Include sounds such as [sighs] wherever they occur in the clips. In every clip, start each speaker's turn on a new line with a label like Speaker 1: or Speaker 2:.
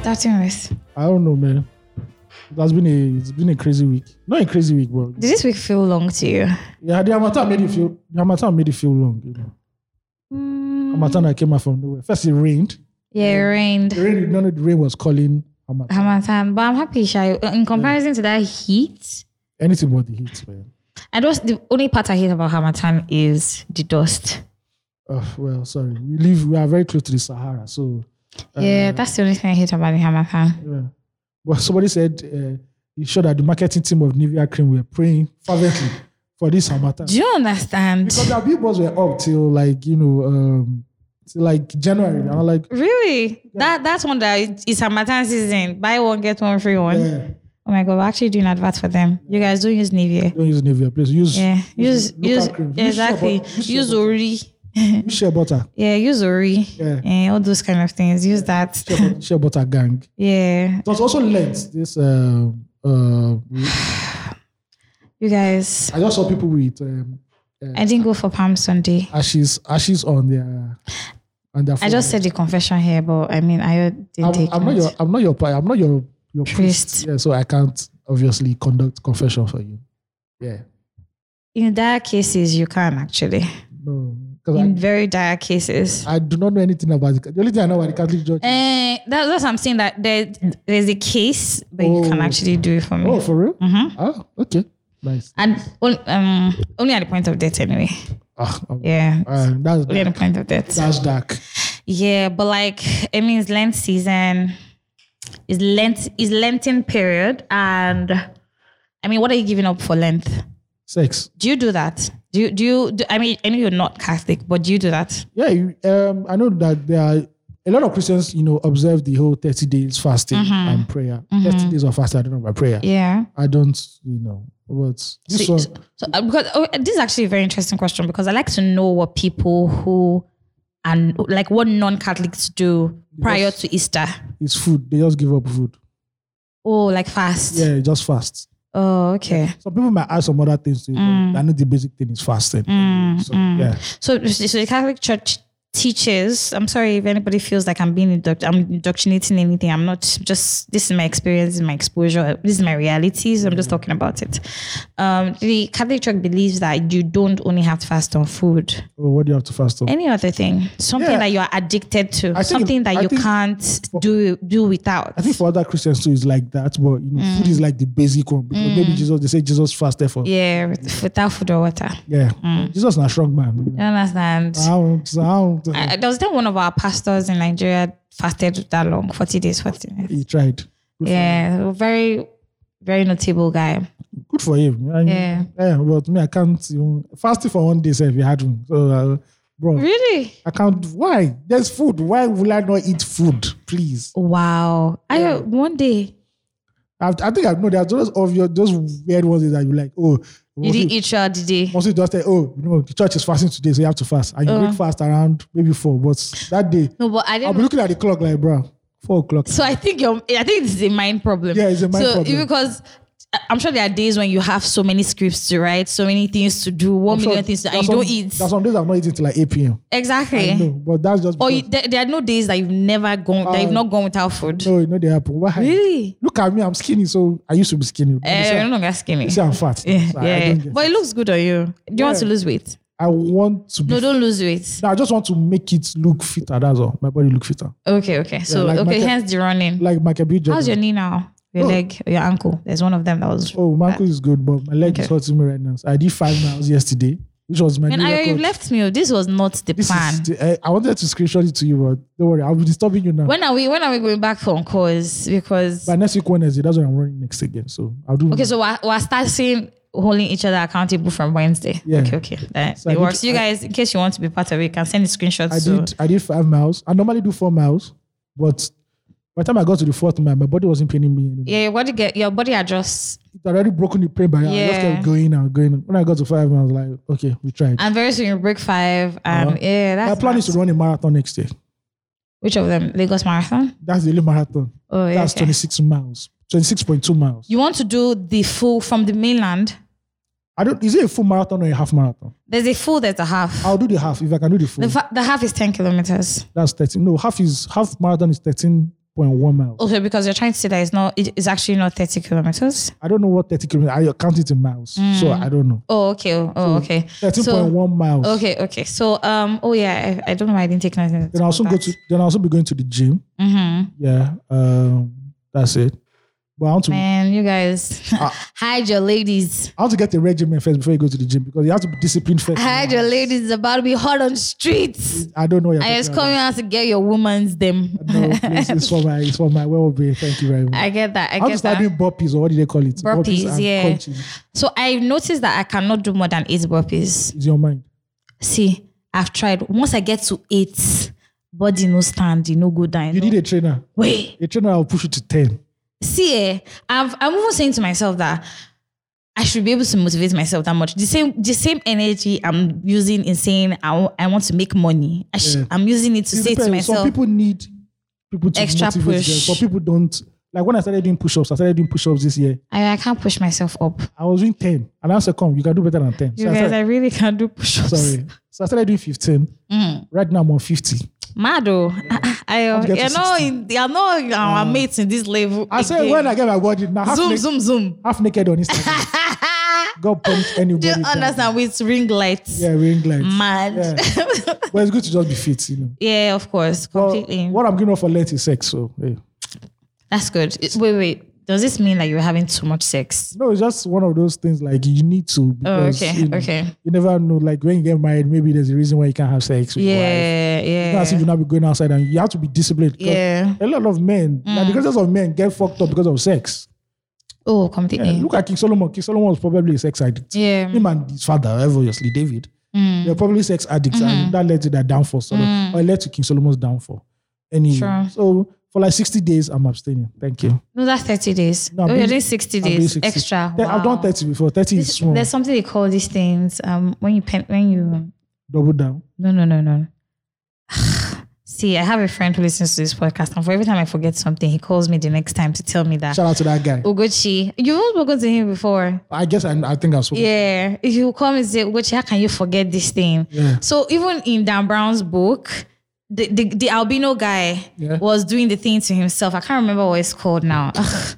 Speaker 1: starting with?
Speaker 2: I don't know, man. It has been a it's been a crazy week. Not a crazy week, but
Speaker 1: Did this week feel long to you?
Speaker 2: yeah, the Hamatan made it feel the Hamatan made it feel long. You know,
Speaker 1: Hmm.
Speaker 2: Hamatan that came out from nowhere. First it rained.
Speaker 1: Yeah, it
Speaker 2: The
Speaker 1: rained.
Speaker 2: rain, none of the rain was calling Hamatan.
Speaker 1: Hamatan, but I'm happy, Shai. In comparison to that heat,
Speaker 2: Anything but the heat, man.
Speaker 1: I just the only part I hate about Hamatan is the dust.
Speaker 2: Uh, well, sorry. We live. We are very close to the Sahara, so uh,
Speaker 1: yeah, that's the only thing I hate about the Hamatan.
Speaker 2: yeah. But somebody said uh, he showed that the marketing team of Nivea cream were praying fervently for this Hamatan
Speaker 1: Do you understand?
Speaker 2: because their billboards were up till like you know um till like January. And I'm like,
Speaker 1: Really? That that's one that is it's Hamatan season. Buy one get one free one.
Speaker 2: yeah,
Speaker 1: Oh my god, we're actually doing advert for them. You guys don't use Nivea.
Speaker 2: don't use Nivea, please use
Speaker 1: Yeah, use
Speaker 2: local
Speaker 1: use
Speaker 2: creams.
Speaker 1: yeah,
Speaker 2: Use shea
Speaker 1: exactly.
Speaker 2: butter. Use shea
Speaker 1: Use
Speaker 2: butter.
Speaker 1: Ori.
Speaker 2: use shea butter.
Speaker 1: Yeah, use Ori.
Speaker 2: Yeah.
Speaker 1: And all those kind of things. Use that. [laughs]
Speaker 2: Shea butter, shea butter gang.
Speaker 1: Yeah,
Speaker 2: It was also Lent. This um uh,
Speaker 1: you guys.
Speaker 2: I just saw people with um,
Speaker 1: I didn't go for Palm Sunday.
Speaker 2: ashes ashes on their on their.
Speaker 1: I just
Speaker 2: forehead.
Speaker 1: said the confession here, but I mean, I didn't
Speaker 2: I'm,
Speaker 1: take
Speaker 2: I'm not
Speaker 1: notes.
Speaker 2: your I'm not your pa- I'm not your your priest.
Speaker 1: Priest.
Speaker 2: Yeah, so I can't obviously conduct confession for you. Yeah,
Speaker 1: In dire cases, you can actually.
Speaker 2: no, because
Speaker 1: In very dire cases.
Speaker 2: I, I do not know anything about the, the only thing I know about the Catholic Church. is-
Speaker 1: Eh, that, that's what I'm saying. That there, there's a case, but you can
Speaker 2: Oh.
Speaker 1: actually do it for me.
Speaker 2: oh, for real?
Speaker 1: Mhm.
Speaker 2: Ah, okay, nice.
Speaker 1: And on, um, only at the point of death, anyway.
Speaker 2: Ah, um,
Speaker 1: Yeah.
Speaker 2: uh, that's
Speaker 1: Only at the
Speaker 2: dark.
Speaker 1: point of death.
Speaker 2: that's dark.
Speaker 1: Yeah, but like it means Lent season is Lent is Lenten period, and I mean, what are you giving up for Lent?
Speaker 2: Sex.
Speaker 1: Do you do that? Do you do you? Do, I mean, I know you're not Catholic, but do you do that?
Speaker 2: Yeah, you, um, I know that there are a lot of Christians, you know, observe the whole thirty days fasting and prayer. Thirty days of fasting. I don't know about prayer.
Speaker 1: Mm-hmm. Yeah.
Speaker 2: I don't, you know, but this
Speaker 1: So,
Speaker 2: one.
Speaker 1: so, uh, because oh, this is actually a very interesting question because I like to know what people who and like what non-Catholics do prior
Speaker 2: Because-
Speaker 1: to Easter.
Speaker 2: It's food. They just give up food.
Speaker 1: Oh, like fast.
Speaker 2: Yeah, just fast.
Speaker 1: Oh, okay.
Speaker 2: Some people might add some other things to it.
Speaker 1: Mm.
Speaker 2: but I know the basic thing is fasting. so yeah,
Speaker 1: So, so the Catholic Church teaches. I'm sorry if anybody feels like I'm being induct, I'm indoctrinating anything. I'm not. Just this is my experience, this is my exposure, this is my reality. So I'm
Speaker 2: Mm-hmm.
Speaker 1: just talking about it. Um, the Catholic Church believes that you don't only have to fast on food.
Speaker 2: oh, what do you have to fast on?
Speaker 1: Any other thing, something
Speaker 2: Yeah.
Speaker 1: that you are addicted to,
Speaker 2: think-
Speaker 1: something that
Speaker 2: I
Speaker 1: you
Speaker 2: think-
Speaker 1: can't do do without.
Speaker 2: I think for other Christians too, it's like that, but you know, food is like the basic one. Because Maybe Jesus, they say Jesus fasted for.
Speaker 1: Mm.
Speaker 2: Yeah,
Speaker 1: yeah, Mm. with- without food or water.
Speaker 2: Jesus not a strong man.
Speaker 1: You understand?
Speaker 2: I don't, I don't-
Speaker 1: I, there was then one of our pastors in Nigeria fasted that long, forty days, forty nights.
Speaker 2: he tried. Good,
Speaker 1: Yeah, very, very notable guy.
Speaker 2: good for him. I-
Speaker 1: Yeah.
Speaker 2: yeah, but me, I can't. You know, fasting for one day, sef, you had one. So, uh, bro,
Speaker 1: Really?
Speaker 2: I can't. Why? There's food. Why will I not eat food? Please.
Speaker 1: Wow. I one day
Speaker 2: I, I think I know there are those of your those weird ones that you like. Oh,
Speaker 1: you didn't eat your day.
Speaker 2: Mostly just say, oh, you know, the church is fasting today, so you have to fast. And you break fast around maybe four. But that day,
Speaker 1: No, Uh-huh. but I
Speaker 2: I'll be
Speaker 1: didn't.
Speaker 2: looking at the clock like, bro, four o'clock.
Speaker 1: So I think you're. I think this is a mind problem.
Speaker 2: Yeah, it's a mind
Speaker 1: so
Speaker 2: problem.
Speaker 1: because. I- I'm sure there are days when you have so many scripts to write, so many things to do, one
Speaker 2: I'm
Speaker 1: million
Speaker 2: sure
Speaker 1: things, to, and
Speaker 2: there's
Speaker 1: you
Speaker 2: some-
Speaker 1: don't eat.
Speaker 2: There's some days I'm not eating till like 8 p.m.
Speaker 1: Exactly.
Speaker 2: No, but that's just
Speaker 1: Or
Speaker 2: because,
Speaker 1: you, there, there are no days that you've never gone, that you've not gone without food.
Speaker 2: Um, no, you know, they happen. Why?
Speaker 1: Really?
Speaker 2: Look at me, I'm skinny, so I used to be skinny. But
Speaker 1: Eh,
Speaker 2: they say,
Speaker 1: you're not asking me.
Speaker 2: they say I'm fat.
Speaker 1: Yeah,
Speaker 2: So I- I,
Speaker 1: yeah.
Speaker 2: don't get
Speaker 1: But it looks good on you. Do you want
Speaker 2: Yeah.
Speaker 1: to lose weight?
Speaker 2: I want to be.
Speaker 1: No,
Speaker 2: No,
Speaker 1: don't lose weight.
Speaker 2: I just want to make it look fitter. That's all. My body look fitter.
Speaker 1: Okay, okay. So
Speaker 2: like
Speaker 1: okay,
Speaker 2: Michael-
Speaker 1: hence the running.
Speaker 2: Like Michael B. Jordan.
Speaker 1: How's your knee now? Your
Speaker 2: Oh.
Speaker 1: leg, your ankle. There's one of them that was.
Speaker 2: Oh, my ankle is good, but my leg is
Speaker 1: Okay.
Speaker 2: hurting me right now. So I did five miles yesterday, which was my
Speaker 1: And
Speaker 2: new
Speaker 1: I, you
Speaker 2: record.
Speaker 1: left me. oh, This was not the
Speaker 2: This
Speaker 1: plan.
Speaker 2: is the, eh, I, I wanted to screenshot it to you, but don't worry, I'll be disturbing you now.
Speaker 1: when are we? When are we going back for cause? Because
Speaker 2: By next week Wednesday, that's when I'm running next again. So I'll do.
Speaker 1: okay, so we're, we're starting holding each other accountable from Wednesday.
Speaker 2: Yeah.
Speaker 1: Okay, okay, that
Speaker 2: So I
Speaker 1: it
Speaker 2: did-
Speaker 1: works. you
Speaker 2: I-
Speaker 1: guys, in case you want to be part of it, you can send the screenshots.
Speaker 2: I
Speaker 1: to,
Speaker 2: did. I did five miles. I normally do four miles, but by the time I got to the fourth mile, my body wasn't paining me anymore.
Speaker 1: Yeah, your body get your body adjusts,
Speaker 2: It already broken the pain, but I just
Speaker 1: Yeah.
Speaker 2: kept going and going. When I got to five miles, like okay, we tried.
Speaker 1: and very soon you break five. And
Speaker 2: Uh-huh.
Speaker 1: yeah, that's
Speaker 2: my plan is
Speaker 1: mad.
Speaker 2: to run a marathon next year.
Speaker 1: which of them? Lagos Marathon.
Speaker 2: That's the only marathon.
Speaker 1: Oh, yeah.
Speaker 2: That's
Speaker 1: okay.
Speaker 2: 26 miles, 26.2 miles.
Speaker 1: You want to do the full from the mainland?
Speaker 2: I don't. Is it a full marathon or a half marathon?
Speaker 1: There's a full, there's a half.
Speaker 2: I'll do the half if I can do the full.
Speaker 1: The, fa- the half is 10 kilometers.
Speaker 2: That's 13. No, half is half marathon is 13.2 1.1 miles.
Speaker 1: Okay, because you're trying to say that it's not, it- it's actually not 30 kilometers.
Speaker 2: I don't know what 30 kilometers. I count it in miles, so I don't know.
Speaker 1: Oh, okay. Oh, oh, okay.
Speaker 2: 13.1
Speaker 1: So,
Speaker 2: miles.
Speaker 1: okay, okay. So, um, oh yeah, I, I don't know why I didn't take nothing.
Speaker 2: Then I also go to. Then I also be going to the gym.
Speaker 1: Mm-hmm.
Speaker 2: Yeah. Um. That's it. But I want to.
Speaker 1: Man, you guys,
Speaker 2: Ah.
Speaker 1: [laughs] hide your ladies.
Speaker 2: I want to get a regimen first before you go to the gym because you have to be disciplined first.
Speaker 1: Hide your ladies is about to be hot on the streets.
Speaker 2: I don't know. Your
Speaker 1: I was coming out to get your woman's them.
Speaker 2: No, please, it's for my it's for my well being. Thank you very much.
Speaker 1: [laughs] I get that. I
Speaker 2: I want to
Speaker 1: get
Speaker 2: start
Speaker 1: that.
Speaker 2: doing burpees or what do they call it?
Speaker 1: Burpees,
Speaker 2: and
Speaker 1: yeah.
Speaker 2: crunching.
Speaker 1: So I noticed that I cannot do more than eight burpees.
Speaker 2: Is your mind?
Speaker 1: See, I've tried. Once I get to eight, body no stand, you no go down.
Speaker 2: You
Speaker 1: no-
Speaker 2: need a trainer.
Speaker 1: Wait.
Speaker 2: A trainer will push you to ten.
Speaker 1: see eh, I've, i'm even saying to myself that i should be able to motivate myself that much the same the same energy i'm using in saying i, w- I want to make money I sh-
Speaker 2: Yeah.
Speaker 1: i'm using it to
Speaker 2: It
Speaker 1: say to
Speaker 2: depends.
Speaker 1: myself
Speaker 2: Some people need people to
Speaker 1: Extra
Speaker 2: motivate them.
Speaker 1: push.
Speaker 2: Some people don't. Like when I started doing push-ups, I started doing push-ups this year.
Speaker 1: I, I can't push myself up
Speaker 2: I was doing ten, and I said, "Come, you can do better than 10.
Speaker 1: you
Speaker 2: So I
Speaker 1: guys
Speaker 2: started,
Speaker 1: i really can't do push-ups
Speaker 2: sorry. So I started doing fifteen.
Speaker 1: Mm.
Speaker 2: Right now I'm on fifty.
Speaker 1: mad oh [laughs] Ah, ah, I,
Speaker 2: Want to get
Speaker 1: you
Speaker 2: to
Speaker 1: know in- you know our mates in this level
Speaker 2: Ah. I said
Speaker 1: again.
Speaker 2: when I get my body now half,
Speaker 1: zoom
Speaker 2: na-
Speaker 1: zoom zoom
Speaker 2: half naked on
Speaker 1: [laughs]
Speaker 2: Instagram. God punch anybody.
Speaker 1: do you
Speaker 2: down.
Speaker 1: understand Mm. with ring lights
Speaker 2: Yeah, ring lights.
Speaker 1: mad [laughs]
Speaker 2: Yeah. but it's good to just be fit, you know.
Speaker 1: yeah of course
Speaker 2: Well,
Speaker 1: completely
Speaker 2: what I'm giving up for Lent is sex. So hey.
Speaker 1: That's good. It- Wait, wait. Does this mean that you're having too much sex?
Speaker 2: no, it's just one of those things like you need to.
Speaker 1: Oh,
Speaker 2: Because,
Speaker 1: okay,
Speaker 2: You know,
Speaker 1: okay.
Speaker 2: You never know. Like when you get married, maybe there's a reason why you can't have sex. With Your wife.
Speaker 1: Yeah,
Speaker 2: It's not as if
Speaker 1: yeah,
Speaker 2: you not be going outside and you have to be disciplined. 'cause
Speaker 1: yeah. Mm.
Speaker 2: A lot of men, like the greatest of men, get fucked up because of sex.
Speaker 1: Oh,
Speaker 2: Yeah,
Speaker 1: completely.
Speaker 2: Look at King Solomon. King Solomon was probably a sex addict.
Speaker 1: Yeah.
Speaker 2: Him and his father, obviously David,
Speaker 1: Mm.
Speaker 2: they're probably sex addicts,
Speaker 1: Mm-hmm.
Speaker 2: and that led to their downfall. Solo- Or it led to King Solomon's downfall. Anyway,
Speaker 1: Sure.
Speaker 2: so for like 60 days, I'm abstaining. Thank you.
Speaker 1: No, that's thirty days.
Speaker 2: No,
Speaker 1: oh,
Speaker 2: I'm
Speaker 1: you're
Speaker 2: doing-
Speaker 1: doing sixty
Speaker 2: I'm doing
Speaker 1: days
Speaker 2: 60.
Speaker 1: extra.
Speaker 2: Th- I've done
Speaker 1: Wow.
Speaker 2: 30 before. 30 is
Speaker 1: This,
Speaker 2: small.
Speaker 1: there's something they call these things. Um, when you pen, when you
Speaker 2: Double down.
Speaker 1: no no no [sighs] no. See, I have a friend who listens to this podcast, and for every time I forget something, he calls me the next time to tell me that
Speaker 2: Shout out to that guy.
Speaker 1: Oh. Ugochi, you've spoken to him before.
Speaker 2: I guess I, I think I spoke.
Speaker 1: Yeah, if you come and say, "Which how can you forget this thing?"
Speaker 2: Yeah.
Speaker 1: So even in Dan Brown's book, the the, the albino guy
Speaker 2: Yeah.
Speaker 1: was doing the thing to himself. I can't remember what it's called now. Ugh.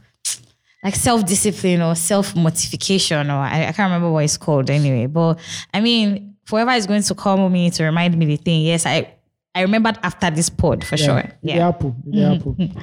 Speaker 1: like self discipline or self mortification, or I, I can't remember what it's called anyway. But I mean, forever is going to call me to remind me the thing. Yes, I I remembered after this pod for sure.
Speaker 2: The
Speaker 1: Yeah. Mm-hmm.
Speaker 2: apple. The apple.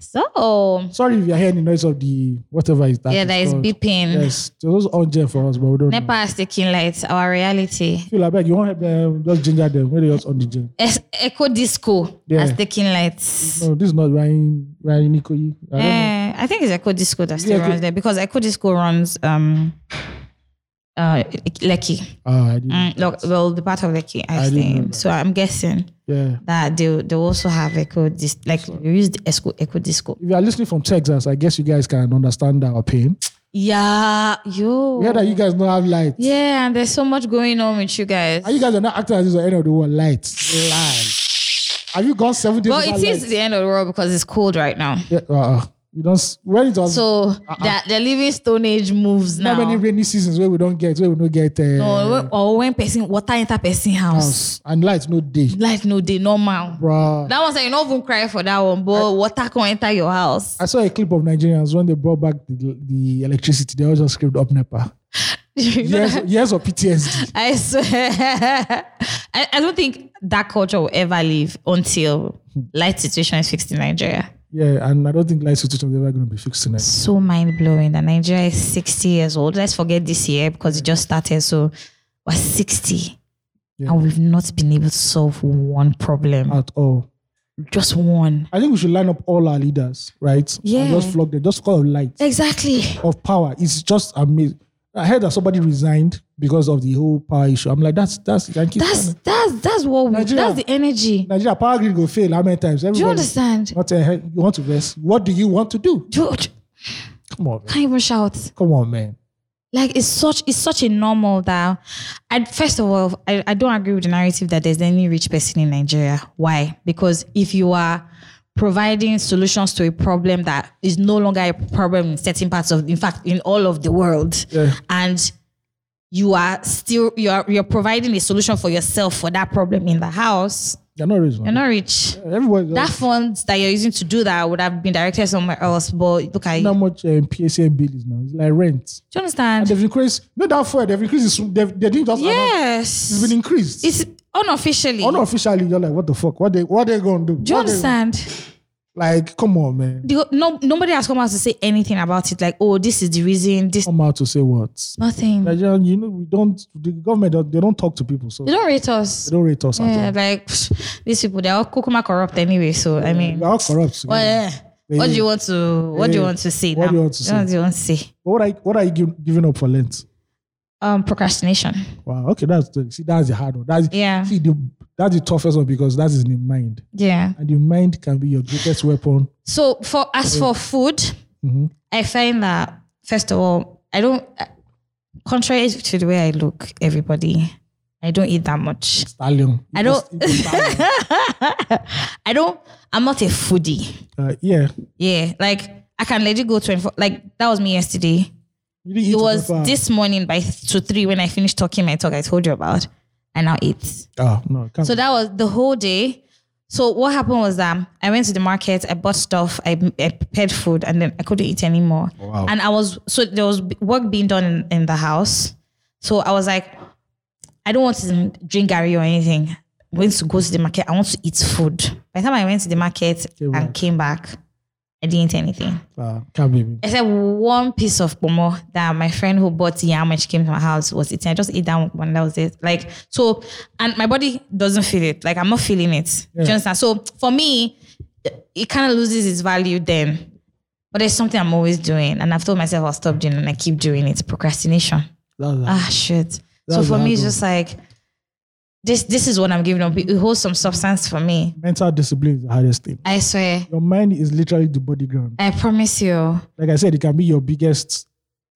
Speaker 1: So
Speaker 2: Sorry if you're hearing the noise of the whatever is that.
Speaker 1: yeah, that is
Speaker 2: called.
Speaker 1: beeping.
Speaker 2: Yes. So those on gem for us, but we don't know.
Speaker 1: Nepa is taking lights. Our reality.
Speaker 2: Feel I beg you want um, just ginger them when they just on the gem.
Speaker 1: Es- Echo Disco
Speaker 2: Yeah.
Speaker 1: as taking lights.
Speaker 2: No, this is not Ryan Ryan Nikoyi. I don't know.
Speaker 1: Eh, I think it's Echo Disco that still
Speaker 2: Yeah, Echo-
Speaker 1: runs there because Echo Disco runs um uh Lekki.
Speaker 2: Ah, I didn't.
Speaker 1: Mm, look, well, the part of Lekki, I,
Speaker 2: I didn't know
Speaker 1: think.
Speaker 2: that.
Speaker 1: So I'm guessing
Speaker 2: Yeah.
Speaker 1: that they they also have Echo Disco. Like we used Echo Echo Disco.
Speaker 2: If you are listening from Texas, I guess you guys can understand our pain.
Speaker 1: Yeah, yo.
Speaker 2: Yeah, that you guys don't have lights.
Speaker 1: Yeah, and there's so much going on with you guys.
Speaker 2: And you guys are not acting as if any of the world lights. Lies. Have you gone seven days?
Speaker 1: well,
Speaker 2: without
Speaker 1: it is
Speaker 2: lights?
Speaker 1: the end of the world because it's cold right now.
Speaker 2: Yeah, uh, you don't. s- When it was
Speaker 1: So they're, they're living Stone Age moves
Speaker 2: how
Speaker 1: now.
Speaker 2: many rainy seasons where we don't get where we don't get uh,
Speaker 1: or when, or when person water enter person house,
Speaker 2: house and light no day,
Speaker 1: life no dey normal.
Speaker 2: bruh.
Speaker 1: That one say you no even cry for that one, but water can enter your house. [laughs]
Speaker 2: I saw a clip of Nigerians when they brought back the, the electricity. They all just screamed
Speaker 1: [laughs]
Speaker 2: up NEPA.
Speaker 1: You know
Speaker 2: Years,
Speaker 1: that?
Speaker 2: years of PTSD.
Speaker 1: I swear, [laughs] I, I don't think that culture will ever leave until light situation is fixed in Nigeria.
Speaker 2: Yeah, and I don't think light situation is ever going to be
Speaker 1: [laughs]
Speaker 2: fixed tonight.
Speaker 1: So mind blowing that Nigeria is sixty years old. Let's forget this year because it just started. So we're sixty,
Speaker 2: Yeah. Um,
Speaker 1: and we've not been able to solve one problem,
Speaker 2: At all.
Speaker 1: just one.
Speaker 2: I think we should line up all our leaders, right?
Speaker 1: Yeah.
Speaker 2: And just flog them. Just call of light,
Speaker 1: Exactly.
Speaker 2: of power. It's just amazing. I heard that somebody resigned because of the whole power issue. I'm like, that's that's Yankees.
Speaker 1: That's that's that's what we,
Speaker 2: Um, Nigeria.
Speaker 1: that's the energy.
Speaker 2: Nigeria power grid go fail how many times?
Speaker 1: Do you
Speaker 2: Everybody- Um,
Speaker 1: understand?
Speaker 2: What the hell? You want to rest? What do you want to do?
Speaker 1: George
Speaker 2: Come on, man.
Speaker 1: can't even shout.
Speaker 2: Come on, man.
Speaker 1: Like it's such it's such a normal that I first of all, I, I don't agree with the narrative that there's any rich person in Nigeria. Why? Because if you are providing solutions to a problem that is no longer a problem in certain parts of in fact in all of the world
Speaker 2: Yeah.
Speaker 1: and you are still you're you're providing a solution for yourself for that problem in the house
Speaker 2: You're not rich.
Speaker 1: You're not rich.
Speaker 2: Everyone
Speaker 1: That funds that you're using to do that would have been directed somewhere else. But look at you.
Speaker 2: how much um, PSN bill is now. It's like rent.
Speaker 1: Do you
Speaker 2: And
Speaker 1: understand?
Speaker 2: they've increased. No, that for they've increased. Is, they've, they didn't just. announce-
Speaker 1: Yes.
Speaker 2: It's been increased.
Speaker 1: It's unofficially.
Speaker 2: Unofficially, you're like, what the fuck? What they what they gonna do?
Speaker 1: Do you
Speaker 2: What they-
Speaker 1: understand?
Speaker 2: Like, come on, man.
Speaker 1: The- no, nobody has come out to say anything about it. Like, oh, this is the reason. This
Speaker 2: Come out to say what?
Speaker 1: nothing.
Speaker 2: Nigerian, you know, we don't. The government don't- they don't talk to people, so
Speaker 1: They
Speaker 2: they
Speaker 1: don't rate us.
Speaker 2: don't rate us.
Speaker 1: Yeah,
Speaker 2: at
Speaker 1: like psh, these people, they're all kukuma corrupt anyway. So I
Speaker 2: all.
Speaker 1: mean,
Speaker 2: We're all corrupt.
Speaker 1: what, eh,
Speaker 2: But
Speaker 1: what do
Speaker 2: yeah.
Speaker 1: you want to? What do you
Speaker 2: Yeah.
Speaker 1: want to see?
Speaker 2: What
Speaker 1: now?
Speaker 2: do you want to say?
Speaker 1: What do you want to see?
Speaker 2: But what are what are you give, giving up for Lent?
Speaker 1: Um, procrastination.
Speaker 2: Wow. Okay, that's the, see, that's the hard one. That's
Speaker 1: Yeah,
Speaker 2: see the that's the toughest one because that is in the mind,
Speaker 1: yeah.
Speaker 2: and the mind can be your greatest weapon.
Speaker 1: So for as for food,
Speaker 2: Mhm.
Speaker 1: I find that first of all, I don't. uh, Contrary to the way I look, everybody, I don't eat that much.
Speaker 2: Stallion.
Speaker 1: I
Speaker 2: Because
Speaker 1: don't-
Speaker 2: it's a stallion.
Speaker 1: [laughs] I don't. I'm not a foodie.
Speaker 2: uh, yeah.
Speaker 1: Yeah, like I can let you go 24. Like that was me yesterday.
Speaker 2: You didn't eat
Speaker 1: it was
Speaker 2: proper-
Speaker 1: this morning by th- to three when I finished talking my talk I told you about, and now eat.
Speaker 2: Oh no. Can't
Speaker 1: So that was the whole day. So what happened was that I went to the market, I bought stuff, I, I prepared food, and then I couldn't eat anymore.
Speaker 2: Oh, Wow.
Speaker 1: And I was so there was b- work being done in, in the house, so I was like, I don't want to drink Gary or anything. I'm going to go to the market. I want to eat food. By the time I went to the market
Speaker 2: Came
Speaker 1: and
Speaker 2: back.
Speaker 1: came back, I didn't eat anything.
Speaker 2: uh, can't be me.
Speaker 1: Except one piece of pomo that my friend who bought yam when she came to my house was eating. I just ate that one. That was it. Like so, and my body doesn't feel it. Like I'm not feeling it. Do you
Speaker 2: Yeah.
Speaker 1: understand? So for me, it kind of loses its value then. But there's something I'm always doing, and I've told myself I'll stop doing, it and I keep doing it. Procrastination.
Speaker 2: That's that.
Speaker 1: Ah, shit. So
Speaker 2: That's
Speaker 1: for
Speaker 2: the
Speaker 1: me, it's
Speaker 2: hard
Speaker 1: just like this. This is what I'm giving up. It holds some substance for me.
Speaker 2: Mental discipline is the hardest thing.
Speaker 1: I swear.
Speaker 2: Your mind is literally the bodyguard.
Speaker 1: I promise you.
Speaker 2: Like I said, it can be your biggest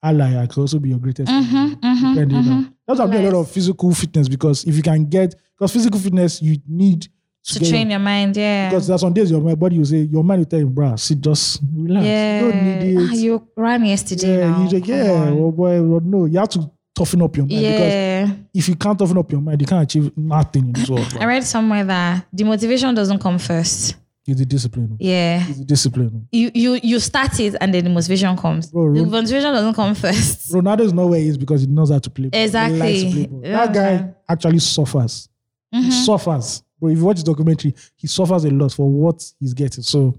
Speaker 2: ally. and can also be your greatest.
Speaker 1: hmm hmm
Speaker 2: enemy, depending on- That's why I do a
Speaker 1: Nice.
Speaker 2: lot of physical fitness because if you can get because physical fitness you need to,
Speaker 1: To
Speaker 2: get
Speaker 1: train your mind, yeah.
Speaker 2: Because there's some days your my body will say your mind will tell you, bruh, sit just relax.
Speaker 1: Yeah.
Speaker 2: You don't need
Speaker 1: Ah,
Speaker 2: it.
Speaker 1: you ran yesterday.
Speaker 2: yeah,
Speaker 1: now.
Speaker 2: you just,
Speaker 1: Come
Speaker 2: yeah,
Speaker 1: on.
Speaker 2: oh boy, oh no. You have to toughen up your mind because
Speaker 1: yeah.
Speaker 2: if you can't toughen up your mind, you can't achieve nothing in this
Speaker 1: [laughs]
Speaker 2: world. bruh.
Speaker 1: I read somewhere that the motivation doesn't come first.
Speaker 2: It's the discipline. oh.
Speaker 1: Yeah.
Speaker 2: It's the discipline. oh.
Speaker 1: You you you start it and then the motivation comes.
Speaker 2: Bro,
Speaker 1: the
Speaker 2: Ron-
Speaker 1: motivation doesn't come [laughs] first.
Speaker 2: Ronaldo is not where he is because he knows how to play. ball. He
Speaker 1: Exactly.
Speaker 2: likes to play ball.
Speaker 1: Yeah,
Speaker 2: That guy
Speaker 1: man.
Speaker 2: actually suffers. He
Speaker 1: Mhm.
Speaker 2: suffers. But if you watch the documentary, he suffers a lot for what he's getting. So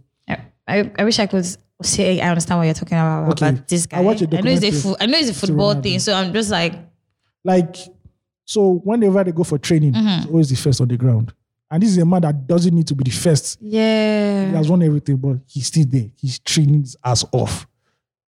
Speaker 1: I, I wish I could say I understand what you're talking about
Speaker 2: Okay.
Speaker 1: about this guy.
Speaker 2: I watched a
Speaker 1: know it's a
Speaker 2: documentary
Speaker 1: fo- I know it's a football
Speaker 2: Ronaldo.
Speaker 1: thing, so I'm just like
Speaker 2: like, so whenever they go for training,
Speaker 1: Mhm.
Speaker 2: he's always the first on the ground. And this is a man that doesn't need to be the first. He
Speaker 1: yeah.
Speaker 2: has won everything, but he's still there. He's training his ass off.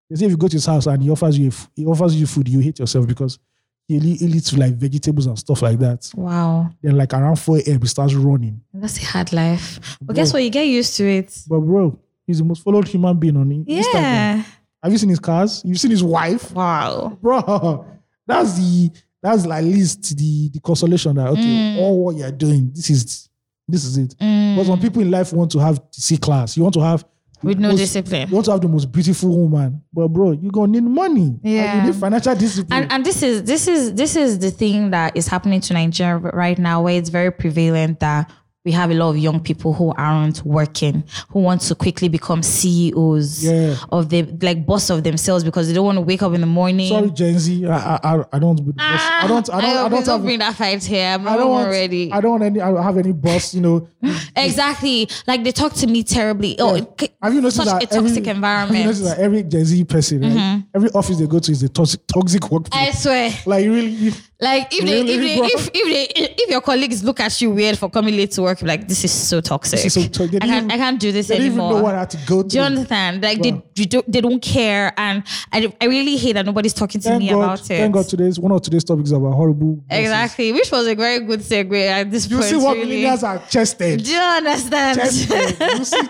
Speaker 2: They say if you go to his house and he offers you a f- he offers you food, you hate yourself because he only he eats like vegetables and stuff like that.
Speaker 1: Wow,
Speaker 2: Then like around 4 a.m. he starts running.
Speaker 1: that's a hard life. But
Speaker 2: Bro.
Speaker 1: guess what? You get used to it.
Speaker 2: But bro, he's the most followed human being on in- Instagram.
Speaker 1: Yeah.
Speaker 2: Have you seen his cars? You've seen his wife,
Speaker 1: Wow.
Speaker 2: bro. That's the that's at least the the consolation that okay,
Speaker 1: Mm.
Speaker 2: all what you're doing, this is this is it.
Speaker 1: Mm.
Speaker 2: But some people in life want to have C class. You want to have
Speaker 1: With no
Speaker 2: most-
Speaker 1: discipline.
Speaker 2: You want to have the most beautiful woman, but bro, you gonna need money. And
Speaker 1: Yeah.
Speaker 2: you need financial discipline.
Speaker 1: And and this is this is this is the thing that is happening to Nigeria right now, where it's very prevalent that we have a lot of young people who aren't working, who want to quickly become CEOs
Speaker 2: Yeah.
Speaker 1: of the like boss of themselves because they don't want to wake up in the morning.
Speaker 2: Sorry, Gen Z. I I I- I don't. be the boss. I don't. I don't. I,
Speaker 1: Ah, hope you
Speaker 2: don't have.
Speaker 1: bring that fight here. I'm
Speaker 2: I don't want.
Speaker 1: already.
Speaker 2: I don't want any. I don't have any boss.
Speaker 1: [laughs]
Speaker 2: You know.
Speaker 1: exactly. Like they talk to me terribly. Oh, it c-
Speaker 2: Have you noticed
Speaker 1: such
Speaker 2: that
Speaker 1: a toxic
Speaker 2: every, [laughs] Have you
Speaker 1: environment? Mm-hmm.
Speaker 2: noticed that every Gen Z person, right, every office they go to is a toxic, toxic workplace.
Speaker 1: I swear.
Speaker 2: like really, you-
Speaker 1: Like if they if
Speaker 2: Really,
Speaker 1: they,
Speaker 2: bro?
Speaker 1: if if they if your colleagues look at you weird for coming late to work, you're like this is so toxic.
Speaker 2: is so to- they
Speaker 1: I can't
Speaker 2: didn't-
Speaker 1: I can't do this
Speaker 2: they don't even
Speaker 1: anymore.
Speaker 2: know what I had to go
Speaker 1: do you
Speaker 2: to.
Speaker 1: understand? Like they they don't, they don't care, and I, I really hate that nobody's talking to
Speaker 2: Thank
Speaker 1: me
Speaker 2: God,
Speaker 1: about it.
Speaker 2: thank God today's one of today's topics is about horrible. bosses.
Speaker 1: exactly, which was a very good segue at this
Speaker 2: You
Speaker 1: point.
Speaker 2: see what
Speaker 1: really.
Speaker 2: millennials are
Speaker 1: [laughs]
Speaker 2: chested.
Speaker 1: Do you understand?
Speaker 2: Chested. you see,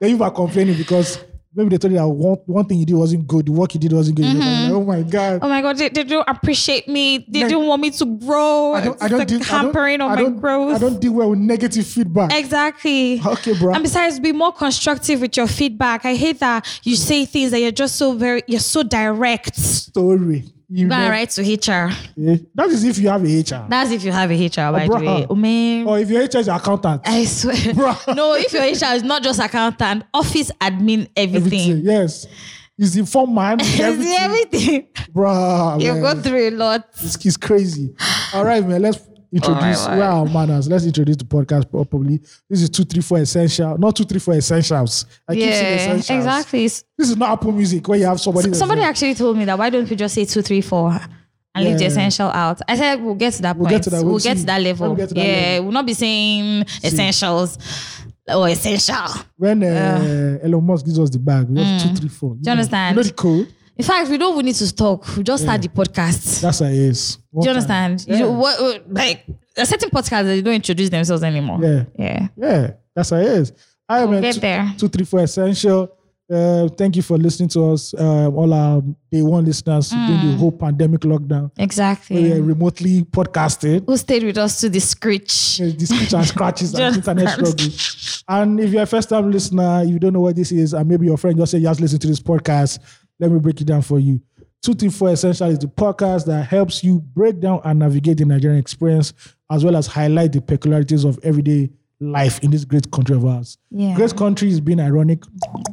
Speaker 2: then you are complaining because maybe they told you that one, one thing you did wasn't good, the work you did wasn't good. You're like, oh my god.
Speaker 1: [laughs] Oh my god, they, they don't appreciate me. They
Speaker 2: Like,
Speaker 1: don't want me to grow.
Speaker 2: I don't,
Speaker 1: It's
Speaker 2: I don't
Speaker 1: like
Speaker 2: deal,
Speaker 1: hampering
Speaker 2: I
Speaker 1: on
Speaker 2: don't, I
Speaker 1: my
Speaker 2: don't,
Speaker 1: growth.
Speaker 2: I don't deal well with negative feedback.
Speaker 1: Exactly.
Speaker 2: Okay, bro.
Speaker 1: And besides, be more constructive with your
Speaker 2: Mm-hmm.
Speaker 1: feedback. I hate that you say things that you're just so very, you're so direct.
Speaker 2: Story. You
Speaker 1: Go and
Speaker 2: know,
Speaker 1: write to HR.
Speaker 2: eh, That is if you have a HR.
Speaker 1: That's if you have a HR, by the way.
Speaker 2: bruh.
Speaker 1: Ome,
Speaker 2: or if your HR is an accountant.
Speaker 1: I swear.
Speaker 2: Bruh.
Speaker 1: [laughs] No, if your HR is not just accountant, office admin,
Speaker 2: everything.
Speaker 1: everything.
Speaker 2: Yes. He's the form man.
Speaker 1: [laughs] It's
Speaker 2: everything.
Speaker 1: everything.
Speaker 2: Bruh,
Speaker 1: You've
Speaker 2: man.
Speaker 1: gone through a lot.
Speaker 2: It's, it's crazy. All right, man. Let's introduce
Speaker 1: word.
Speaker 2: where are our manners. Let's introduce the podcast properly. This is two three four essential, not two three four essentials. I keep saying
Speaker 1: Yeah,
Speaker 2: essentials.
Speaker 1: exactly. S-
Speaker 2: This is not Apple Music where you have somebody. that's
Speaker 1: Somebody
Speaker 2: like,
Speaker 1: actually told me that why don't we just say two, three, four and leave the
Speaker 2: Yeah.
Speaker 1: essential out? I said we'll get to that
Speaker 2: We'll
Speaker 1: point.
Speaker 2: get to that.
Speaker 1: We'll
Speaker 2: We'll
Speaker 1: get
Speaker 2: see.
Speaker 1: to that level.
Speaker 2: We'll get to that
Speaker 1: yeah,
Speaker 2: level.
Speaker 1: we'll not be saying essentials or essential.
Speaker 2: when uh, Elon Musk gives us the bag, we just two three four. You, know,
Speaker 1: Mm. understand?
Speaker 2: You know the code.
Speaker 1: In fact, we don't even need to talk. We just start the podcast.
Speaker 2: That's a yes.
Speaker 1: Do you understand?
Speaker 2: Yeah.
Speaker 1: You know, what, what- like a certain podcast they don't introduce themselves anymore.
Speaker 2: Yeah.
Speaker 1: Yeah.
Speaker 2: Yeah, that's a yes. I am
Speaker 1: Get there.
Speaker 2: two three four essential. Uh, thank you for listening to us, um, all our day one listeners
Speaker 1: Mm.
Speaker 2: during the whole pandemic lockdown.
Speaker 1: Exactly.
Speaker 2: We are remotely podcasting.
Speaker 1: Who stayed with us to the screech?
Speaker 2: Yes, the screech and scratches and
Speaker 1: [laughs] Just
Speaker 2: internet struggle. And if you're a first time listener, you don't know what this is, and maybe your friend just said, Yes, listen to this podcast. Let me break it down for you. 234 Essential is the podcast that helps you break down and navigate the Nigerian experience, as well as highlight the peculiarities of everyday life in this great country of ours.
Speaker 1: Yeah.
Speaker 2: Great country is being ironic.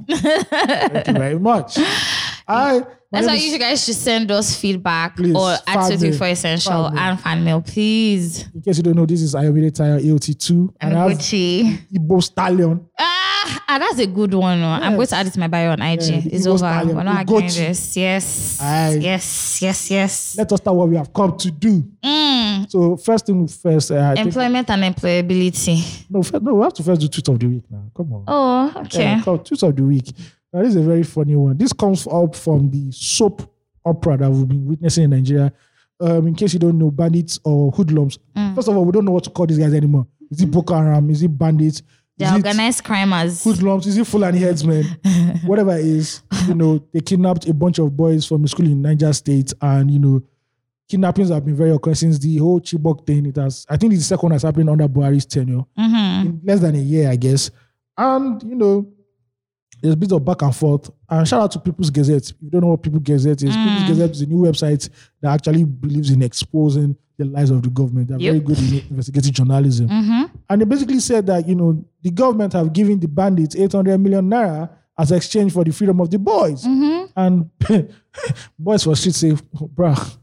Speaker 2: Thank
Speaker 1: [laughs]
Speaker 2: you very much. I, my
Speaker 1: That's
Speaker 2: name
Speaker 1: why
Speaker 2: is-
Speaker 1: you guys should send us feedback
Speaker 2: Please,
Speaker 1: or
Speaker 2: fan
Speaker 1: attitude
Speaker 2: mail,
Speaker 1: for essential
Speaker 2: fan mail.
Speaker 1: and fan mail, please.
Speaker 2: in case you don't know, this is Ayomide Tire AOT2.
Speaker 1: And
Speaker 2: And I have
Speaker 1: Gucci.
Speaker 2: Igbo Stallion.
Speaker 1: Ah, ah, that's a good one. oh. I'm going to add it to my bio on IG.
Speaker 2: Yeah, the
Speaker 1: it's
Speaker 2: Igbo
Speaker 1: over.
Speaker 2: style,
Speaker 1: We're not
Speaker 2: Ugochi.
Speaker 1: arguing this. Yes.
Speaker 2: Aye.
Speaker 1: Yes. Yes. Yes. Hmm.
Speaker 2: let us start what we have come to do. So first thing first, uh, I think,
Speaker 1: Employment and employability.
Speaker 2: no, first, no, we have to first do tweet of the week now. Come on,
Speaker 1: Oh, okay.
Speaker 2: Yeah, come- tweet of the week. Now, this is a very funny one. This comes up from the soap opera that we've been witnessing in Nigeria. Um, in case you don't know, bandits or hoodlums. First of all, we don't know what to call these guys anymore. Is it Boko Haram? Is it bandits?
Speaker 1: They're
Speaker 2: is it
Speaker 1: organized crimers.
Speaker 2: hoodlums? Is it Fulani headsmen? Whatever it is, you know, they kidnapped a bunch of boys from a school in Niger State, and you know, kidnappings have been very occurring since the whole Chibok thing. It has, I think, it's the second one has happened under Buhari's tenure
Speaker 1: Mm-hmm.
Speaker 2: in less than a year, I guess. And you know, there's a bit of back and forth. And shout out to People's Gazette. If you don't know what People's Gazette is, People's Gazette is a new website that actually believes in exposing the lies of the government. They're
Speaker 1: Yep.
Speaker 2: very good in investigative journalism.
Speaker 1: Mm-hmm.
Speaker 2: And they basically said that, you know, the government have given the bandits 800 million naira as exchange for the freedom of the boys.
Speaker 1: Mm-hmm.
Speaker 2: And [laughs] boys for street say, bruh,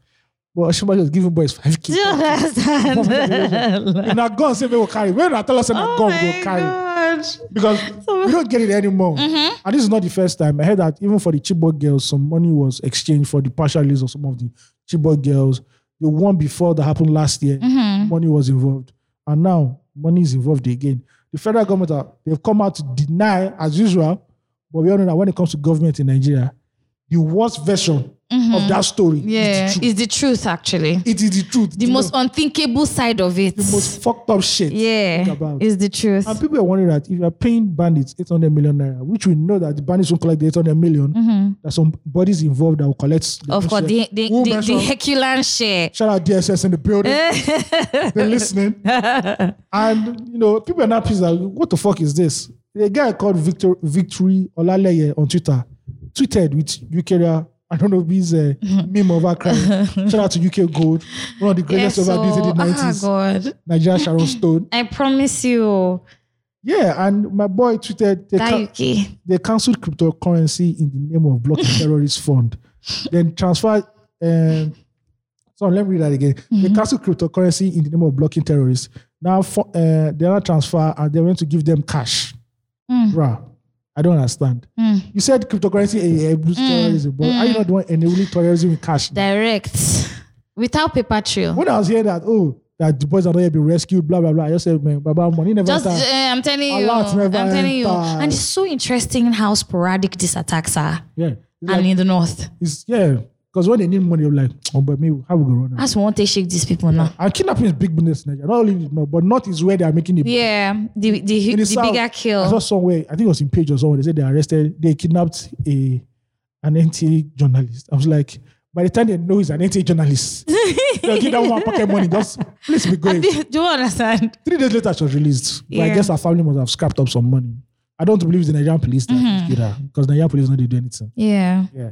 Speaker 2: well, somebody was giving boys 5K.
Speaker 1: Do you
Speaker 2: [laughs]
Speaker 1: [laughs] understand?
Speaker 2: And our guns say, we will carry. When I tell us, our gun will carry.
Speaker 1: Oh God. Mm. Mm-hmm.
Speaker 2: Because we don't get it anymore. And this is not the first time. I heard that even for the Chibok girls, some money was exchanged for the partial release of some of the Chibok girls. The one before that happened last year,
Speaker 1: Mm-hmm.
Speaker 2: money was involved. And now money is involved again. The federal government, are, they've come out to deny, as usual, but we all know that when it comes to government in Nigeria, the worst version of that story
Speaker 1: Mm-hmm. Yeah,
Speaker 2: is the truth.
Speaker 1: it's the truth, actually.
Speaker 2: It is the truth.
Speaker 1: The
Speaker 2: You
Speaker 1: most
Speaker 2: know,
Speaker 1: unthinkable side of it.
Speaker 2: the most fucked up shit. to think
Speaker 1: yeah,
Speaker 2: about.
Speaker 1: is the truth.
Speaker 2: And people are wondering that if you are paying bandits 800 million naira, which we know that the bandits won't collect the 800 million, there's some bodies involved that will collect. the
Speaker 1: Mm. Mm-hmm. Of course, the,
Speaker 2: share.
Speaker 1: the, the,
Speaker 2: Who
Speaker 1: the
Speaker 2: mentioned-
Speaker 1: Herculean share.
Speaker 2: Shout out DSS in the building.
Speaker 1: [laughs]
Speaker 2: They're listening. and, you know, people are now pissed that, what the fuck is this? A guy called Victor, Victory Olaleye on Twitter tweeted with Eukarya. I don't know if he's
Speaker 1: [laughs]
Speaker 2: a meme of our crime. Shout out to UK Gold, one of the greatest
Speaker 1: Yes,
Speaker 2: ever beats in the
Speaker 1: oh, [laughs] ah,
Speaker 2: 90s,
Speaker 1: God.
Speaker 2: Nigeria Sharon Stone.
Speaker 1: I promise you,
Speaker 2: Yeah, and my boy tweeted, they
Speaker 1: that
Speaker 2: ca-
Speaker 1: UK.
Speaker 2: they cancelled cryptocurrency in the name of blocking terrorist fund. Then transfer. Um, sorry, let me read that again. They
Speaker 1: Mm-hmm.
Speaker 2: cancelled cryptocurrency in the name of blocking terrorists. Now for, uh, they are transfer and they went to give them cash.
Speaker 1: Mm.
Speaker 2: Bruh, I don't understand. You said cryptocurrency eh, eh,
Speaker 1: Mm.
Speaker 2: boosts terrorism, but are you not the one enabling terrorism with cash?
Speaker 1: Direct. Without paper trail.
Speaker 2: when I was hearing that, oh, that the boys are not yet been rescued, blah blah blah. I just said, man, baba, money never.
Speaker 1: Just, uh,
Speaker 2: enter."
Speaker 1: I'm telling you.
Speaker 2: Allah
Speaker 1: I'm
Speaker 2: never
Speaker 1: telling you.
Speaker 2: enters.
Speaker 1: And it's so interesting how sporadic these attacks are.
Speaker 2: yeah, it's,
Speaker 1: and
Speaker 2: like-
Speaker 1: in the north.
Speaker 2: it's- yeah, because when they need money, I'm like, oh, but me, how we go run? am?
Speaker 1: That's one they shake these people now.
Speaker 2: And kidnapping is big business in Nigeria. Not only in the north, but north is where they are making it.
Speaker 1: Yeah, the the,
Speaker 2: In
Speaker 1: the,
Speaker 2: south,
Speaker 1: bigger
Speaker 2: I
Speaker 1: kill.
Speaker 2: saw somewhere, I think it was in Page or somewhere, they said they arrested, they kidnapped a an NTA journalist. I was like, by the time they know he's an
Speaker 1: [laughs]
Speaker 2: NTA journalist, they'll give that one pocket money. Just please be going.
Speaker 1: Do you understand?
Speaker 2: Three days later, she was released. But I
Speaker 1: Yeah.
Speaker 2: guess her family must have scrapped up some money.
Speaker 1: Mm-hmm.
Speaker 2: I don't believe the Nigerian police that did that because Nigerian police don't do anything.
Speaker 1: Yeah.
Speaker 2: Yeah.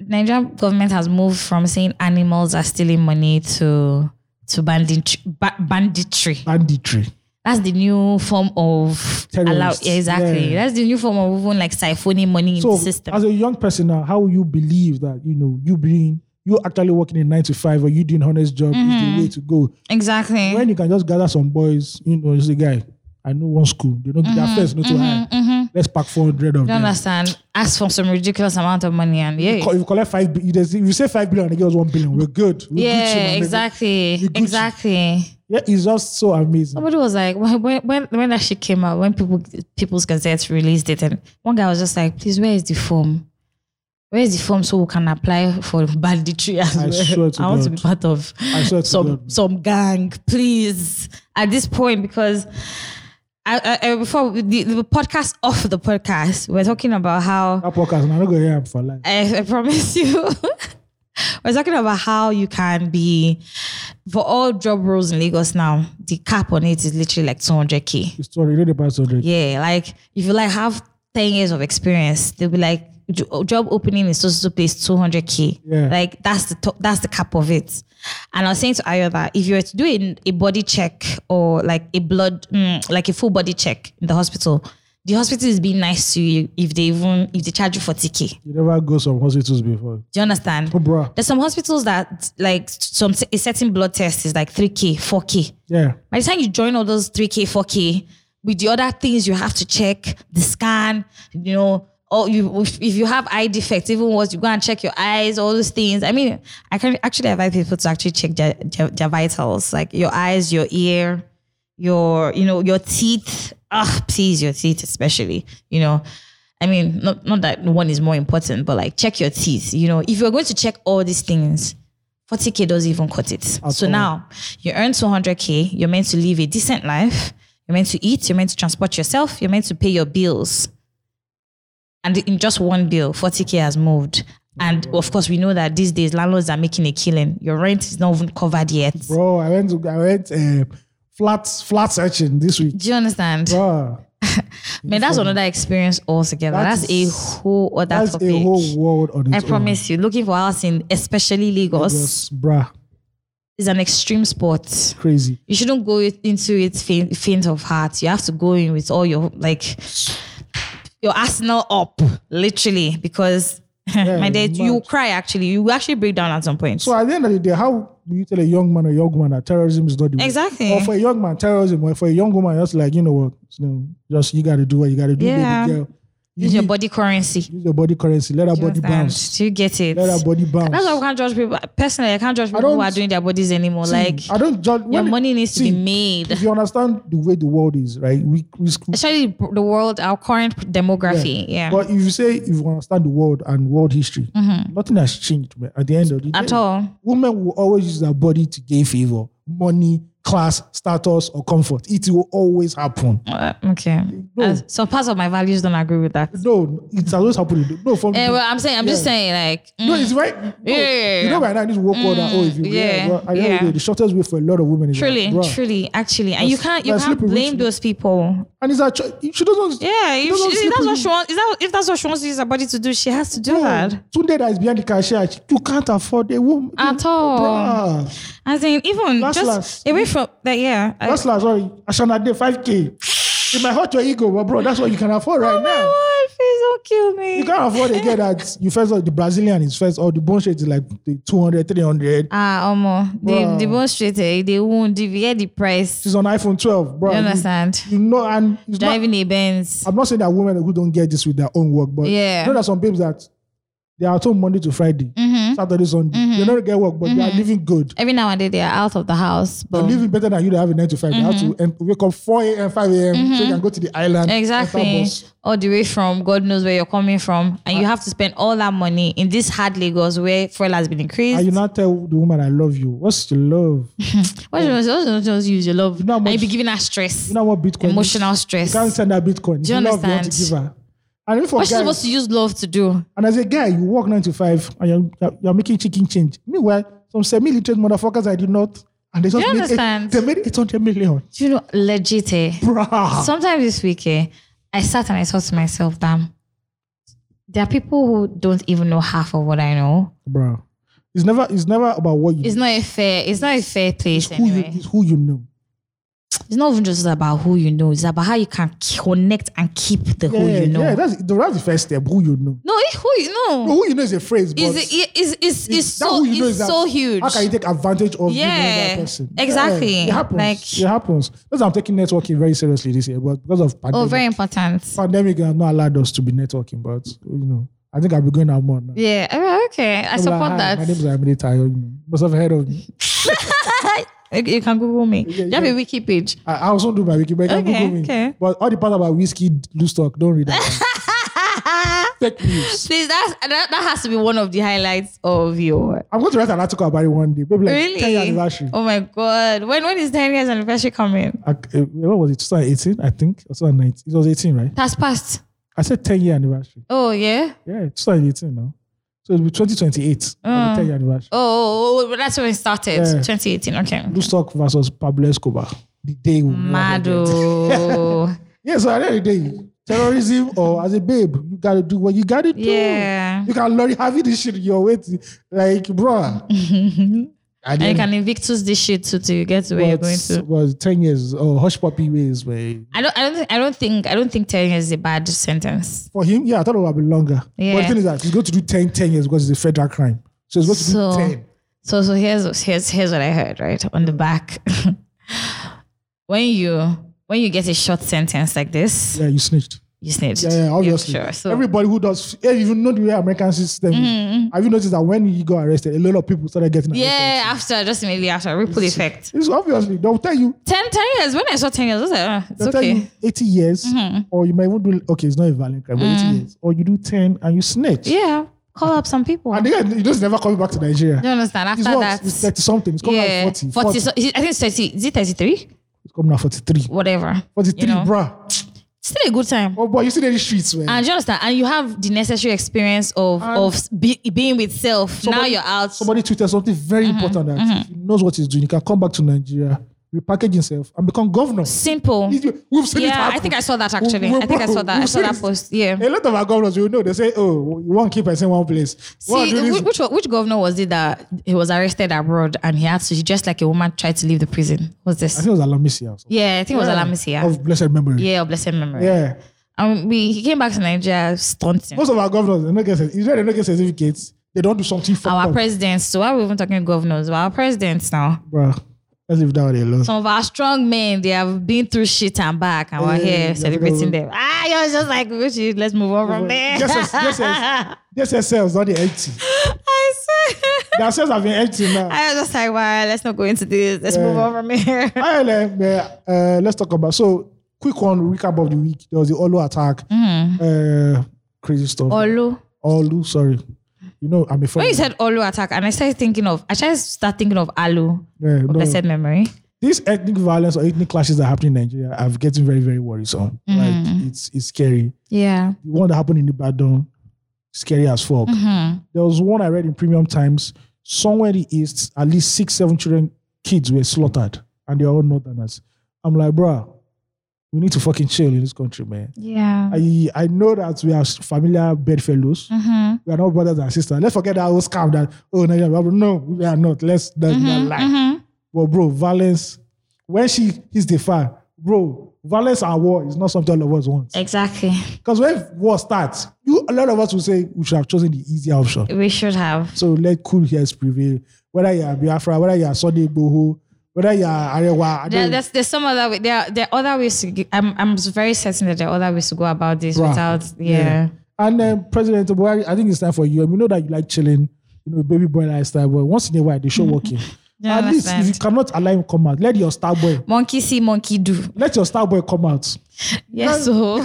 Speaker 1: Nigerian government has moved from saying animals are stealing money to to banditry. Ba- banditry.
Speaker 2: banditry.
Speaker 1: That's the new form of allow,
Speaker 2: Terrorists,
Speaker 1: yeah, exactly.
Speaker 2: yeah.
Speaker 1: That's the new form of even like siphoning money in
Speaker 2: So,
Speaker 1: the system.
Speaker 2: as a young person now, how will you believe that you know you being you actually working in nine to five or you doing honest job
Speaker 1: Mm-hmm.
Speaker 2: is the way to go?
Speaker 1: exactly.
Speaker 2: When you can just gather some boys, you know, you say, guy, I know one school. They don't
Speaker 1: Mm-hmm.
Speaker 2: their first not too high. Let's pack four hundred of
Speaker 1: you
Speaker 2: them.
Speaker 1: mm-hmm. understand? Ask for some ridiculous amount of money and yeah.
Speaker 2: Co- If you collect five, bi- if you say five billion, and they give us one billion. We're good. We're Gucci, my
Speaker 1: yeah,
Speaker 2: nigga.
Speaker 1: exactly.
Speaker 2: You Gucci.
Speaker 1: Exactly.
Speaker 2: Yeah, it's just so amazing.
Speaker 1: Somebody was like, when when when- when that shit came out, when people people's gazettes released it, and one guy was just like, please, where is the form? Where is the form so we can apply for [laughs] banditry as
Speaker 2: I
Speaker 1: well?
Speaker 2: swear to
Speaker 1: I want to
Speaker 2: God.
Speaker 1: be part of
Speaker 2: I swear to
Speaker 1: some
Speaker 2: God.
Speaker 1: some gang, please. At this point, because I, I, I before the, the podcast off the podcast, we we're talking about how
Speaker 2: That podcast, man, I'm not going to hear him for life.
Speaker 1: Eh, I, I promise [laughs] you. We're talking about how you can be for all job roles in Lagos now. The cap on it is literally like 200k.
Speaker 2: It's story, you know the past hundred.
Speaker 1: Yeah, like if you like have 10 years of experience, they'll be like "Jo- job opening in so so place 200k.
Speaker 2: Yeah.
Speaker 1: Like that's the top, that's the cap of it. And I was saying to Ayo that if you were to do a, a body check or like a blood, mm, like a full body check in the hospital, the hospital is being nice to you if they even if they charge you 40k.
Speaker 2: You never go some hospitals before.
Speaker 1: Do you understand?
Speaker 2: Oh, bruh.
Speaker 1: There's some hospitals that like some a certain blood test is like 3k, 4k.
Speaker 2: Yeah.
Speaker 1: By the time you join all those 3k, 4k with the other things you have to check, the scan, you know, or you if, if you have eye defects, even worse, you go and check your eyes, all those things. I mean, I can actually advise people to actually check their, their, their vitals, like your eyes, your ear, your you know your teeth. Ah, please, your teeth especially. You know, I mean, not not that one is more important, but like check your teeth. You know, if you're going to check all these things, 40k doesn't even cut it. so
Speaker 2: all.
Speaker 1: now you earn 200k. You're meant to live a decent life. You're meant to eat. You're meant to transport yourself. You're meant to pay your bills. And in just one bill, 40k has moved. And of course, we know that these days landlords are making a killing. Your rent is not even covered yet.
Speaker 2: Bro, I went to, I went uh, flat, flat searching this week.
Speaker 1: Do you understand?
Speaker 2: Bruh.
Speaker 1: Man, that's another experience altogether.
Speaker 2: That
Speaker 1: that's
Speaker 2: is-
Speaker 1: a whole other
Speaker 2: That's
Speaker 1: topic.
Speaker 2: a whole world on
Speaker 1: I
Speaker 2: its own.
Speaker 1: promise you, looking for house in especially Lagos
Speaker 2: Yes, bruh.
Speaker 1: is an extreme sport.
Speaker 2: Crazy.
Speaker 1: You shouldn't go it- into it faint, faint of heart. You have to go in with all your like your arsenal up, literally, because [laughs] my dad, you
Speaker 2: mad.
Speaker 1: cry actually. You will actually break down at some point.
Speaker 2: So at the end of the day, how do you tell a young man or young woman that terrorism is not the way?
Speaker 1: Exactly.
Speaker 2: Or for a young man, terrorism. Or for a young woman, just like you know what, you know, just you got to do what you got to do. baby
Speaker 1: Yeah.
Speaker 2: girl. You
Speaker 1: Use your
Speaker 2: need-
Speaker 1: body currency.
Speaker 2: Use your body currency. Let her
Speaker 1: Do you
Speaker 2: body
Speaker 1: understand?
Speaker 2: bounce.
Speaker 1: Do you get it?
Speaker 2: Let her body bounce.
Speaker 1: That's why I can't judge people. Personally, I can't judge people who
Speaker 2: don't-
Speaker 1: are doing their bodies anymore.
Speaker 2: See,
Speaker 1: like
Speaker 2: I don't judge.
Speaker 1: your
Speaker 2: when it-
Speaker 1: money needs
Speaker 2: see,
Speaker 1: to be made.
Speaker 2: If you understand the way the world is, right? We, we screw.
Speaker 1: especially b- the world, our current demography. Yeah,
Speaker 2: But if you say if you understand the world and world history, nothing has changed. man, At the end of the day,
Speaker 1: Mm-hmm. at all.
Speaker 2: women will always use their body to gain favor, money, class, status, or comfort. It will always happen.
Speaker 1: Uh, okay,
Speaker 2: No.
Speaker 1: Uh, some parts of my values don't agree with that.
Speaker 2: No, it's always happening. No, for me.
Speaker 1: Eh, well, I'm saying, I'm just
Speaker 2: Yeah.
Speaker 1: saying, like, mm,
Speaker 2: No, it's right. No,
Speaker 1: Yeah, yeah,
Speaker 2: You
Speaker 1: yeah. Mm,
Speaker 2: know, right now, this walk order. Oh, if you
Speaker 1: yeah,
Speaker 2: well, I know
Speaker 1: yeah.
Speaker 2: the- the shortest way for a lot of women is like,
Speaker 1: truly,
Speaker 2: bruh.
Speaker 1: truly, actually, and you
Speaker 2: That's-
Speaker 1: can't, you
Speaker 2: that's
Speaker 1: can't
Speaker 2: slippery,
Speaker 1: blame
Speaker 2: which-
Speaker 1: those people.
Speaker 2: And it's actually, she doesn't.
Speaker 1: Yeah, if,
Speaker 2: doesn't
Speaker 1: she,
Speaker 2: sleep
Speaker 1: if that's what
Speaker 2: with
Speaker 1: she wants, is that if that's what she wants to use her body to do, she has to do that.
Speaker 2: Today that is behind the cashier, she- you can't afford a woman.
Speaker 1: At all,
Speaker 2: Bruh.
Speaker 1: I think even
Speaker 2: Last,
Speaker 1: just
Speaker 2: last.
Speaker 1: away from that. Yeah, I-
Speaker 2: That's like, sorry, Ashana Day, 5K. It might hurt your ego, but bro, that's what you can afford right now.
Speaker 1: oh, please don't kill me.
Speaker 2: You can't afford a girl that you first the Brazilian is first or the bone shape is like the 200, 300.
Speaker 1: Ah, Omo,
Speaker 2: Bruh.
Speaker 1: they demonstrated they won't deviate the price.
Speaker 2: She's on iPhone 12, bro.
Speaker 1: You understand?
Speaker 2: You know, and it's not,
Speaker 1: Driving a Benz.
Speaker 2: I'm not saying that women who don't get this with their own work, but
Speaker 1: Yeah.
Speaker 2: you know, there's some babes that they are at home Monday to Friday,
Speaker 1: Mm-hmm.
Speaker 2: Saturday, Sunday. They don't get work, but they are living good.
Speaker 1: Every now and then they are out of the house,
Speaker 2: They're
Speaker 1: but
Speaker 2: living better than you that have a 9 to 5. They
Speaker 1: Mm-hmm.
Speaker 2: have to em- wake up 4 a.m., 5 a.m. so you can go to the island. enter
Speaker 1: exactly
Speaker 2: bus.
Speaker 1: all the way from God knows where you're coming from,
Speaker 2: Uh,
Speaker 1: and you have to spend all that money in this hard Lagos where fuel has been
Speaker 2: And
Speaker 1: increased.
Speaker 2: you not tell the woman, I love you. What's your love? you
Speaker 1: What you just just use your love?
Speaker 2: know how
Speaker 1: and you
Speaker 2: much-
Speaker 1: be giving her stress,
Speaker 2: know what Bitcoin is?
Speaker 1: emotional stress.
Speaker 2: You can't send her Bitcoin.
Speaker 1: Do you
Speaker 2: If love, want to
Speaker 1: understand?
Speaker 2: give her. And if for
Speaker 1: What's she
Speaker 2: guys-
Speaker 1: supposed to use love to do?
Speaker 2: And as a guy, you work nine to five and you're, you're, you're making chicken change. Meanwhile, some semi-literate motherfuckers I did not. And they just
Speaker 1: You
Speaker 2: made
Speaker 1: understand?
Speaker 2: Eight, they made 800 million.
Speaker 1: Do you know legit? Eh?
Speaker 2: Bruh.
Speaker 1: Sometimes this week, eh, I sat and I thought to myself, damn, There are people who don't even know half of what I know.
Speaker 2: bro. It's never it's never about what you
Speaker 1: It's not a fair. It's not a fair place
Speaker 2: it's who
Speaker 1: anyway.
Speaker 2: you it's who you know.
Speaker 1: It's not even just about who you know. It's about how you can connect and keep the who
Speaker 2: yeah,
Speaker 1: you know.
Speaker 2: yeah, that's the that's the first step. Who you know.
Speaker 1: no, eh, who you know.
Speaker 2: No, who you know is a phrase, but
Speaker 1: is it is is is, is
Speaker 2: that
Speaker 1: so
Speaker 2: who you know
Speaker 1: is
Speaker 2: is that-
Speaker 1: so huge.
Speaker 2: how can you take advantage of you knowing
Speaker 1: Yeah,
Speaker 2: that person?
Speaker 1: exactly.
Speaker 2: Yeah, it happens.
Speaker 1: Like-
Speaker 2: it happens. Because I'm taking networking very seriously this year, but because of pandemic,
Speaker 1: oh, very important.
Speaker 2: pandemic has not allowed us to be networking. But you know, I think I'll be going out more now.
Speaker 1: Yeah. oh, Okay. I
Speaker 2: I'm like,
Speaker 1: support
Speaker 2: "Hi,
Speaker 1: that.
Speaker 2: My name is Amine Tayo. You know, must have heard of me.
Speaker 1: You you can Google me. Do you have a wiki page. [laughs]
Speaker 2: I, I also do my wiki, but you can
Speaker 1: Okay,
Speaker 2: Google me.
Speaker 1: okay.
Speaker 2: But all the part about whiskey loose talk, don't
Speaker 1: [laughs]
Speaker 2: read that. Fake news.
Speaker 1: Please, that's, that that has to be one of the highlights of your.
Speaker 2: I'm going to write an article about it one day. Maybe like 10 year
Speaker 1: Really?
Speaker 2: anniversary.
Speaker 1: Oh my god! When when is ten years anniversary coming?
Speaker 2: I, uh, what was it? 2018, I think, or 2019. It was 18, right?
Speaker 1: That's past.
Speaker 2: I said 10 year anniversary.
Speaker 1: Oh yeah.
Speaker 2: Yeah, 2018 now. So it'll be 2028. Uh, 10 year anniversary.
Speaker 1: Oh, oh, oh, oh, that's when it started.
Speaker 2: Yeah.
Speaker 1: 2018. Okay.
Speaker 2: Loose talk versus Pablo Escobar. The day we Yes, [laughs]
Speaker 1: Mado.
Speaker 2: yeah, so at the end of the day, terrorism or as a babe, you got to do what you got to do.
Speaker 1: yeah.
Speaker 2: You can lorry have this shit your way. To, like, bruh.
Speaker 1: [laughs]
Speaker 2: I
Speaker 1: And you
Speaker 2: didn't
Speaker 1: can Invictus this shit too till you get to where you're going
Speaker 2: was,
Speaker 1: to.
Speaker 2: was 10 years or hush puppy ways where
Speaker 1: I don't. I don't. Think, I don't think. I don't think ten years is a bad sentence.
Speaker 2: for him yeah I thought it would have been longer but
Speaker 1: Yeah.
Speaker 2: the thing is that he's going to do 10 10 years because it's a federal crime so he's going to
Speaker 1: So-
Speaker 2: do 10
Speaker 1: So so here's here's here's what I heard right on the back. [laughs] when you when you get a short sentence like this,
Speaker 2: yeah you snitched
Speaker 1: you snitched.
Speaker 2: yeah, yeah obviously
Speaker 1: sure. So Mm-hmm,
Speaker 2: everybody who does eh, if you know the way American system is, have you noticed that when he got arrested a lot of people started getting arrested
Speaker 1: yeah, after just immediately after ripple effect.
Speaker 2: it's obviously they'll tell you
Speaker 1: Ten ten years. When I saw ten years, I was like, ah, it's
Speaker 2: they'll tell you
Speaker 1: okay. Mm-hmm.
Speaker 2: 80 years or you might even do okay it's not a violent crime but 80 years or you do 10 and you snitch
Speaker 1: Yeah, call up some people.
Speaker 2: and
Speaker 1: You
Speaker 2: again you just never come back to Nigeria
Speaker 1: don't understand after
Speaker 2: it's what
Speaker 1: that.
Speaker 2: it's 30 something it's coming
Speaker 1: yeah,
Speaker 2: out 40, 40.
Speaker 1: So, I think it's thirty. Is it thirty three?
Speaker 2: it's coming out 43
Speaker 1: Whatever.
Speaker 2: 43,
Speaker 1: you know?
Speaker 2: bruh.
Speaker 1: Still a good time.
Speaker 2: Oh boy, you see the streets, man.
Speaker 1: And do you understand? And you have the necessary experience of
Speaker 2: And-
Speaker 1: of be, being with self. now
Speaker 2: Somebody-
Speaker 1: you're out. Mm-hmm,
Speaker 2: Somebody tweeted something very important that if he knows what he's doing, he can come back to Nigeria, repackage himself, and become
Speaker 1: [laughs]
Speaker 2: governor.
Speaker 1: Simple.
Speaker 2: We've seen it
Speaker 1: Yeah,
Speaker 2: happen.
Speaker 1: I think I saw that actually.
Speaker 2: We've-
Speaker 1: I think I saw that. I
Speaker 2: we've
Speaker 1: saw
Speaker 2: seen
Speaker 1: that
Speaker 2: it.
Speaker 1: post. Yeah.
Speaker 2: A lot of our governors, you know, they say, "Oh, you won't keep us in one place." One
Speaker 1: See,
Speaker 2: of the
Speaker 1: whi-
Speaker 2: reasons-
Speaker 1: which one- which governor was it that he was arrested abroad and he had to just like a woman tried to leave the prison? Was
Speaker 2: I
Speaker 1: this?
Speaker 2: think it was Alamisi or something.
Speaker 1: Yeah, I think
Speaker 2: Yeah.
Speaker 1: it was Alamisi. Yeah.
Speaker 2: of blessed memory.
Speaker 1: Yeah, of blessed memory.
Speaker 2: Yeah.
Speaker 1: And we he came back to Nigeria stunting.
Speaker 2: most of our governors, they don't get, certi- Israel, they don't get certificates. They don't do something for
Speaker 1: Our presidents. So why are we even talking governors? Well, our presidents now.
Speaker 2: bruh. Let's leave that one alone.
Speaker 1: Some of our strong men, they have been through shit and back, and we're
Speaker 2: Yeah,
Speaker 1: here
Speaker 2: yeah,
Speaker 1: celebrating
Speaker 2: yeah.
Speaker 1: them. Ah, you was just like, Richie, let's move on from there.
Speaker 2: Just as-
Speaker 1: [laughs]
Speaker 2: just as- Just your cells, not the empty. [laughs]
Speaker 1: I said, [laughs]
Speaker 2: Their cells have been empty now.
Speaker 1: I was just like, wow, let's not go into this. Let's move
Speaker 2: Yeah.
Speaker 1: on from here. [laughs]
Speaker 2: ILM, uh, uh, let's talk about so quick one recap of the week. There was the Olu attack, uh, crazy stuff.
Speaker 1: Mm-hmm. Olu.
Speaker 2: Olu, sorry, you know I'm a fan.
Speaker 1: When you said Olu attack, and I started thinking of, I started start thinking of Alu,
Speaker 2: Yeah, no.
Speaker 1: blessed memory.
Speaker 2: These ethnic violence or ethnic clashes that happen in Nigeria are getting very very worrisome.
Speaker 1: Mm.
Speaker 2: Like it's it's scary.
Speaker 1: Yeah.
Speaker 2: The one that happened in Ibadan, scary as fuck.
Speaker 1: Mm-hmm.
Speaker 2: There was one I read in Premium Times. Somewhere in the east, at least six seven children kids were slaughtered, and they're all northerners. I'm like, bruh, we need to fucking chill in this country, man.
Speaker 1: Yeah.
Speaker 2: I, I know that we are familiar bedfellows.
Speaker 1: Mhm.
Speaker 2: We are not brothers and sisters. Let's forget that whole scam that, oh, Nigeria, blah, blah. no, we are not. Let's that's not lie.
Speaker 1: Mhm.
Speaker 2: But, bro, violence, when she hits the fire, bro, violence and war is not something all of us want.
Speaker 1: Eh. Exactly.
Speaker 2: Because when war starts, you a lot of us will say we should have chosen the easier option.
Speaker 1: We should have.
Speaker 2: So let cool heads prevail. Whether you are Biafra, whether you are Sunday Boho, whether you are Arewa, I
Speaker 1: There,
Speaker 2: don't-
Speaker 1: there's, there's some other way. There, are- there are other ways to. Get, I'm, I'm very certain that there are other ways to go about this
Speaker 2: Bruh.
Speaker 1: without. Yeah.
Speaker 2: And then President Buhari, I think it's time for you. And we know that you like chilling, you know, baby boy lifestyle, but once in a while,
Speaker 1: [laughs]
Speaker 2: they show working.
Speaker 1: Yeah,
Speaker 2: At
Speaker 1: I
Speaker 2: least if
Speaker 1: understand.
Speaker 2: you cannot allow him come out, let your star boy,
Speaker 1: Monkey see, monkey do.
Speaker 2: let your star boy come out.
Speaker 1: Yes.
Speaker 2: You can't,
Speaker 1: so
Speaker 2: only,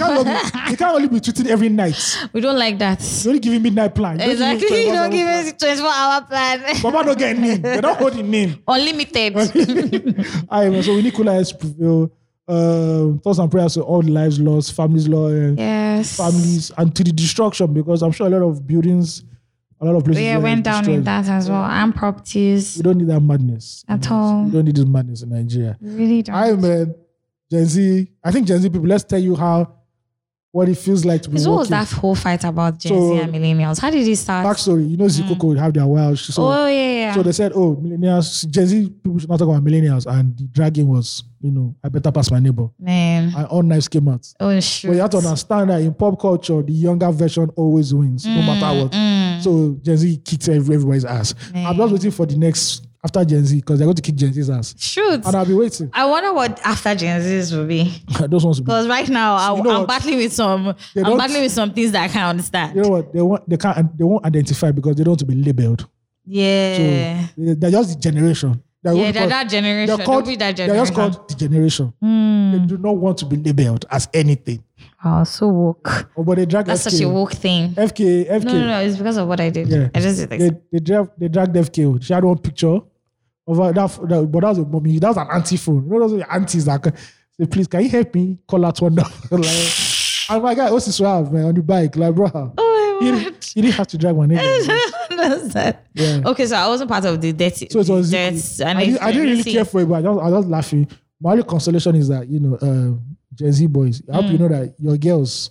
Speaker 2: you can't only be tweeting every night.
Speaker 1: [laughs] we don't like that.
Speaker 2: You only give him midnight plan. You don't give him
Speaker 1: Exactly. You don't
Speaker 2: 24
Speaker 1: give
Speaker 2: hours
Speaker 1: us 24 hour plan.
Speaker 2: plan. Baba don't get name. They don't hold him name.
Speaker 1: [laughs] Unlimited.
Speaker 2: I so we need cooler heads prevail. Um, thoughts and prayers to all the lives lost, families lost,
Speaker 1: [laughs]
Speaker 2: and
Speaker 1: yes.
Speaker 2: families, and to the destruction because I'm sure a lot of buildings, a lot of places.
Speaker 1: Yeah,
Speaker 2: were
Speaker 1: went down in
Speaker 2: destroyed.
Speaker 1: that as well. And properties.
Speaker 2: We don't need that madness
Speaker 1: At
Speaker 2: You know,
Speaker 1: all.
Speaker 2: We don't need this madness in Nigeria.
Speaker 1: Really don't.
Speaker 2: I man, Gen Z. I think Gen Z people. Let's tell you how what it feels like to be
Speaker 1: Because what was
Speaker 2: working.
Speaker 1: that whole fight about Gen
Speaker 2: So-
Speaker 1: Z and millennials? How did it start?
Speaker 2: Backstory, you know, Zikoko would have their wild. So,
Speaker 1: Mm. oh yeah, yeah.
Speaker 2: so they said, oh, millennials, Gen Z people should not talk about millennials. And the dragon was, you know, I better pass my neighbor.
Speaker 1: Man,
Speaker 2: And all knives came out.
Speaker 1: oh shoot.
Speaker 2: But you have to understand that in pop culture, the younger version always wins, no
Speaker 1: Mm,
Speaker 2: matter what. So Gen Z kicks every- everybody's ass. I'm just waiting for the next after Gen Z because they're going to kick Gen Z's ass,
Speaker 1: Shoot.
Speaker 2: and I'll be waiting. [laughs]
Speaker 1: I wonder what after Gen Z's will be. [laughs]
Speaker 2: Those ones, will be,
Speaker 1: Because right now I,
Speaker 2: You know
Speaker 1: I'm
Speaker 2: what?
Speaker 1: battling with some,
Speaker 2: They
Speaker 1: I'm
Speaker 2: don't-
Speaker 1: battling with some things that I can't understand.
Speaker 2: you know what? They want they can't they won't identify because they don't want to be labeled. So
Speaker 1: yeah,
Speaker 2: they- they're just the generation. They're
Speaker 1: yeah,
Speaker 2: what we
Speaker 1: they're
Speaker 2: call-
Speaker 1: that generation.
Speaker 2: they're
Speaker 1: They'll
Speaker 2: called-
Speaker 1: be that
Speaker 2: they're just
Speaker 1: generation. Mm.
Speaker 2: called the generation. They do not want to be labeled as anything.
Speaker 1: oh, so woke.
Speaker 2: Oh, but they drag
Speaker 1: That's
Speaker 2: FK,
Speaker 1: such a woke thing.
Speaker 2: FK, FK.
Speaker 1: No, no, no. It's because of what I did.
Speaker 2: Yeah.
Speaker 1: I just did like,
Speaker 2: they they drag they dragged FKO. She had one picture of her, that, that but that was a mommy. That was an auntie phone. You know those are aunties that can- say, please can you help me call out one down? [laughs] like, I'm like, "Ah, what's this have man on the bike? Like, bro,
Speaker 1: oh
Speaker 2: you,
Speaker 1: my
Speaker 2: didn't- you didn't have to drag my
Speaker 1: [laughs]
Speaker 2: name.
Speaker 1: word. That's that.
Speaker 2: Yeah.
Speaker 1: Okay, so I wasn't part of the dirty.
Speaker 2: So it was.
Speaker 1: the dirty- and
Speaker 2: I, didn't, I didn't really
Speaker 1: see-
Speaker 2: care for it, but I just, I just laughing. My only consolation is that you know, uh, Gen Z boys. I hope you know that your girls,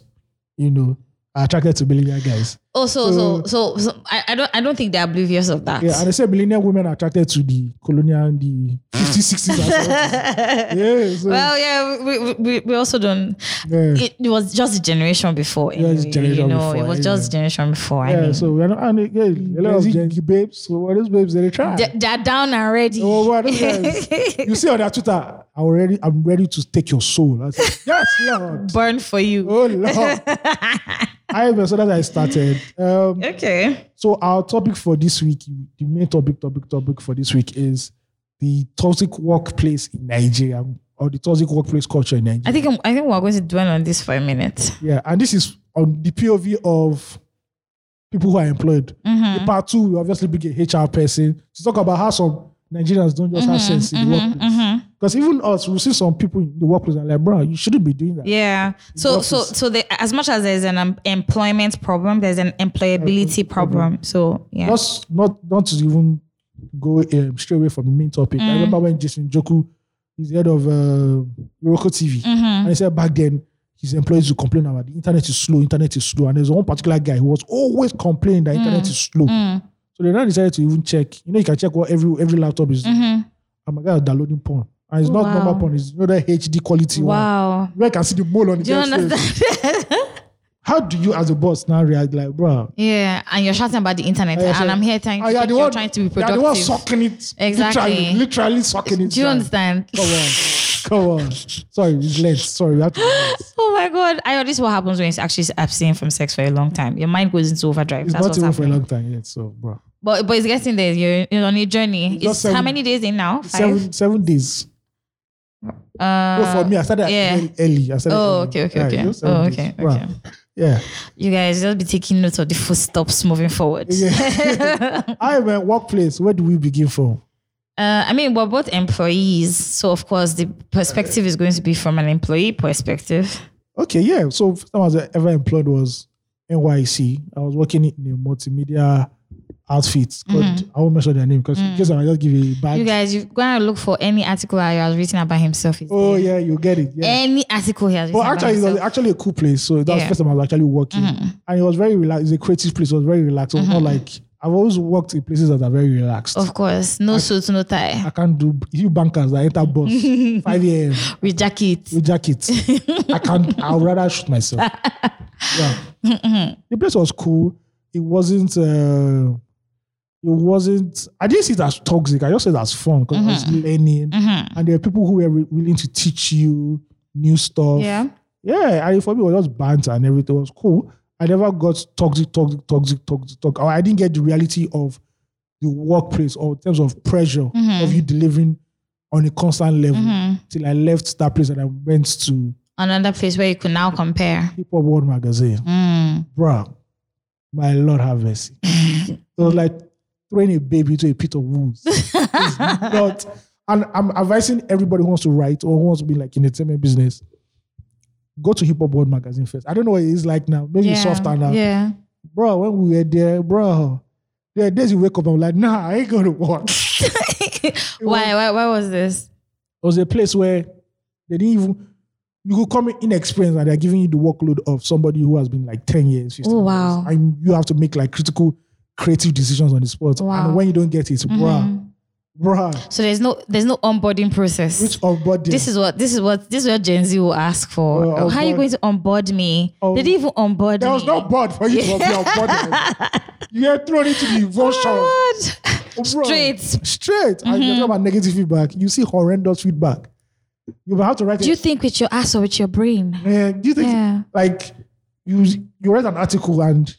Speaker 2: you know, are attracted to millennial guys.
Speaker 1: Oh, so so so, so I, I don't I don't think they're oblivious of that.
Speaker 2: Yeah, and they say millennial women are attracted to the colonial, the 50s, 60s. and 70s. yeah, so,
Speaker 1: well, yeah, we, we- we, we also don't.
Speaker 2: yeah.
Speaker 1: It, it was just the generation before.
Speaker 2: was
Speaker 1: anyway,
Speaker 2: generation
Speaker 1: you know,
Speaker 2: before,
Speaker 1: it was just the generation before. I
Speaker 2: Yeah,
Speaker 1: mean,
Speaker 2: so we are not, and yeah, a lot of Gen Z babes. So what is babes? They try.
Speaker 1: they, they're down and ready.
Speaker 2: Oh, what is this? you see on their Twitter, I'm ready. I'm ready to take your soul. I said, yes, Lord.
Speaker 1: Burn for you.
Speaker 2: Oh Lord. I remember so that I started. Um,
Speaker 1: Okay.
Speaker 2: so our topic for this week, the main topic, topic, topic for this week is the toxic workplace in Nigeria or the toxic workplace culture in Nigeria.
Speaker 1: I think I'm, I think we're going to dwell on this for a minute.
Speaker 2: Yeah, and this is on the POV of people who are employed. The part two, we obviously be a HR person to talk about how some Nigerians don't just
Speaker 1: Mm-hmm,
Speaker 2: have sense in the workplace. Because even us, we see some people in the workplace and like, bro, you shouldn't be doing that.
Speaker 1: Yeah. So so
Speaker 2: office.
Speaker 1: so the, as much as there's an um, employment problem, there's an employability problem. So yeah.
Speaker 2: Just not not to even go um, straight away from the main topic. I remember when Jason Joku, he's the head of uh, Iroko TV,
Speaker 1: Mm-hmm.
Speaker 2: and he said back then his employees would complain about the internet is slow, internet is slow, and there's one particular guy who was always complaining that internet is slow.
Speaker 1: mm-hmm,
Speaker 2: So they now decided to even check. You know, you can check what every every laptop is. doing.
Speaker 1: mm-hmm.
Speaker 2: And my guy was downloading porn, and it's
Speaker 1: Mm.
Speaker 2: not
Speaker 1: Wow.
Speaker 2: normal porn; it's another HD quality one.
Speaker 1: Wow.
Speaker 2: Where I can see the mole on the
Speaker 1: Do you
Speaker 2: guy's face.
Speaker 1: understand? [laughs]
Speaker 2: How do you, as a boss, now react like, bro?
Speaker 1: yeah. And you're shouting about the internet,
Speaker 2: Oh, yeah,
Speaker 1: and
Speaker 2: so-
Speaker 1: I'm here trying
Speaker 2: Oh,
Speaker 1: to,
Speaker 2: yeah,
Speaker 1: think
Speaker 2: the
Speaker 1: you're
Speaker 2: one-
Speaker 1: trying to be
Speaker 2: yeah,
Speaker 1: productive.
Speaker 2: the one sucking it.
Speaker 1: Exactly.
Speaker 2: Literally, literally sucking Oh, it.
Speaker 1: Do you
Speaker 2: down.
Speaker 1: understand?
Speaker 2: Come on. Come on. Sorry, it's late. Sorry, we have to relax.
Speaker 1: [laughs] Oh my god! I know this is what happens when you actually abstain from sex for a long time. Your mind goes into overdrive.
Speaker 2: It's
Speaker 1: That's
Speaker 2: not
Speaker 1: what's
Speaker 2: even for a
Speaker 1: happening.
Speaker 2: long time yet. So, bro.
Speaker 1: But but it's getting there. You're, you're on a journey.
Speaker 2: just
Speaker 1: It's how
Speaker 2: seven-
Speaker 1: many days in now? Five.
Speaker 2: Seven, seven days.
Speaker 1: Uh,
Speaker 2: no, for me, I started
Speaker 1: yeah.
Speaker 2: early- early. I started
Speaker 1: Oh,
Speaker 2: early.
Speaker 1: okay, okay,
Speaker 2: Yeah,
Speaker 1: okay.
Speaker 2: just seven
Speaker 1: Oh,
Speaker 2: days.
Speaker 1: okay,
Speaker 2: Bro.
Speaker 1: okay.
Speaker 2: Yeah. [laughs]
Speaker 1: you guys just be taking notes of the footsteps moving forward.
Speaker 2: [laughs] yeah. I am a workplace. Where do we begin from?
Speaker 1: [laughs] Uh, I mean, we're both employees, so of course the perspective is going to be from an employee perspective.
Speaker 2: Okay, yeah. So first time I was ever employed was NYC. I was working in a multimedia outfit called I won't mention their name because in case I might just give a bad
Speaker 1: Mm-hmm. Mm. You guys, you go and look for any article that he has written about himself. It's
Speaker 2: Oh
Speaker 1: there.
Speaker 2: yeah, you get it. Yeah.
Speaker 1: Any article he has written
Speaker 2: But actually, it
Speaker 1: about
Speaker 2: was
Speaker 1: himself.
Speaker 2: actually a cool place. So that was
Speaker 1: Yeah. Mm-hmm.
Speaker 2: the first time I was actually working, and it was very relaxed. It's a creative place. It was very relaxed. It was not like I've always worked in places that are very relaxed.
Speaker 1: Of course, no suit, no tie.
Speaker 2: I can't do you bankers that
Speaker 1: [laughs]
Speaker 2: enter bus five a.m.
Speaker 1: with jacket.
Speaker 2: with jacket. I can't. I'd rather shoot myself. Yeah. The place was cool. It wasn't. Uh, it wasn't. I didn't see it as toxic. I just said it as fun because I was learning,
Speaker 1: Mm-hmm.
Speaker 2: and there were people who were wi- willing to teach you new stuff.
Speaker 1: Yeah.
Speaker 2: Yeah, and for me, it was just banter and everything. It was cool. I never got toxic, toxic, toxic, toxic, toxic. Oh, I didn't get the reality of the workplace or in terms of pressure
Speaker 1: Mm-hmm.
Speaker 2: of you delivering on a constant level till I left that place and I went to
Speaker 1: Another place where you could now compare.
Speaker 2: Hip Hop World Magazine. [laughs]
Speaker 1: Mm.
Speaker 2: Bruh, my Lord have
Speaker 1: [laughs]
Speaker 2: mercy. it was like throwing a baby into a pit of wolves.
Speaker 1: [laughs]
Speaker 2: It's not. And I'm advising everybody who wants to write or who wants to be like in the entertainment business, go to Hip Hop World Magazine first. I don't know what it is like now. Maybe it's softer now.
Speaker 1: Yeah. [laughs]
Speaker 2: Bro, when we were there, bro, there are days you wake up and I'm like, nah, I ain't going to work.
Speaker 1: why, why? Why was this?
Speaker 2: It was a place where they didn't even you could come in inexperienced and they're giving you the workload of somebody who has been like 10 years, 15
Speaker 1: Oh, wow.
Speaker 2: years. And you have to make like critical, creative decisions on the spot.
Speaker 1: Wow. Mm-hmm.
Speaker 2: And when you don't get it, bruh, bruh,
Speaker 1: So there's no there's no onboarding process.
Speaker 2: which of body?
Speaker 1: this is what this is what this is what Gen Z will ask for.
Speaker 2: Well,
Speaker 1: How are you
Speaker 2: onboard-
Speaker 1: going to onboard me?
Speaker 2: Oh,
Speaker 1: they didn't even onboard
Speaker 2: there
Speaker 1: me.
Speaker 2: was no board for you to be on board.
Speaker 1: [laughs]
Speaker 2: You get thrown into the emotion.
Speaker 1: God. Straight. Mm-hmm.
Speaker 2: Straight. And you're talking about negative feedback. You see horrendous feedback. You will have to write
Speaker 1: Do you
Speaker 2: it.
Speaker 1: think with your ass or with your brain?
Speaker 2: Yeah, do you think
Speaker 1: Yeah.
Speaker 2: like you you read an article and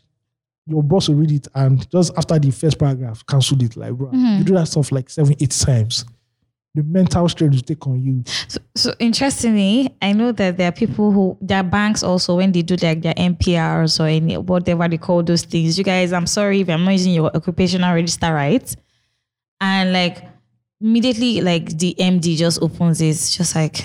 Speaker 2: your boss will read it and just after the first paragraph cancelled it like bro you do that stuff like seven eight times the mental strain you take on you
Speaker 1: So, so interestingly, I know that there are people who their banks also when they do like their NPRs or any whatever they call those things. You guys, I'm sorry if I'm not using your occupational register right. And like immediately, like the MD just opens it, just like.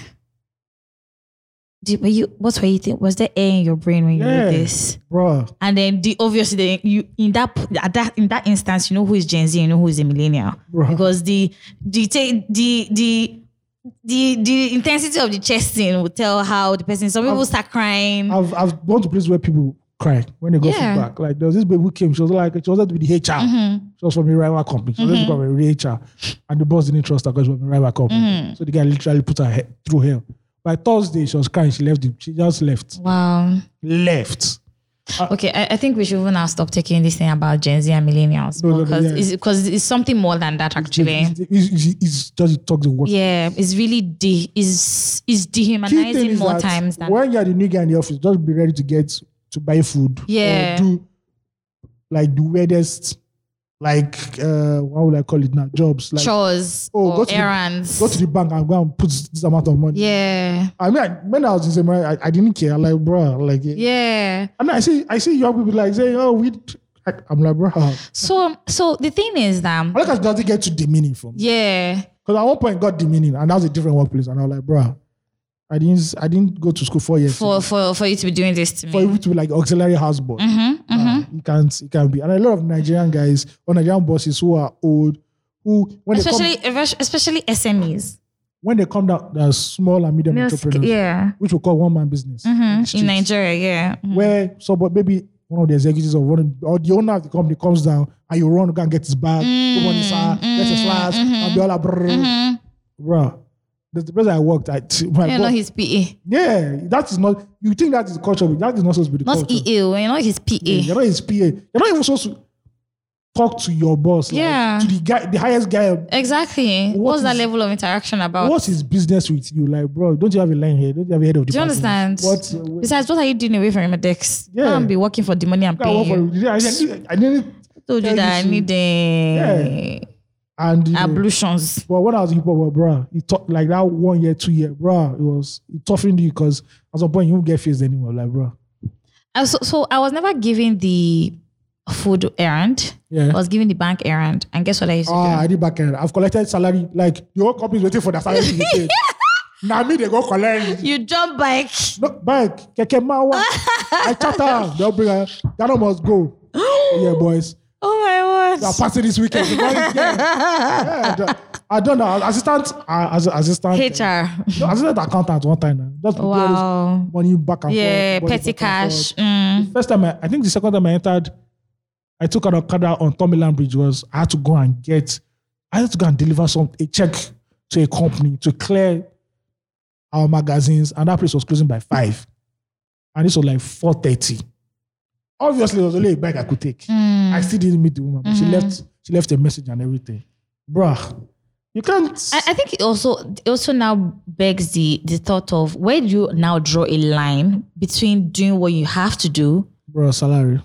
Speaker 1: Did, were you, what were you think? Was there air in your brain when you
Speaker 2: Yeah.
Speaker 1: read this?
Speaker 2: bro
Speaker 1: And then the obviously the, you in that at that in that instance, you know who is Gen Z, you know who is a millennial.
Speaker 2: Right.
Speaker 1: Because the the ta- the the the the intensity of the chesting will tell how the person some people start crying.
Speaker 2: I've I've gone to places where people cry when they got
Speaker 1: Yeah.
Speaker 2: feedback like there was this baby who came she was like she was to be the HR she was from a rival company she was mm from a HR and the boss didn't trust her because she was from a rival company so the guy literally put her he- through hell by Thursday she was crying she left the, she just left
Speaker 1: Wow.
Speaker 2: left
Speaker 1: Okay, I, I think we should even now stop taking this thing about Gen Z and millennials
Speaker 2: No, no, no,
Speaker 1: because
Speaker 2: yeah.
Speaker 1: it's, because it's something more than that actually.
Speaker 2: it's, it's, it's, it's just it talks the word
Speaker 1: Yeah, it's really de- is is dehumanizing more times than
Speaker 2: when you're the new guy in the office, just be ready to get to buy food.
Speaker 1: Yeah.
Speaker 2: Or do like the weirdest, like uh, what would I call it now? Jobs. Like
Speaker 1: chores
Speaker 2: Oh, go
Speaker 1: or
Speaker 2: to the-
Speaker 1: errands.
Speaker 2: go to the bank and go and put this amount of money.
Speaker 1: yeah.
Speaker 2: I mean, I, when I was in seminary, I, I didn't care. Like, bro, like, yeah.
Speaker 1: Yeah.
Speaker 2: I mean, I see, I see young people like saying, "Oh, we." I- I'm like, bro, how?
Speaker 1: So um, so the thing is that
Speaker 2: I like I doesn't get too demeaning from
Speaker 1: yeah.
Speaker 2: because at one point it got demeaning, and that was a different workplace, and I was like, bro, I didn't, I didn't go to school four years
Speaker 1: For for for you to be doing this to
Speaker 2: for
Speaker 1: me.
Speaker 2: you to be like auxiliary house boy.
Speaker 1: Mm-hmm.
Speaker 2: Uh, it can't it can be. And a lot of Nigerian guys or Nigerian bosses who are old, who when they come
Speaker 1: Especially especially SMEs.
Speaker 2: when they come down, they're small and medium entrepreneurs,
Speaker 1: yeah.
Speaker 2: which we call one man business
Speaker 1: Mhm.
Speaker 2: the
Speaker 1: In
Speaker 2: streets,
Speaker 1: Nigeria, yeah. Mhm.
Speaker 2: where so but maybe one of the executives or one of, or the owner of the company comes down and you run go and get his bag, put money inside,
Speaker 1: Mm-hmm.
Speaker 2: get his flask, and be all like, brr,
Speaker 1: Mhm.
Speaker 2: bruh. That's the place I [laughs] worked at. My
Speaker 1: You're
Speaker 2: God.
Speaker 1: not his PA.
Speaker 2: yeah, that is not. You think that is culture? but That is not supposed to be the
Speaker 1: Not E
Speaker 2: culture.
Speaker 1: EA. You're not his PA.
Speaker 2: Yeah, You're not his PA. You're not even supposed to talk to your boss. like,
Speaker 1: Yeah.
Speaker 2: to the guy, the highest guy.
Speaker 1: Exactly.
Speaker 2: What
Speaker 1: What's that
Speaker 2: is-
Speaker 1: level of interaction about?
Speaker 2: What's his business with you? Like, bro, don't you have a line here? Don't you have a head of
Speaker 1: Do you
Speaker 2: department?
Speaker 1: understand?
Speaker 2: What? Uh, what-
Speaker 1: Besides, what are you doing away from your decks?
Speaker 2: Yeah.
Speaker 1: Can't be working for the money I'm
Speaker 2: I work
Speaker 1: paying
Speaker 2: for-
Speaker 1: you.
Speaker 2: I didn't. I didn't
Speaker 1: Told you
Speaker 2: Tell
Speaker 1: that I
Speaker 2: you
Speaker 1: need the
Speaker 2: and you know,
Speaker 1: ablutions.
Speaker 2: but when I was in hip hop, bro, it took like that one year, two year, bro. It was it toughened you because at some point you won't get faced anymore. Like, bro,
Speaker 1: Uh, So, so I was never given the food errand.
Speaker 2: yeah.
Speaker 1: I was given the bank errand, and guess what I used to
Speaker 2: Ah,
Speaker 1: do?
Speaker 2: I did back end. I've collected salary. Like the whole company is waiting for their salary to
Speaker 1: [laughs]
Speaker 2: be paid. now me they go collect.
Speaker 1: You jump back.
Speaker 2: Look back, keke mawa. I chatter. They'll bring her. Ghana must go. yeah, boys.
Speaker 1: Oh my
Speaker 2: They're
Speaker 1: word.
Speaker 2: passing this weekend. Yeah, yeah, the- I don't know. Assistant, uh, as assistant,
Speaker 1: HR.
Speaker 2: no, assistant accountant one time. Now. Just people always
Speaker 1: Wow.
Speaker 2: money back and
Speaker 1: Yeah,
Speaker 2: forth. money
Speaker 1: petty
Speaker 2: back and
Speaker 1: cash.
Speaker 2: forth.
Speaker 1: Mm.
Speaker 2: First time, I, I think the second time I entered, I took an Okada on Tomiland Bridge was I had to go and get, I had to go and deliver some a check to a company to clear our magazines, and that place was closing by five, and this was like four thirty. Obviously, there was only a bag I could take.
Speaker 1: Hmm.
Speaker 2: I still didn't meet the woman, but she left. She left a message and everything. Bruh, you can't.
Speaker 1: I, I think it also it also now begs the the thought of where do you now draw a line between doing what you have to do
Speaker 2: bruh, salary.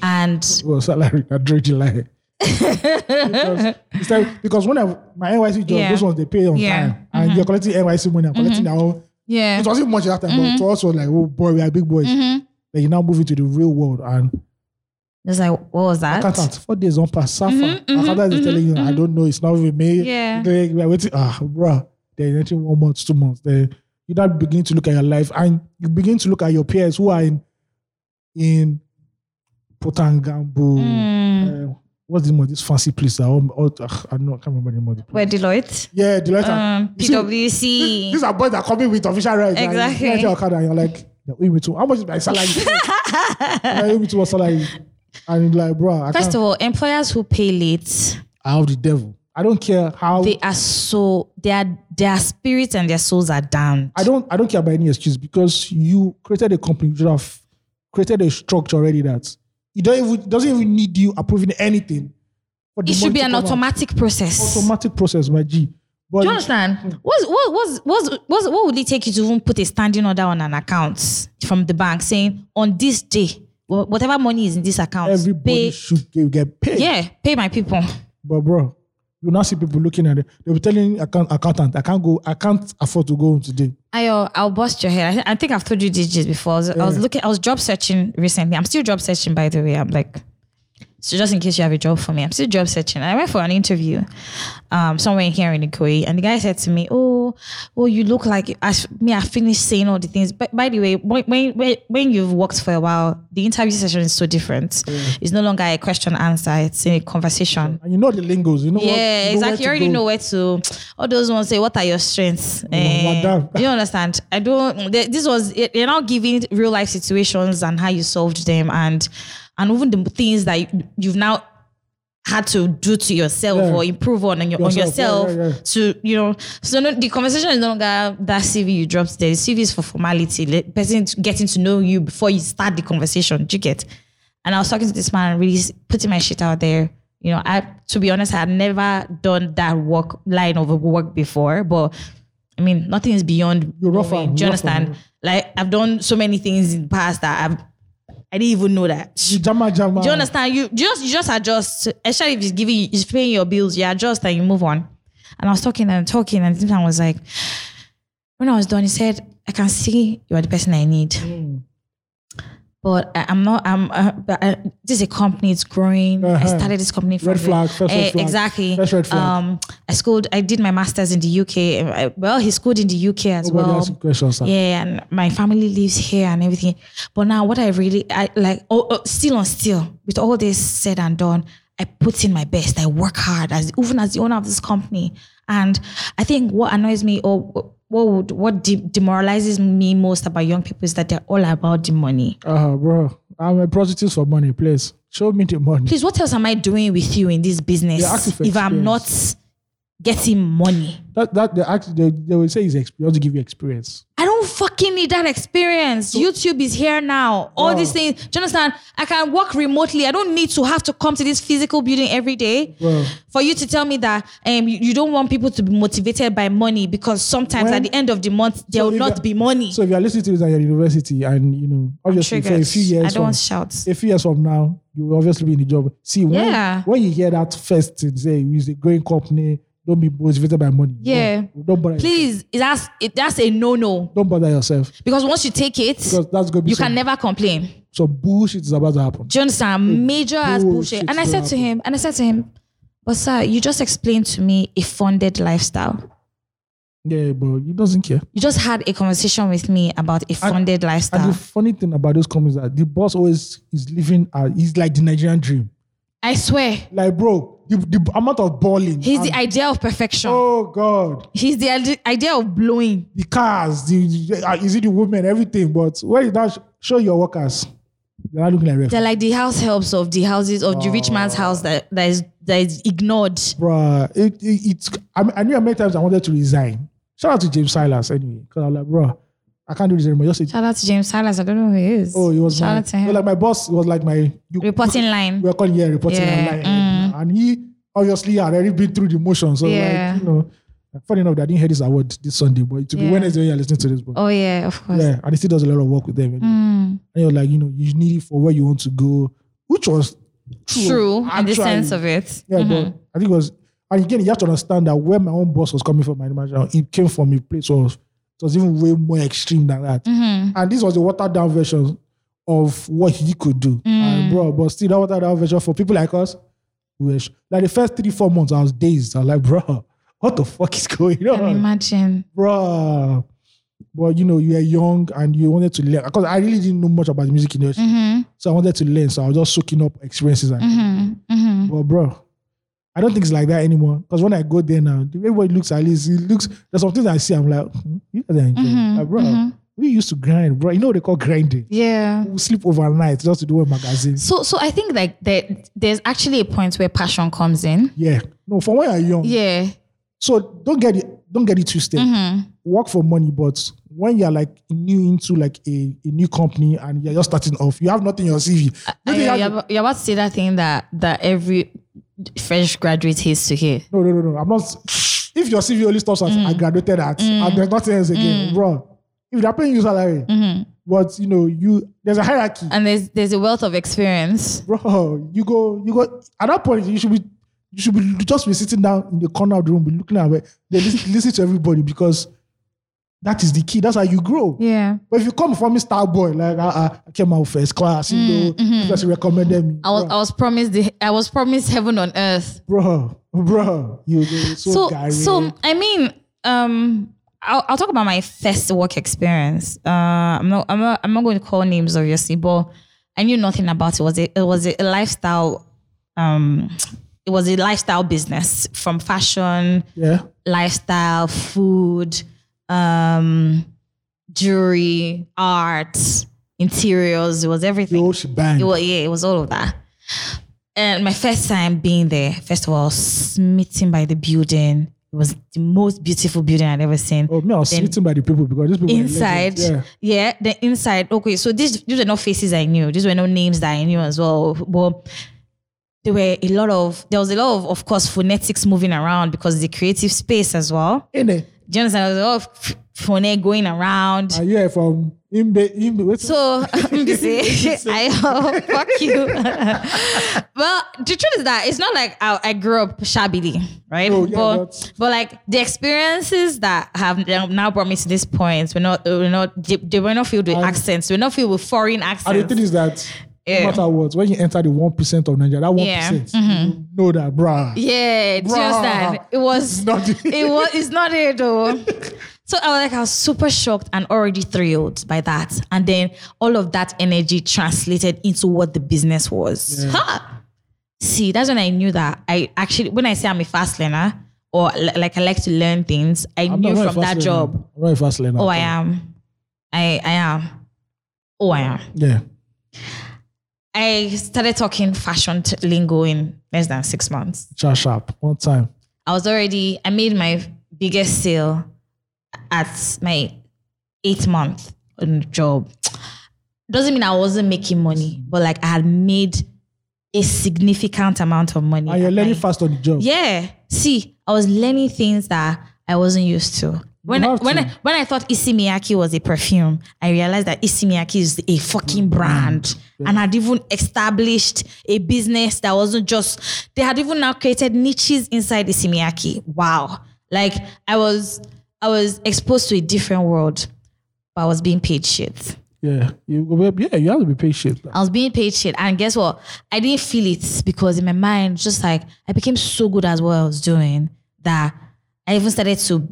Speaker 1: and
Speaker 2: [laughs] Well, salary I drew July. because, it's like- because when I my NYC job,
Speaker 1: Yeah.
Speaker 2: those ones they pay on
Speaker 1: Yeah. Mm-hmm.
Speaker 2: time, and you're collecting NYC money, and collecting their own.
Speaker 1: yeah Mm-hmm.
Speaker 2: It wasn't much at that time, but to us was like, oh boy, we are big boys. Then you now move into the real world, and
Speaker 1: it's like what was that
Speaker 2: accountant four days on pass. Safa, accountant is telling you, I don't know, it's not with me.
Speaker 1: Yeah.
Speaker 2: Then we are waiting. Ah, bruh, then entering one month, two months. Then you now begin to look at your life, and you begin to look at your peers who are in in Potangambu.
Speaker 1: Mm.
Speaker 2: Uh, what's the name of this fancy place that all, all, ugh, I, don't know, I can't remember the name of the place.
Speaker 3: Where Deloitte,
Speaker 2: Yeah, Deloitte. and-
Speaker 3: um,
Speaker 2: you see,
Speaker 3: PwC.
Speaker 1: E.
Speaker 2: These are boys that are coming with official rights. and
Speaker 3: Exactly.
Speaker 2: you enter Okada and you're like, they owe me too. How much is
Speaker 1: [laughs]
Speaker 2: my salary? they owe me too what salary. And you're like, bro, I,
Speaker 1: First
Speaker 2: can't,
Speaker 1: of all, employers who pay late,
Speaker 2: I have the devil. I don't care how.
Speaker 1: they are so their their spirits and their souls are down.
Speaker 2: I don't. I don't care about any excuse because you created a company. You should have created a structure already that you don't even doesn't even need you approving anything. for the
Speaker 1: It should
Speaker 2: money
Speaker 1: be
Speaker 2: to
Speaker 1: an
Speaker 2: come out.
Speaker 1: automatic process.
Speaker 2: automatic Mm. process, my G. But
Speaker 1: Do you understand? What's, what, what's, what's, what's, what would it take you to even put a standing order on an account from the bank saying, on this day, wh- whatever money is in this account,
Speaker 2: everybody
Speaker 1: pay,
Speaker 2: should get, get paid.
Speaker 1: yeah, pay my people.
Speaker 2: But bro, you now see people looking at it. They'll be telling account, accountant, I can't go, I can't afford to go home today.
Speaker 1: Ayo, uh, I'll bust your head. I, thi- I think I've told you this just before. I was, I was
Speaker 2: Yeah.
Speaker 1: looking, I was job searching recently. I'm still job searching, by the way. I'm like, so just in case you have a job for me, I'm still job searching. I went for an interview, um, somewhere here in Ikoyi, and the guy said to me, "Oh, well, you look like I, f- me. I finished saying all the things." But by the way, when when when- when you've worked for a while, the interview session is so different. It's no longer a question answer; it's a conversation.
Speaker 2: And you know the lingos, you know what-
Speaker 1: Yeah,
Speaker 2: you know where
Speaker 1: exactly.
Speaker 2: to
Speaker 1: You already
Speaker 2: go. Oh,
Speaker 1: know where to. All those ones say, "What are your strengths?" Eh,
Speaker 2: madam.
Speaker 1: you understand? I don't. th- This was it- they're not giving real life situations and how you solved them, and and even the things that you, you've now had to do to yourself
Speaker 2: Yeah.
Speaker 1: or improve on on, your, on yourself
Speaker 2: Yourself, yeah, yeah, yeah.
Speaker 1: to you know. So no, the conversation is no longer that CV you dropped there. The CV is for formality. Let person to- getting to know you before you start the conversation. Do you get? And I was talking to this man, really s- putting my shit out there. You know, I to be honest, I had never done that work line of work before, but I mean, nothing is beyond.
Speaker 2: You're rough
Speaker 1: knowing.
Speaker 2: and-
Speaker 1: Do you
Speaker 2: rough and-
Speaker 1: understand? Like I've done so many things in the past that I've. I didn't even know that.
Speaker 2: You Jama, jama.
Speaker 1: Do you understand? You just you just adjust, especially if it's giving you, it's paying your bills. You adjust and you move on. And I was talking and talking, and then I was like, when I was done, he said, "I can see you are the person I need."
Speaker 2: Mm.
Speaker 1: But I, I'm not. I'm. Uh, but I, this is a company. It's growing. I
Speaker 2: Uh-huh.
Speaker 1: started this company from
Speaker 2: Red flag, first red
Speaker 1: Eh,
Speaker 2: flag.
Speaker 1: Exactly.
Speaker 2: First red flag.
Speaker 1: Um, I schooled. I did my masters in the UK. Uh, I- Well, he schooled in the UK as
Speaker 2: Nobody
Speaker 1: well.
Speaker 2: asking questions, sir.
Speaker 1: Yeah, and my family lives here and everything. But now, what I really I like, oh, oh, still on still, with all this said and done, I put in my best. I work hard as even as the owner of this company. And I think what annoys me or what would, what de- demoralizes me most about young people is that they're all about the money.
Speaker 2: Uh, bro, I'm a prostitute for money, please. Show me the money.
Speaker 1: Please, what else am I doing with you in this business
Speaker 2: Yeah, active
Speaker 1: if I'm not getting money?
Speaker 2: That, that, they, act, they, they will say it's experience, to give you experience.
Speaker 1: I don't fucking need that experience. YouTube is here now. All
Speaker 2: Wow.
Speaker 1: these things. Do you understand? I can work remotely. I don't need to have to come to this physical building every day
Speaker 2: Wow.
Speaker 1: for you to tell me that um, you, you don't want people to be motivated by money because sometimes
Speaker 2: When-
Speaker 1: at the end of the month, there will
Speaker 2: if
Speaker 1: not
Speaker 2: you-
Speaker 1: be money.
Speaker 2: So if you're listening to this at your university and, you know, obviously for a
Speaker 1: Triggered.
Speaker 2: few
Speaker 1: I
Speaker 2: years
Speaker 1: don't
Speaker 2: from,
Speaker 1: want shouts.
Speaker 2: a few years from now, you will obviously be in the job. See, when,
Speaker 1: Yeah.
Speaker 2: when you hear that first thing, say, it's a growing company, don't be motivated by money.
Speaker 1: Yeah.
Speaker 2: Don't, don't bother yourself.
Speaker 1: Please, that's it, that's a no no
Speaker 2: Don't bother yourself.
Speaker 1: because once you take it,
Speaker 2: Because that's going to be
Speaker 1: you
Speaker 2: some,
Speaker 1: can never complain.
Speaker 2: some bullshit is about to happen.
Speaker 1: Do you understand? Major as bullshit.
Speaker 2: bullshit
Speaker 1: And I said to
Speaker 2: happened.
Speaker 1: him, and I said to him, but sir, you just explained to me a funded lifestyle.
Speaker 2: Yeah, but it doesn't care.
Speaker 1: you just had a conversation with me about a funded
Speaker 2: And
Speaker 1: lifestyle.
Speaker 2: the funny thing about those companies is that the boss always is living, uh, he's like the Nigerian dream.
Speaker 1: I swear,
Speaker 2: Like, bro, the, the amount of balling.
Speaker 1: he's the
Speaker 2: and-
Speaker 1: idea of perfection.
Speaker 2: Um, Oh, God.
Speaker 1: He's the ide- idea of blowing.
Speaker 2: The cars, the, the uh, is it the women, everything. But where you not show your workers, they're not looking like referee.
Speaker 1: They're like the house helps of the houses of the
Speaker 2: Oh.
Speaker 1: rich man's house that, that is that is ignored.
Speaker 2: Bruh, it, it, it's, I, I knew how many times I wanted to resign. Shout out to James Silas anyway. Because I'm like, bruh, I can't do this anymore. Just say,
Speaker 1: Shout out to James Silas. I don't know who he is.
Speaker 2: oh, it was
Speaker 1: Shout
Speaker 2: my,
Speaker 1: out to
Speaker 2: it was
Speaker 1: him.
Speaker 2: like my boss, it was like my, you,
Speaker 1: Reporting line.
Speaker 2: [laughs] we are calling here reporting
Speaker 1: Yeah, mm.
Speaker 2: online. And he obviously had already been through the motion. So,
Speaker 1: Yeah.
Speaker 2: like, you know, funny enough, I didn't hear this award this Sunday, but it will
Speaker 1: Yeah.
Speaker 2: be Wednesday when you're listening to this. But
Speaker 1: Oh yeah, of course.
Speaker 2: yeah, and he still does a lot of work with them. And
Speaker 1: Mm.
Speaker 2: you're like, you know, you need it for where you want to go, which was true.
Speaker 1: True in the
Speaker 2: actually.
Speaker 1: sense of it. Mm-hmm.
Speaker 2: Yeah, but I think it was, and again, you have to understand that where my own boss was coming from, my manager, it came from a place of, it was even way more extreme than that.
Speaker 1: Mm-hmm.
Speaker 2: And this was a watered down version of what he could do. And bro, but still, that watered down version for people like us, we were sh- like the first three, four months, I was [laughs]
Speaker 1: Mm-hmm.
Speaker 2: dazed. I was like, bro, what the fuck is going
Speaker 1: Can you
Speaker 2: on?
Speaker 1: imagine?
Speaker 2: Bro. But you know, you were young and you wanted to learn because I really didn't know much about the music
Speaker 1: Mm.
Speaker 2: industry,
Speaker 1: Mm-hmm.
Speaker 2: so I wanted to learn. So I was just soaking up experiences. And, But bro, I don't think it's like that anymore. Because when I go there now, the way everybody looks at least, it looks. There's something I see. I'm like, hmm, you guys are enjoying,
Speaker 1: Mm-hmm,
Speaker 2: Like, bro. We used to grind, bro. You know what they call grinding.
Speaker 1: Yeah.
Speaker 2: We sleep overnight just to do a magazine.
Speaker 1: So so I think like there, there's actually a point where passion comes in.
Speaker 2: Yeah. No, for when you're young.
Speaker 1: Yeah. Mm-hmm.
Speaker 2: So don't get it, don't get it twisted. Work for money, but when you're like new into like a, a new company and you're just starting off, you have nothing in your CV. You
Speaker 1: I-
Speaker 2: think you have-
Speaker 1: you're, about- you're about to say that thing that that every fresh graduate hates to hear.
Speaker 2: no, no, no, no. I'm not. If your CV only stops at I graduated at, and there's nothing else again, bro. If they're paying you salary, but you know you there's a hierarchy,
Speaker 1: Mm-hmm. And there's there's a wealth of experience.
Speaker 2: bro. You go, you go. At that point, you should be. You should be just be sitting down in the corner of the room, be looking at where they listen, listen to everybody because that is the key. That's how you grow.
Speaker 1: Yeah.
Speaker 2: But if you come for me, star boy, like I, I- I came out first class,
Speaker 1: Mm,
Speaker 2: you know,
Speaker 1: mm-hmm.
Speaker 2: because you recommended me.
Speaker 1: I was I was promised the, I was promised heaven on earth.
Speaker 2: bro, bro, you you so,
Speaker 1: So
Speaker 2: guy.
Speaker 1: so I mean um I'll, I'll talk about my first work experience. Uh, I'm not I'm not I'm not going to call names obviously, but I knew nothing about it. it was a, it was a lifestyle um it was a lifestyle business from fashion
Speaker 2: yeah,
Speaker 1: lifestyle, food, um, jewelry, art, interiors. It was
Speaker 2: the
Speaker 1: everything.
Speaker 2: whole shebang.
Speaker 1: It was, yeah, it was all of that. And my first time being there, first of all, smitten by the building. It was the most beautiful building I'd ever seen.
Speaker 2: oh, me, I was smitten by the people because these people were
Speaker 1: Inside, yeah.
Speaker 2: legends.
Speaker 1: the inside. Okay, so these these were not faces I knew. These were not names that I knew as well. But there were a lot of there was a lot of, of course, phonetics moving around because it's a creative space as well.
Speaker 2: yeah, in it.
Speaker 1: Do you understand? There was a lot of phone going around.
Speaker 2: And yeah, from Imbe, Imbe, wait,
Speaker 1: so [laughs] Mbise, I hope fuck you. well, the truth is that it's not like I, I grew up shabbily, right?
Speaker 2: No, yeah,
Speaker 1: but
Speaker 2: but-
Speaker 1: but like the experiences that have now brought me to this point, we're not we're not they, they were not filled with accents. We're not filled with foreign
Speaker 2: and the thing
Speaker 1: accents.
Speaker 2: is that
Speaker 1: Yeah.
Speaker 2: no matter what, when you enter the one percent of Nigeria, that one
Speaker 1: Mm-hmm.
Speaker 2: you know that, bro.
Speaker 1: Yeah, do you
Speaker 2: Bruh.
Speaker 1: understand? It was
Speaker 2: It's not it.
Speaker 1: it was it's not it though. So I was like, I was super shocked and already thrilled by that. And then all of that energy translated into what the business was. Ha! See, that's when I knew that I actually, when I say I'm a fast learner or li- like I like to learn things, I
Speaker 2: I'm
Speaker 1: knew
Speaker 2: not
Speaker 1: from that job.
Speaker 2: I'm not a fast learner.
Speaker 1: Oh, I am. I I am. Oh, I am.
Speaker 2: Yeah,
Speaker 1: I started talking fashion t- lingo in less than six months.
Speaker 2: sharp, sharp. One time.
Speaker 1: I was already, I made my biggest sale at my eighth month on the job. Doesn't mean I wasn't making money, but like I had made a significant amount of money.
Speaker 2: And you're
Speaker 1: at
Speaker 2: learning
Speaker 1: my-
Speaker 2: fast on the job.
Speaker 1: Yeah. See, I was learning things that I wasn't used to. When I,
Speaker 2: have
Speaker 1: when
Speaker 2: to.
Speaker 1: I, when I thought Issey Miyake was a perfume, I realized that Issey Miyake is a fucking
Speaker 2: Mm-hmm.
Speaker 1: brand, and had even established a business that wasn't just. They had even now created niches inside Issey Miyake. Wow! Like I was, I was exposed to a different world, but I was being paid shit.
Speaker 2: yeah. You go, yeah, you have to be patient.
Speaker 1: I was being paid shit. And guess what? I didn't feel it because in my mind, just like I became so good at what I was doing that I even started to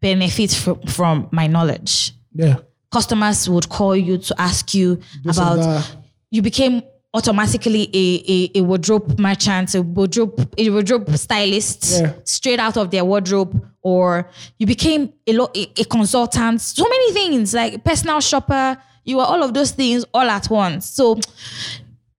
Speaker 1: benefit from, from my knowledge.
Speaker 2: Yeah,
Speaker 1: Customers would call you to ask you
Speaker 2: This and
Speaker 1: about,
Speaker 2: that.
Speaker 1: you became automatically a, a, a wardrobe merchant, a wardrobe, a wardrobe stylist
Speaker 2: Yeah.
Speaker 1: straight out of their wardrobe, or you became a, lo- a, a consultant. So many things like personal shopper. You were all of those things all at once. So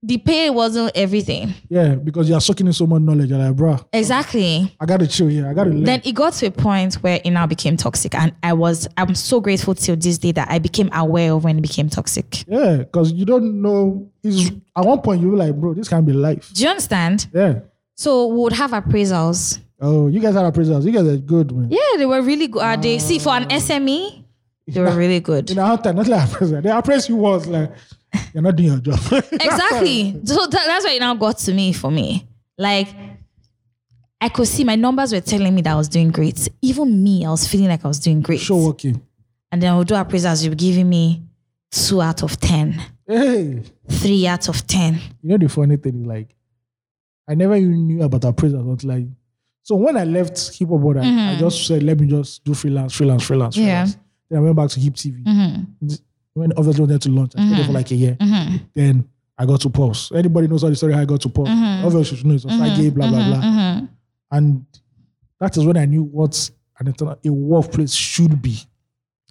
Speaker 1: the pay wasn't everything.
Speaker 2: yeah. Because you're soaking in so much knowledge. You're like, bro,
Speaker 1: Exactly.
Speaker 2: I gotta chill here. I gotta learn.
Speaker 1: Then it got to a point where it now became toxic. And I was, I'm so grateful till this day that I became aware of when it became toxic.
Speaker 2: Yeah, because you don't know. Is at one point you were like, bro, this can't be life.
Speaker 1: Do you understand?
Speaker 2: Yeah.
Speaker 1: So we would have appraisals.
Speaker 2: Oh, you guys had appraisals. You guys are good, man.
Speaker 1: Yeah, they were really good. Uh, they see for an SME, they were really good.
Speaker 2: In our time, not like appraisal. They appraise you once, like you're not doing your job.
Speaker 1: [laughs]
Speaker 2: [laughs]
Speaker 1: Exactly. So that, that's why it now got to me for me. Like I could see my numbers were telling me that I was doing great. Even me, I was feeling like I was doing great.
Speaker 2: Show working.
Speaker 1: And then I would do appraisals. You were giving me two out of ten,
Speaker 2: Hey,
Speaker 1: three out of ten.
Speaker 2: you know the funny thing is like, I never even knew about appraisals until like, so when I left hip hop, Order, I just said, let me just do freelance, freelance, freelance,
Speaker 1: Yeah.
Speaker 2: freelance. Then I went back to Hip TV.
Speaker 1: Mm-hmm,
Speaker 2: This- When obviously wanted to launch, I stayed there for like a year.
Speaker 1: mm-hmm,
Speaker 2: Then I got to Pulse. Anybody knows all the story how I got to Pulse. Obviously, you know,
Speaker 1: Mm-hmm.
Speaker 2: it's mm gay, blah, blah, blah. And that is when I knew what an internal, a workplace should be.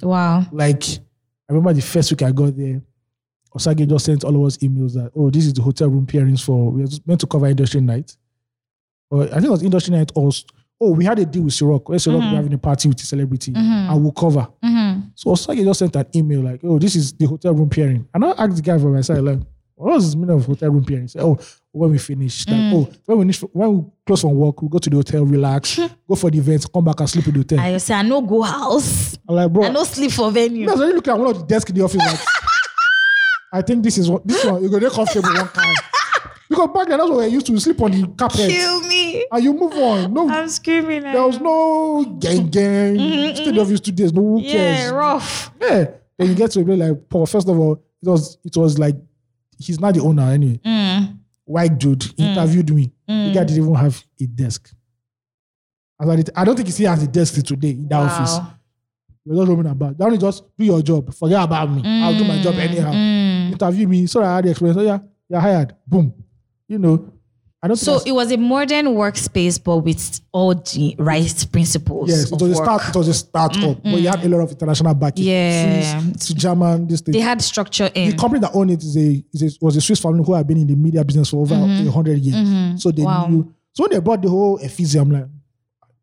Speaker 1: Wow.
Speaker 2: Like, I remember the first week I got there, Osage just sent all of us emails that, oh, this is the hotel room pairings for, we are meant to cover industry night. Or I think it was industry night or, s- oh, we had a deal with Ciroc. Where
Speaker 1: Mm-hmm.
Speaker 2: Ciroc, we're having a party with the celebrity and we'll cover. So Osage just sent an email like, oh, this is the hotel room pairing. And I asked the guy from my side, like, what was the meaning of hotel room pairing? He said, oh, when we finish,
Speaker 1: Mm.
Speaker 2: like, oh, when we, finish, when we close from work, we go to the
Speaker 1: [laughs]
Speaker 2: hotel, relax, go for the event, come back and sleep in the hotel.
Speaker 1: I say I no go house.
Speaker 2: I'm like, bro,
Speaker 1: I no sleep for venue.
Speaker 2: I was already looking at one of the desk in the office. Like, I think this is what this one you go there comfortable one kind. Because back then that's what we used to we sleep on the carpet
Speaker 1: Kill me.
Speaker 2: and you move on. No,
Speaker 1: I'm screaming.
Speaker 2: there was no gang gang. Instead of used two days, no who
Speaker 1: yeah,
Speaker 2: cares.
Speaker 1: rough.
Speaker 2: Yeah. Then you get to a bit like Paul. First of all, it was it was like he's not the owner anyway.
Speaker 1: Mm,
Speaker 2: White dude interviewed me. The guy didn't even have a desk. I, was like, I don't think he still has a desk till today in that office. We're just roaming about. Don't just do your job. Forget about me. I'll do my job anyhow.
Speaker 1: Mm.
Speaker 2: Interview me. So that I had the experience. Oh, yeah, you're hired. Boom. You know, I don't
Speaker 1: So
Speaker 2: think
Speaker 1: it was a modern workspace, but with all the right principles.
Speaker 2: that's- yes, it
Speaker 1: of
Speaker 2: was a
Speaker 1: work. Mm,
Speaker 2: start. It was a startup, but you had a lot of international backing.
Speaker 1: Yeah.
Speaker 2: Swiss to German, this thing.
Speaker 1: They had structure in.
Speaker 2: the company that owned it is a, is a was a Swiss family who had been in the media business for over a hundred years. So they
Speaker 1: Mm-hmm. Wow.
Speaker 2: knew. So when they bought the whole Ephesia, I'm like,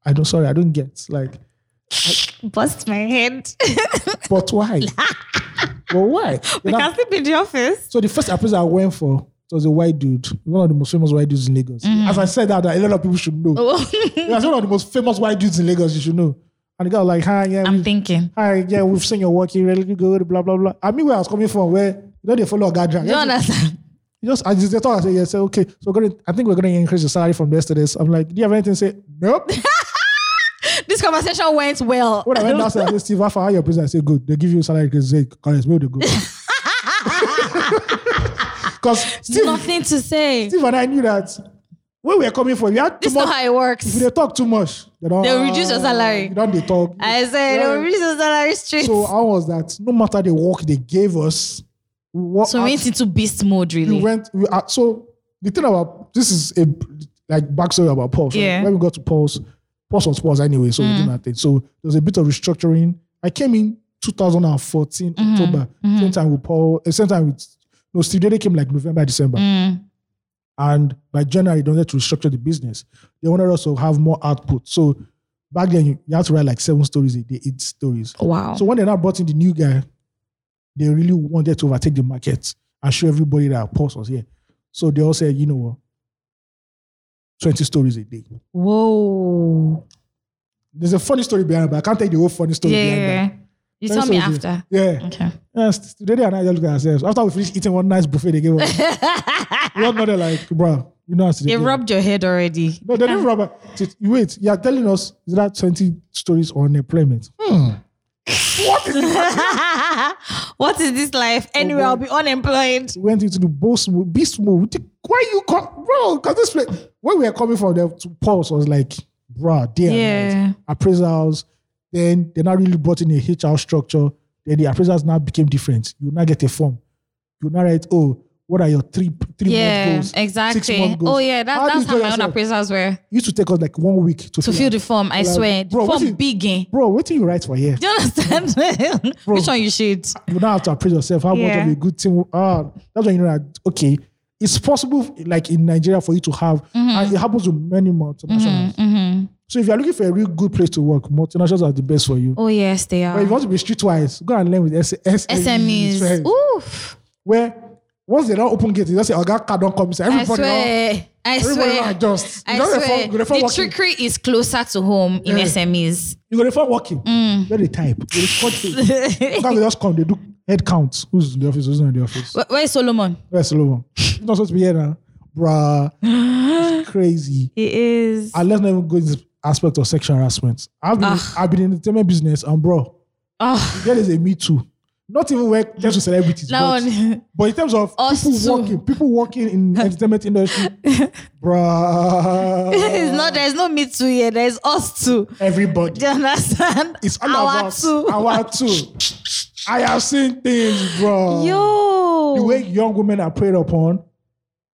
Speaker 2: I don't. Sorry, I don't get. Like,
Speaker 1: [laughs] Bust my head. [laughs]
Speaker 2: but why? well, why? You know,
Speaker 1: I sleep in the office.
Speaker 2: So the first appraisal I went for it was a white dude, one of the most famous white dudes in Lagos.
Speaker 1: Mm-hmm.
Speaker 2: As I said that, that a lot of people should know.
Speaker 1: Oh,
Speaker 2: He was one of the most famous white dudes in Lagos. You should know. And the guy was like, "Hi, yeah,
Speaker 1: [laughs]
Speaker 2: we,
Speaker 1: I'm thinking.
Speaker 2: hi, yeah, we've seen your work. You really good, blah blah blah." I mean, where I was coming from, where you know they follow a guy drag.
Speaker 1: Do you understand?
Speaker 2: He just I just they thought I said, yeah, say, okay, so we're gonna I think we're gonna increase the salary from this to this. I'm like, do you have anything to say? Nope.
Speaker 1: [laughs] This conversation went well.
Speaker 2: when I went downstairs, I said, Steve, how far are your business? I said, good. They give you salary increase. Say, correct, where
Speaker 1: [laughs]
Speaker 2: they go. Because Steve,
Speaker 1: Nothing to say.
Speaker 2: Steve and I knew that where we are coming from, we had too
Speaker 1: This is not
Speaker 2: much.
Speaker 1: how it works.
Speaker 2: If they talk too much, they don't.
Speaker 1: They'll reduce your salary.
Speaker 2: You don't they talk.
Speaker 1: I said, "Oh,
Speaker 2: Yeah.
Speaker 1: the reason salary straight.
Speaker 2: so uh, how was that? No matter the work they gave us, we worked.
Speaker 1: So we went into beast mode,
Speaker 2: we
Speaker 1: really.
Speaker 2: uh, went. We, uh, so the thing about this is a like backstory about Pulse. right?
Speaker 1: Yeah. Mm.
Speaker 2: When we got to Pulse, Pulse was Pulse anyway, so we did nothing. So there was a bit of restructuring. I came in 2014
Speaker 1: Mm-hmm.
Speaker 2: October. Same time with Paul. uh, Same time with no Steve Dede came like November December.
Speaker 1: Mm.
Speaker 2: And by January, they wanted to restructure the business. They wanted us to have more output. So back then, you, you had to write like seven stories a day, eight stories.
Speaker 1: Wow.
Speaker 2: So when they now brought in the new guy, they really wanted to overtake the market and show everybody that Pulse was here. So they all said, you know what? 20 stories a day.
Speaker 1: Whoa.
Speaker 2: There's a funny story behind it, but I can't tell you the whole funny story
Speaker 1: Yeah.
Speaker 2: behind
Speaker 1: You
Speaker 2: that.
Speaker 1: tell me
Speaker 2: 20 stories a day.
Speaker 1: after.
Speaker 2: Yeah.
Speaker 1: Okay.
Speaker 2: Yes, today and I just look at ourselves. After we finished eating one nice buffet they gave
Speaker 1: [laughs]
Speaker 2: us, [laughs] we all know they're like, bro, you know how to do
Speaker 1: They
Speaker 2: it."
Speaker 1: rubbed your head
Speaker 2: [laughs]
Speaker 1: already.
Speaker 2: No,
Speaker 1: [laughs]
Speaker 2: they didn't rubber. You wait, you're telling us there are 20 stories Hmm. on employment.
Speaker 1: [laughs] what is this life?
Speaker 2: Oh,
Speaker 1: Anyway, I'll be unemployed.
Speaker 2: We went into the boss mode, beast mode. We think, Why you come, bro? Because this place, where we were coming from, the to pulse was like, bro, damn.
Speaker 1: Yeah.
Speaker 2: Appraisals. Then they now really brought in a HR structure. Then the appraisals now became different. You now get a form. You now write, oh, what are your three three
Speaker 1: Yeah,
Speaker 2: month goals? Six
Speaker 1: exactly.
Speaker 2: month goals.
Speaker 1: Oh, yeah, that,
Speaker 2: How do
Speaker 1: that's
Speaker 2: you tell
Speaker 1: how my own
Speaker 2: yourself?
Speaker 1: appraisals were.
Speaker 2: It used to take us like one week to,
Speaker 1: To
Speaker 2: fill
Speaker 1: fill
Speaker 2: out.
Speaker 1: the form, I
Speaker 2: Like,
Speaker 1: swear. The
Speaker 2: bro, what
Speaker 1: form
Speaker 2: is-
Speaker 1: big. eh?
Speaker 2: Bro, what do you write for here?
Speaker 1: Do you
Speaker 2: [laughs]
Speaker 1: understand? [laughs] Which one you should?
Speaker 2: you now have to appraise yourself how much
Speaker 1: Yeah.
Speaker 2: of a good team ah that's when you know that okay it's possible like in Nigeria for you to have
Speaker 1: Mm-hmm.
Speaker 2: and it happens to many multinationals so if you're looking for a real good place to work multinationals are the best for you
Speaker 1: Oh, yes, they
Speaker 2: but if
Speaker 1: are.
Speaker 2: you want to be streetwise go and learn with S- S-
Speaker 1: SMEs. Oof.
Speaker 2: where once they don't open gate they just say oga car don't come so
Speaker 1: I
Speaker 2: everybody now-
Speaker 1: swear. I
Speaker 2: everybody now
Speaker 1: swear.
Speaker 2: adjust
Speaker 1: I
Speaker 2: you don't
Speaker 1: swear.
Speaker 2: reform, reform
Speaker 1: the
Speaker 2: working.
Speaker 1: trickery is closer to home in
Speaker 2: Yeah.
Speaker 1: SMEs.
Speaker 2: you go reform working
Speaker 1: Mm.
Speaker 2: let the type you record things. Oga go just come they do head counts who's in the office who's not in the office
Speaker 1: Wh- Where is Solomon?
Speaker 2: Where's Solomon? He's not supposed to be here now. Bruh. It's crazy.
Speaker 1: He is.
Speaker 2: And let's not even go into this aspect of
Speaker 1: Ah.
Speaker 2: sexual harassment. I've been, I've been in the entertainment business and bro,
Speaker 1: Oh,
Speaker 2: there is a me too. Not even when it comes to celebrities.
Speaker 1: No,
Speaker 2: but, but in terms of
Speaker 1: Us
Speaker 2: people
Speaker 1: too.
Speaker 2: working, people working in entertainment industry, bruh,
Speaker 1: [laughs] it's not. There's no me too here. There's us too. [laughs]
Speaker 2: everybody.
Speaker 1: Do you understand?
Speaker 2: It's all
Speaker 1: our
Speaker 2: of us.
Speaker 1: two.
Speaker 2: [laughs] Our two. I have seen things, bro.
Speaker 1: Yo.
Speaker 2: The way young women are preyed upon,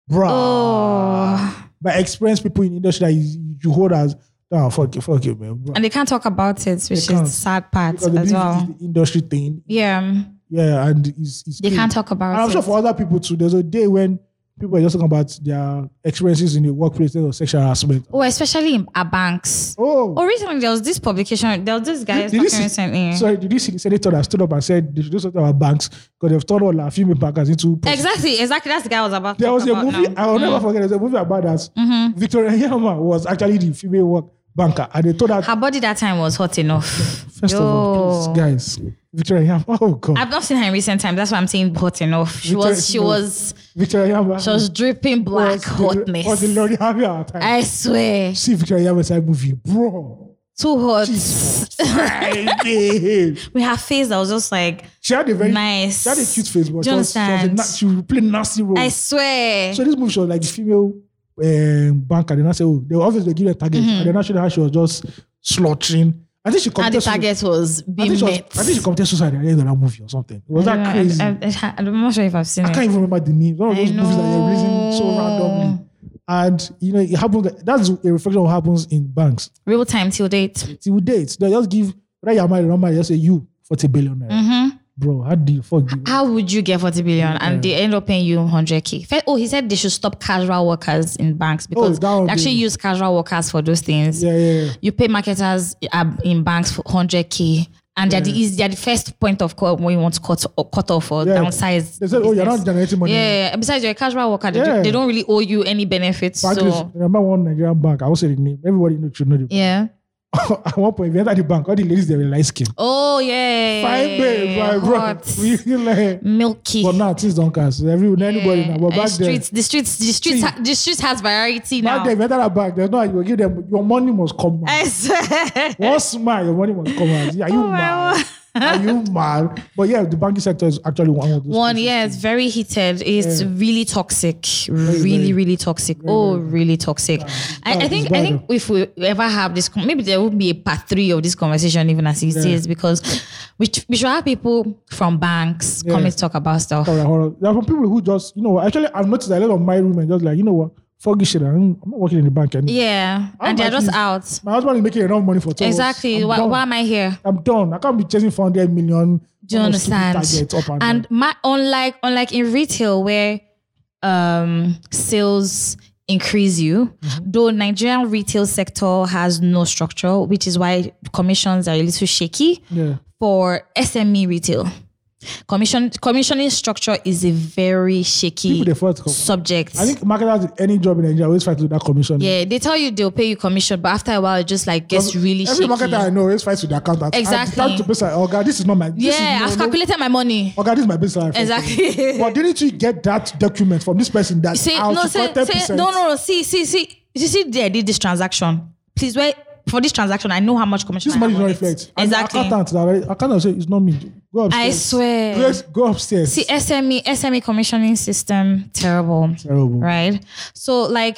Speaker 2: bro.
Speaker 1: Oh.
Speaker 2: By experienced people in industry that you, you hold as, oh, fuck it, fuck it, man. Bro.
Speaker 1: And they can't talk about it, which is the
Speaker 2: can't.
Speaker 1: sad part
Speaker 2: Because they
Speaker 1: as
Speaker 2: believe
Speaker 1: well.
Speaker 2: it's the industry thing.
Speaker 1: Yeah. um,
Speaker 2: Yeah, and it's, it's
Speaker 1: They
Speaker 2: killed.
Speaker 1: can't talk about
Speaker 2: And I'm
Speaker 1: it.
Speaker 2: sure for other people too, there's a day when people are just talking about their experiences in the workplace or sexual harassment.
Speaker 1: oh, especially in our banks.
Speaker 2: Oh,
Speaker 1: Oh, recently there was this publication. There was this guy
Speaker 2: Did- did you
Speaker 1: talking
Speaker 2: see-
Speaker 1: recently.
Speaker 2: sorry, did you see the senator that stood up and said they should do something about banks because they've turned all our female bankers into prostitutes?
Speaker 1: Exactly, exactly. That's the guy I was about. to
Speaker 2: There
Speaker 1: talk
Speaker 2: was a
Speaker 1: about
Speaker 2: movie,
Speaker 1: now. Mm-hmm.
Speaker 2: I will never forget, there's a movie about that. Victoria Yama was actually the female work banker. And they told her,
Speaker 1: Her body that time was hot enough.
Speaker 2: first of all, please, guys, Victoria Yama, [laughs] oh God.
Speaker 1: I've not seen her in recent times. That's why I'm saying hot enough. She
Speaker 2: Victoria-
Speaker 1: was, she
Speaker 2: no.
Speaker 1: was,
Speaker 2: Victoria Yama
Speaker 1: she was dripping black
Speaker 2: the-
Speaker 1: hotness.
Speaker 2: was the Lori Harvey at our time.
Speaker 1: I swear,
Speaker 2: See Victoria Yama inside movie, bro.
Speaker 1: too hot. [laughs]
Speaker 2: Friday.
Speaker 1: With her face, I was just like,
Speaker 2: She had a very
Speaker 1: Nice.
Speaker 2: She had a cute face, but
Speaker 1: Do
Speaker 2: she
Speaker 1: you
Speaker 2: was, she, was a,
Speaker 1: understand?
Speaker 2: na- she played nasty role.
Speaker 1: I swear.
Speaker 2: so this movie she was like the female um, banker. Then I said, oh, they were obviously giving a target, and then I showed her how she was just slaughtering. I think she
Speaker 1: and Mm-hmm. the
Speaker 2: committed. suicide-
Speaker 1: target was
Speaker 2: I
Speaker 1: being
Speaker 2: think, she was,
Speaker 1: met.
Speaker 2: I think she committed suicide at the end of that movie or something. It was
Speaker 1: I
Speaker 2: that
Speaker 1: don't
Speaker 2: crazy?
Speaker 1: know,
Speaker 2: I,
Speaker 1: I, I, I, I'm not sure if I've seen it.
Speaker 2: can't even remember the name. One of
Speaker 1: I
Speaker 2: those movies that they're releasing so
Speaker 1: know.
Speaker 2: randomly. And you know, it happens. That's a reflection of what happens in banks.
Speaker 1: Real time till date.
Speaker 2: Till date, they just give right your money, they just say you forty billion naira,
Speaker 1: Mm-hmm.
Speaker 2: bro. How do you fuck? do you-
Speaker 1: How would you get 40 billion and they end up paying you 100k? Fe- Oh, he said they should stop casual workers in banks because
Speaker 2: Oh, that would
Speaker 1: they actually
Speaker 2: be-
Speaker 1: use casual workers for those things.
Speaker 2: Yeah, yeah, yeah.
Speaker 1: you pay marketers uh, in banks for 100k and they're, the, eas- they're the first point of call when you want to cut, or cut off or
Speaker 2: Yeah.
Speaker 1: downsize
Speaker 2: They said, oh, you're
Speaker 1: business.
Speaker 2: not generating money.
Speaker 1: yeah and besides you're a casual worker they,
Speaker 2: Yeah.
Speaker 1: do, they don't really owe you any benefits
Speaker 2: Bank is-
Speaker 1: so
Speaker 2: remember one Nigerian bank. I won't say the name. Everybody know should know the
Speaker 1: yeah
Speaker 2: [laughs] At one point, we entered the bank. All the ladies they were light skin.
Speaker 1: oh yeah
Speaker 2: Fine, babe, my bro.
Speaker 1: Hot.
Speaker 2: [laughs] We feel like.
Speaker 1: milky
Speaker 2: But now things don't cast. Everyone, anybody now. But
Speaker 1: And
Speaker 2: back then,
Speaker 1: streets, the streets the streets ha- the streets has variety now
Speaker 2: back then, we entered that bank. There's no. You will give them. Your money must come
Speaker 1: [laughs]
Speaker 2: out.
Speaker 1: I
Speaker 2: [laughs]
Speaker 1: swear.
Speaker 2: One smile, your money must come out. Are you
Speaker 1: Oh my
Speaker 2: mad? Are you mad? But yeah, the banking sector is actually one of those.
Speaker 1: one
Speaker 2: places.
Speaker 1: yeah it's very heated it's really toxic really really toxic oh really toxic I, I
Speaker 2: bad,
Speaker 1: think
Speaker 2: it's
Speaker 1: i
Speaker 2: bad,
Speaker 1: think if we ever have this con- maybe there will be a part three of this conversation even as it is because we, ch- we should have people from banks come and talk about stuff
Speaker 2: Horror, horror. There are some people who just, you know, what, actually, I've noticed a lot of my women just like, you know what, fuck this shit. I'm, I'm not working in the bank anymore.
Speaker 1: yeah and they're
Speaker 2: about um,
Speaker 1: just
Speaker 2: this?
Speaker 1: out
Speaker 2: My husband is making enough money for two
Speaker 1: exactly
Speaker 2: I'm
Speaker 1: why,
Speaker 2: done.
Speaker 1: why am i here
Speaker 2: I'm done. I can't be chasing 400 million.
Speaker 1: do you
Speaker 2: on a stupid
Speaker 1: understand
Speaker 2: target up and,
Speaker 1: and my unlike unlike in retail where um sales increase you
Speaker 2: Mm-hmm.
Speaker 1: though nigerian retail sector has no structure which is why commissions are a little shaky
Speaker 2: down. yeah.
Speaker 1: for sme retail commission commissioning structure is a very shaky
Speaker 2: People they first come.
Speaker 1: subject
Speaker 2: I think marketers in any job in Nigeria always fight with that commission.
Speaker 1: yeah they tell you they'll pay you commission but after a while it just like gets really
Speaker 2: Every
Speaker 1: shaky
Speaker 2: marketer I know always fights with their accountant.
Speaker 1: Exactly.
Speaker 2: I, to pay salary. Oh, God, this is not my. This
Speaker 1: yeah
Speaker 2: is
Speaker 1: i've
Speaker 2: no, no,
Speaker 1: calculated my money
Speaker 2: oh, God, this is my base salary.
Speaker 1: exactly
Speaker 2: But didn't you get that document from this person that
Speaker 1: say
Speaker 2: I'll
Speaker 1: no say,
Speaker 2: support 10%?
Speaker 1: say no no no see see see you see there I did this transaction please wait for this transaction I know how much commission
Speaker 2: This
Speaker 1: I
Speaker 2: money
Speaker 1: have
Speaker 2: does not
Speaker 1: on it.
Speaker 2: reflect. And the
Speaker 1: exactly
Speaker 2: Accountant, that already- accountant say it's not me. Go upstairs.
Speaker 1: I swear.
Speaker 2: Yes, go upstairs.
Speaker 1: see E, SME SME commissioning system terrible
Speaker 2: Terrible.
Speaker 1: right so like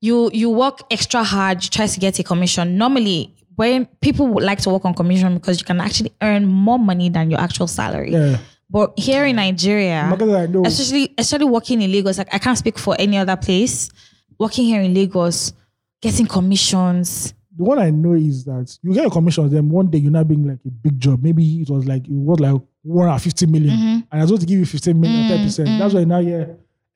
Speaker 1: you you work extra hard you try to get a commission normally when people would like to work on commission because you can actually earn more money than your actual salary
Speaker 2: Yeah.
Speaker 1: but here in Nigeria
Speaker 2: Marketers I know.
Speaker 1: especially especially working in Lagos. Like I can't speak for any other place. Working here in Lagos, getting commissions.
Speaker 2: the one I know is that you get your commissions, then one day you're not being like a big job. Maybe it was like it was like one hundred fifty million,
Speaker 1: Mm-hmm.
Speaker 2: and I was supposed to give you fifteen million, ten percent. That's why now yeah,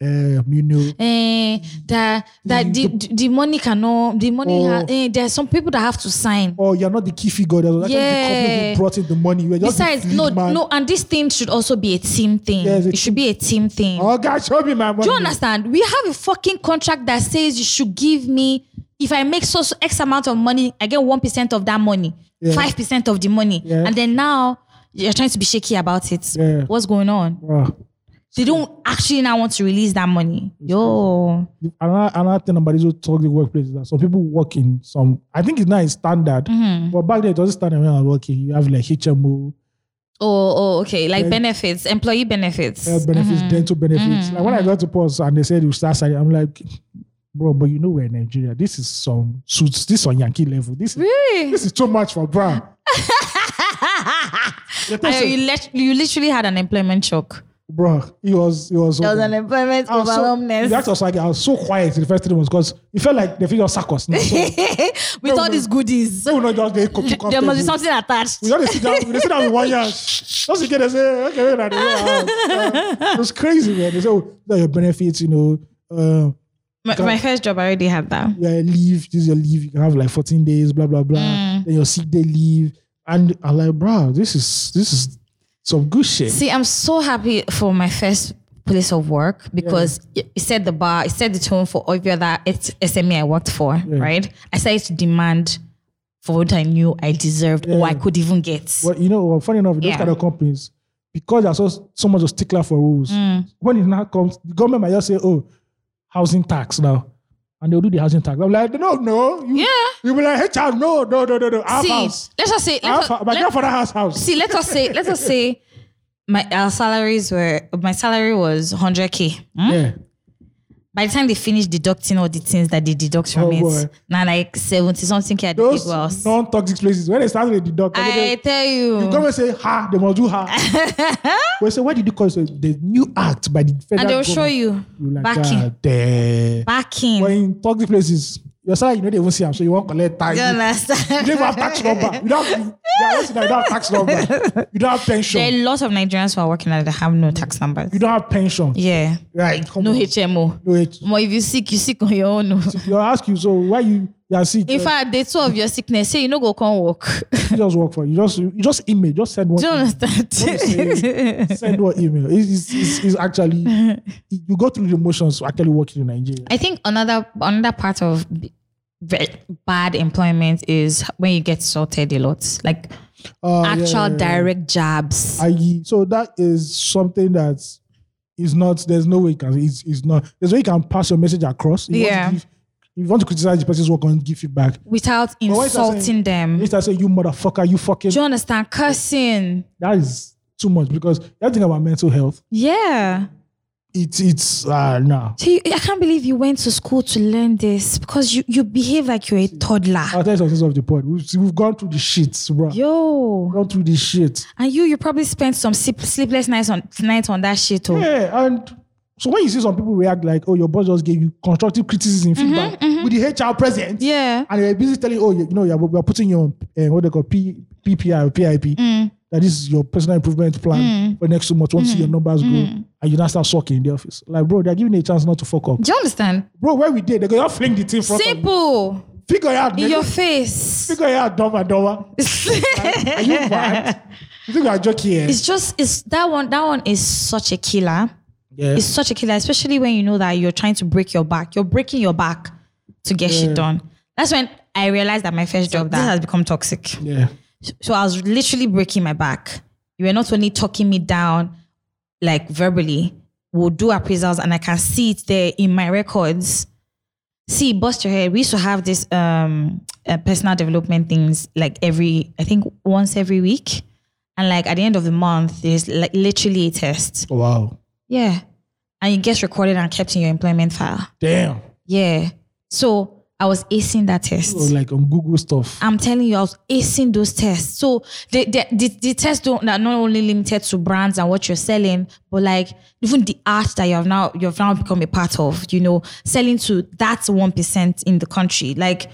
Speaker 2: um, you know,
Speaker 1: Eh, that that the, the, money cannot the money
Speaker 2: Mm-hmm. Oh.
Speaker 1: ha- eh, there are some people that have to sign.
Speaker 2: or you're not the key figure. That was actually the company
Speaker 1: Yeah.
Speaker 2: who brought in the money. You were just the
Speaker 1: Besides,
Speaker 2: lead
Speaker 1: no,
Speaker 2: man.
Speaker 1: no, and this thing should also be a team thing.
Speaker 2: Yes, a
Speaker 1: it should be a team thing.
Speaker 2: Oh God, show me my money.
Speaker 1: Do you understand? We have a fucking contract that says you should give me if I make so, so X amount of money, I get one percent of that money,
Speaker 2: Yeah.
Speaker 1: five percent of the money,
Speaker 2: Yeah.
Speaker 1: and then now you're trying to be shaky about it.
Speaker 2: Yeah.
Speaker 1: What's going on?
Speaker 2: Wow.
Speaker 1: They don't actually now want to release that money. Yo,
Speaker 2: Another, another thing about this whole toxic workplace is that some people work in
Speaker 1: Mm. Mm-hmm.
Speaker 2: some. I think it's now a standard, but back then it wasn't standard when I was working. You have like HMO,
Speaker 1: Oh, oh, okay. Like benefits, employee benefits. Mm-hmm.
Speaker 2: health benefits, dental benefits. Like when I got to pause and they said you start signing, I'm like, bro, but you know we're in Nigeria. This is some suits. This is on Yankee level. This is
Speaker 1: Really?
Speaker 2: this is too much for Brown. The
Speaker 1: I,
Speaker 2: person-
Speaker 1: you, let, you literally had an employment shock. Ah,
Speaker 2: bro, he was he was.
Speaker 3: There was unemployment
Speaker 2: I was so-
Speaker 3: overwhelmness.
Speaker 2: That was like I was so quiet in the first three months because it felt like the figure sack us. now. So
Speaker 1: With all these goodies.
Speaker 2: they will not just they come to
Speaker 1: There must be
Speaker 2: comfortable.
Speaker 1: something attached.
Speaker 2: We just sit down. We sit down with
Speaker 1: [laughs]
Speaker 2: one year. Just to get they say, okay, wait, now they go out. it was Uh, crazy, man. They say, oh, these are your benefits, you know. Uh,
Speaker 1: My, my first job, I already had that.
Speaker 2: yeah, leave. This is your leave. You can have like 14 days, blah blah blah.
Speaker 1: Mm.
Speaker 2: Then your sick day leave. And I'm like, bro, this is this is some good shit.
Speaker 1: See, I'm so happy for my first place of work because it- it set the bar, it set the tone for every other S- SME I worked for, right? I started to demand for what I knew I deserved or I could even get.
Speaker 2: Well, you know, well, funny enough, those
Speaker 1: Yeah.
Speaker 2: kind of companies, because there's so, so much of stickler for rules,
Speaker 1: Mm.
Speaker 2: when it now comes, the government might just say, oh, housing tax now. And they'll do the housing tax. I'm like, no, no. You,
Speaker 1: Yeah.
Speaker 2: You'll be like, HR, no, no, no, no, no. Our
Speaker 1: See,
Speaker 2: house.
Speaker 1: let's just say,
Speaker 2: Our
Speaker 1: let's,
Speaker 2: fa- my
Speaker 1: let-
Speaker 2: grandfather has house.
Speaker 1: see, let us say, let us say, my our salaries were my salary was 100k. Hmm?
Speaker 2: Yeah.
Speaker 1: By the time they finished deducting all the things that they deduct from
Speaker 2: Oh, boy.
Speaker 1: it, now like 70 something k. I did
Speaker 2: Those
Speaker 1: well.
Speaker 2: non-toxic places, when they start to deduct,
Speaker 1: I
Speaker 2: everything,
Speaker 1: tell you,
Speaker 2: the government say, ha, they must do ha.
Speaker 1: [laughs]
Speaker 2: we say, why did you call it so, the new act by the federal
Speaker 1: and they'll show
Speaker 2: government?"
Speaker 1: you
Speaker 2: You're like,
Speaker 1: backing.
Speaker 2: "God damn."
Speaker 1: backing. [laughs]
Speaker 2: But in toxic places, your salary, you know, they won't see them, so you won't collect tax.
Speaker 1: You understand?
Speaker 2: You don't even have
Speaker 1: [laughs]
Speaker 2: tax number. You don't have, you, you are wasting that, you don't have tax number. You don't have pension.
Speaker 1: There are a lot of Nigerians who are working out that have no tax numbers.
Speaker 2: you don't have pension.
Speaker 1: Yeah.
Speaker 2: Right. Come
Speaker 1: No
Speaker 2: on.
Speaker 1: HMO.
Speaker 2: No H.
Speaker 1: But if you sick, you sick on your own.
Speaker 2: [laughs]
Speaker 1: oh.
Speaker 2: They'll ask you, so why you, you are sick?
Speaker 1: In
Speaker 2: uh,
Speaker 1: fact, day two of your sickness, say you no go come work. [laughs]
Speaker 2: you just work for you. Just you just email. Just send one.
Speaker 1: Do you
Speaker 2: email.
Speaker 1: understand?
Speaker 2: Send one email. It's, it's, it's, it's actually you go through the motions to actually working in Nigeria.
Speaker 1: [laughs] I think another another part of b- ve- bad employment is when you get sorted a lot, like
Speaker 2: Uh, yeah,
Speaker 1: actual
Speaker 2: yeah, yeah.
Speaker 1: direct jobs.
Speaker 2: I, so that is something that is not. There's no way you can. It's, it's not. There's no way you can pass your message across. If you want to
Speaker 1: Yeah. Mm.
Speaker 2: give- if you want to criticize the person's work and give feedback,
Speaker 1: without
Speaker 2: why is that saying-
Speaker 1: insulting them.
Speaker 2: instead say you motherfucker, you fucking.
Speaker 1: Do you understand? Cursing.
Speaker 2: that is too much because that thing about mental health,
Speaker 1: Yeah.
Speaker 2: it's it's uh nah.
Speaker 1: So you, I can't believe you went to school to learn this because you, you behave like you're a toddler.
Speaker 2: I'll tell you something off the pod. We've, we've gone through the shits, bro.
Speaker 1: Yo,
Speaker 2: We've gone through the shit.
Speaker 1: and you you probably spent some sleep, sleepless nights on nights on that shit. Oh,
Speaker 2: Yeah, and so when you see some people react like, oh, your boss just gave you constructive criticism feedback with the HR present.
Speaker 1: Mm-hmm, yeah,
Speaker 2: And they're busy telling, oh, you, you know, you're, we're putting you on uh, what they call P, PPI or PIP.
Speaker 1: Mm.
Speaker 2: That this is your personal improvement plan for next two months.
Speaker 1: Mm.
Speaker 2: Once you see your numbers grow, and you now start sucking in the office. Like, bro, they're giving you a chance not to fuck up.
Speaker 1: do you understand?
Speaker 2: Bro, where we did, they're going to fling the team from.
Speaker 1: Simple
Speaker 2: Figure it out.
Speaker 1: in
Speaker 2: nigga.
Speaker 1: your
Speaker 2: [laughs]
Speaker 1: face.
Speaker 2: Figure it out, dumb and dumber. Are you
Speaker 1: [laughs]
Speaker 2: mad? You think I'm joking? here?
Speaker 1: It's just it's that one. That one is such a killer.
Speaker 2: Yeah.
Speaker 1: It's such a killer, especially when you know that you're trying to break your back. You're breaking your back to get shit done. That's when I realized that my first job that has become toxic.
Speaker 2: yeah.
Speaker 1: So I was literally breaking my back. You were not only talking me down, like verbally, we'll do appraisals and I can see it there in my records. See, bust your head. We used to have this um uh, personal development things like every, I think once every week. And like at the end of the month, there's like literally a test.
Speaker 2: Oh, wow.
Speaker 1: Yeah. And it gets recorded and kept in your employment file.
Speaker 2: Damn.
Speaker 1: Yeah. So I was acing that test.
Speaker 2: So, like on Google stuff.
Speaker 1: I'm telling you, I was acing those tests. So the the, the, the tests don't are not only limited to brands and what you're selling, but like even the art that you have now you've now become a part of, you know, selling to that one percent in the country. Like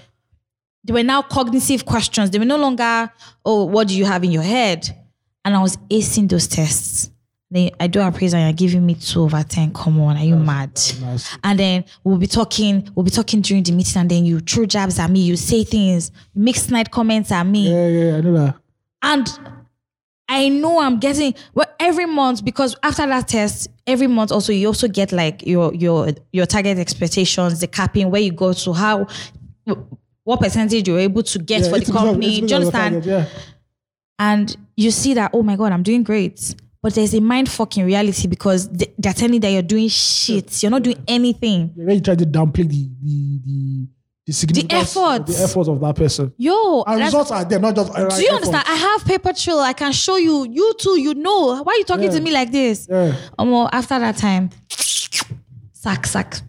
Speaker 1: they were now cognitive questions. They were no longer, oh, what do you have in your head? And I was acing those tests. Then I do appraisal and you're giving me two over ten. Come on, are you mad?
Speaker 2: Nice.
Speaker 1: and then we'll be talking we'll be talking during the meeting and then you throw jabs at me you say things you make snide comments at me
Speaker 2: Yeah, yeah, I know that.
Speaker 1: and i know i'm getting well every month because after that test every month also you also get like your your your target expectations the capping where you go to how what percentage you're able to get
Speaker 2: Yeah,
Speaker 1: for
Speaker 2: it's
Speaker 1: the
Speaker 2: because of-
Speaker 1: company
Speaker 2: it's
Speaker 1: do you
Speaker 2: because of
Speaker 1: understand
Speaker 2: target, Yeah.
Speaker 1: and you see that oh my god i'm doing great but there's a mind fucking reality because they- they're telling you that you're doing shit you're not doing anything
Speaker 2: Yeah, When you try to downplay the the the, the significance of
Speaker 1: efforts.
Speaker 2: the efforts of that person.
Speaker 1: Yo,
Speaker 2: And
Speaker 1: that's-
Speaker 2: results are there, not just. uh,
Speaker 1: do you understand? I have paper trail. I can show you. You too. You know. Why are you talking
Speaker 2: Yeah.
Speaker 1: to me like this?
Speaker 2: Yeah.
Speaker 1: Omo, after that time, sack, sack,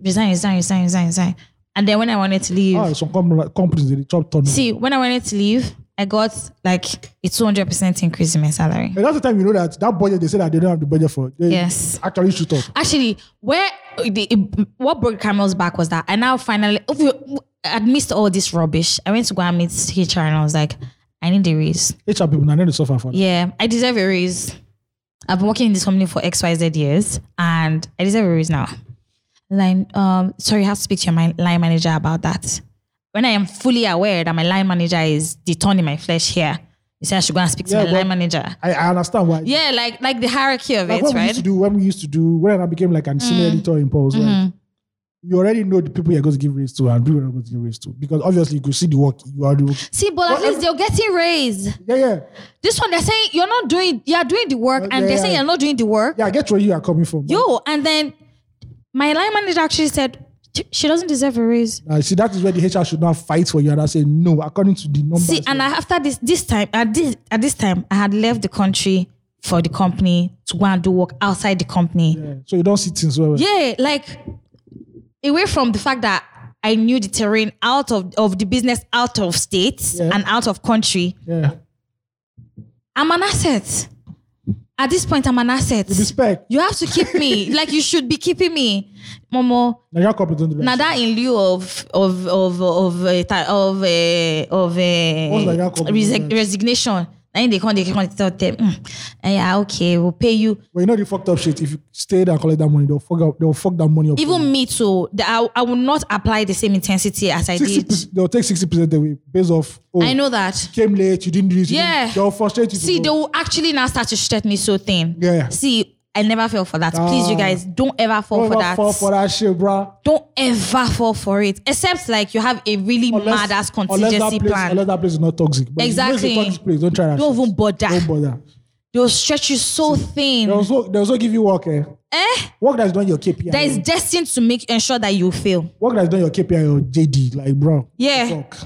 Speaker 1: resign, resign, resign, resign, resign. And then when I wanted to leave,
Speaker 2: Ah, some com- companies they chop turnover.
Speaker 1: see, when I wanted to leave, I got like a 200% increase in my salary.
Speaker 2: And that's the time you know that that budget they say that they don't have the budget for. They
Speaker 1: Yes.
Speaker 2: Actually, shoot up.
Speaker 1: Actually, where the, what broke Camel's back was that I now finally I missed all this rubbish. I went to go and meet HR and I was like, I need a raise.
Speaker 2: HR people, and then they suffer for that.
Speaker 1: Yeah, I deserve a raise. I've been working in this company for XYZ years and I deserve a raise now. Line, um, sorry, I have to speak to your mi- line manager about that. When I am fully aware that my line manager is the thorn in my flesh here, you say I should go and speak to
Speaker 2: Yeah,
Speaker 1: my
Speaker 2: but-
Speaker 1: line manager.
Speaker 2: I, I understand why.
Speaker 1: Yeah, like like the hierarchy of
Speaker 2: like
Speaker 1: it,
Speaker 2: what we used
Speaker 1: right? Mm.
Speaker 2: to do when we used to do when I became like an senior editor in Pulse, like,
Speaker 1: Mm-hmm.
Speaker 2: you already know the people you're going to give raise to and people you're not going to give raise to because obviously you could see the work you are doing.
Speaker 1: See, but at
Speaker 2: Well,
Speaker 1: least they're getting raised.
Speaker 2: Yeah, yeah,
Speaker 1: This one they're saying you're not doing you're doing the work, and they're
Speaker 2: yeah.
Speaker 1: saying you're not doing the work.
Speaker 2: yeah. I get where you are coming from. but-
Speaker 1: Yo, and then my line manager actually said she doesn't deserve a raise.
Speaker 2: Uh, see, that is where the HR should now fight for you and I say no according to the numbers.
Speaker 1: See, and I, after this, this time at this at this time, I had left the country for the company to go and do work outside the company.
Speaker 2: Yeah. so you don't see things well.
Speaker 1: Yeah, like away from the fact that I knew the terrain out of of the business, out of state
Speaker 2: Yeah.
Speaker 1: and out of country.
Speaker 2: yeah.
Speaker 1: I'm an asset. At this point, I'm an asset.
Speaker 2: Respect.
Speaker 1: You have to keep me like you should be keeping me, Momo.
Speaker 2: Nigerian companies don't do that.
Speaker 1: Now that in lieu of of of of uh, ti- of uh, of
Speaker 2: What's like that
Speaker 1: uh,
Speaker 2: company
Speaker 1: resi-
Speaker 2: like?
Speaker 1: resignation. Then they come, they come and tell them, mm, eh, yeah, okay, we'll pay you.
Speaker 2: But you know the fucked up shit. If you stay there and collect that money, they'll fuck up. They'll fuck that money up.
Speaker 1: Even me too. the- I, I will not apply the same intensity as I
Speaker 2: sixty
Speaker 1: did.
Speaker 2: percent, they'll take sixty percent away based off. Oh,
Speaker 1: I know that.
Speaker 2: you Came late. You didn't do this. you
Speaker 1: Yeah.
Speaker 2: didn't- They'll frustrate you. to
Speaker 1: See,
Speaker 2: go.
Speaker 1: they will actually now start to stress me so thin.
Speaker 2: Yeah.
Speaker 1: See, I never fell for that. Please, you
Speaker 2: Ah.
Speaker 1: guys, don't ever fall
Speaker 2: Don't
Speaker 1: for
Speaker 2: ever
Speaker 1: that.
Speaker 2: fall for that shit, bruh.
Speaker 1: Don't ever fall for it. Except like you have a really mad ass contingency
Speaker 2: unless that place,
Speaker 1: plan.
Speaker 2: Unless that place is not toxic. But
Speaker 1: Exactly.
Speaker 2: If it's a toxic place, don't try that.
Speaker 1: Don't
Speaker 2: shit.
Speaker 1: even bother.
Speaker 2: Don't bother.
Speaker 1: They'll stretch you so thin.
Speaker 2: They also, they also give you work, eh?
Speaker 1: eh?
Speaker 2: Work that's done your KPI.
Speaker 1: that is destined to make ensure that you fail.
Speaker 2: work that's done your KPI or JD, like bro.
Speaker 1: Yeah.
Speaker 2: Fuck.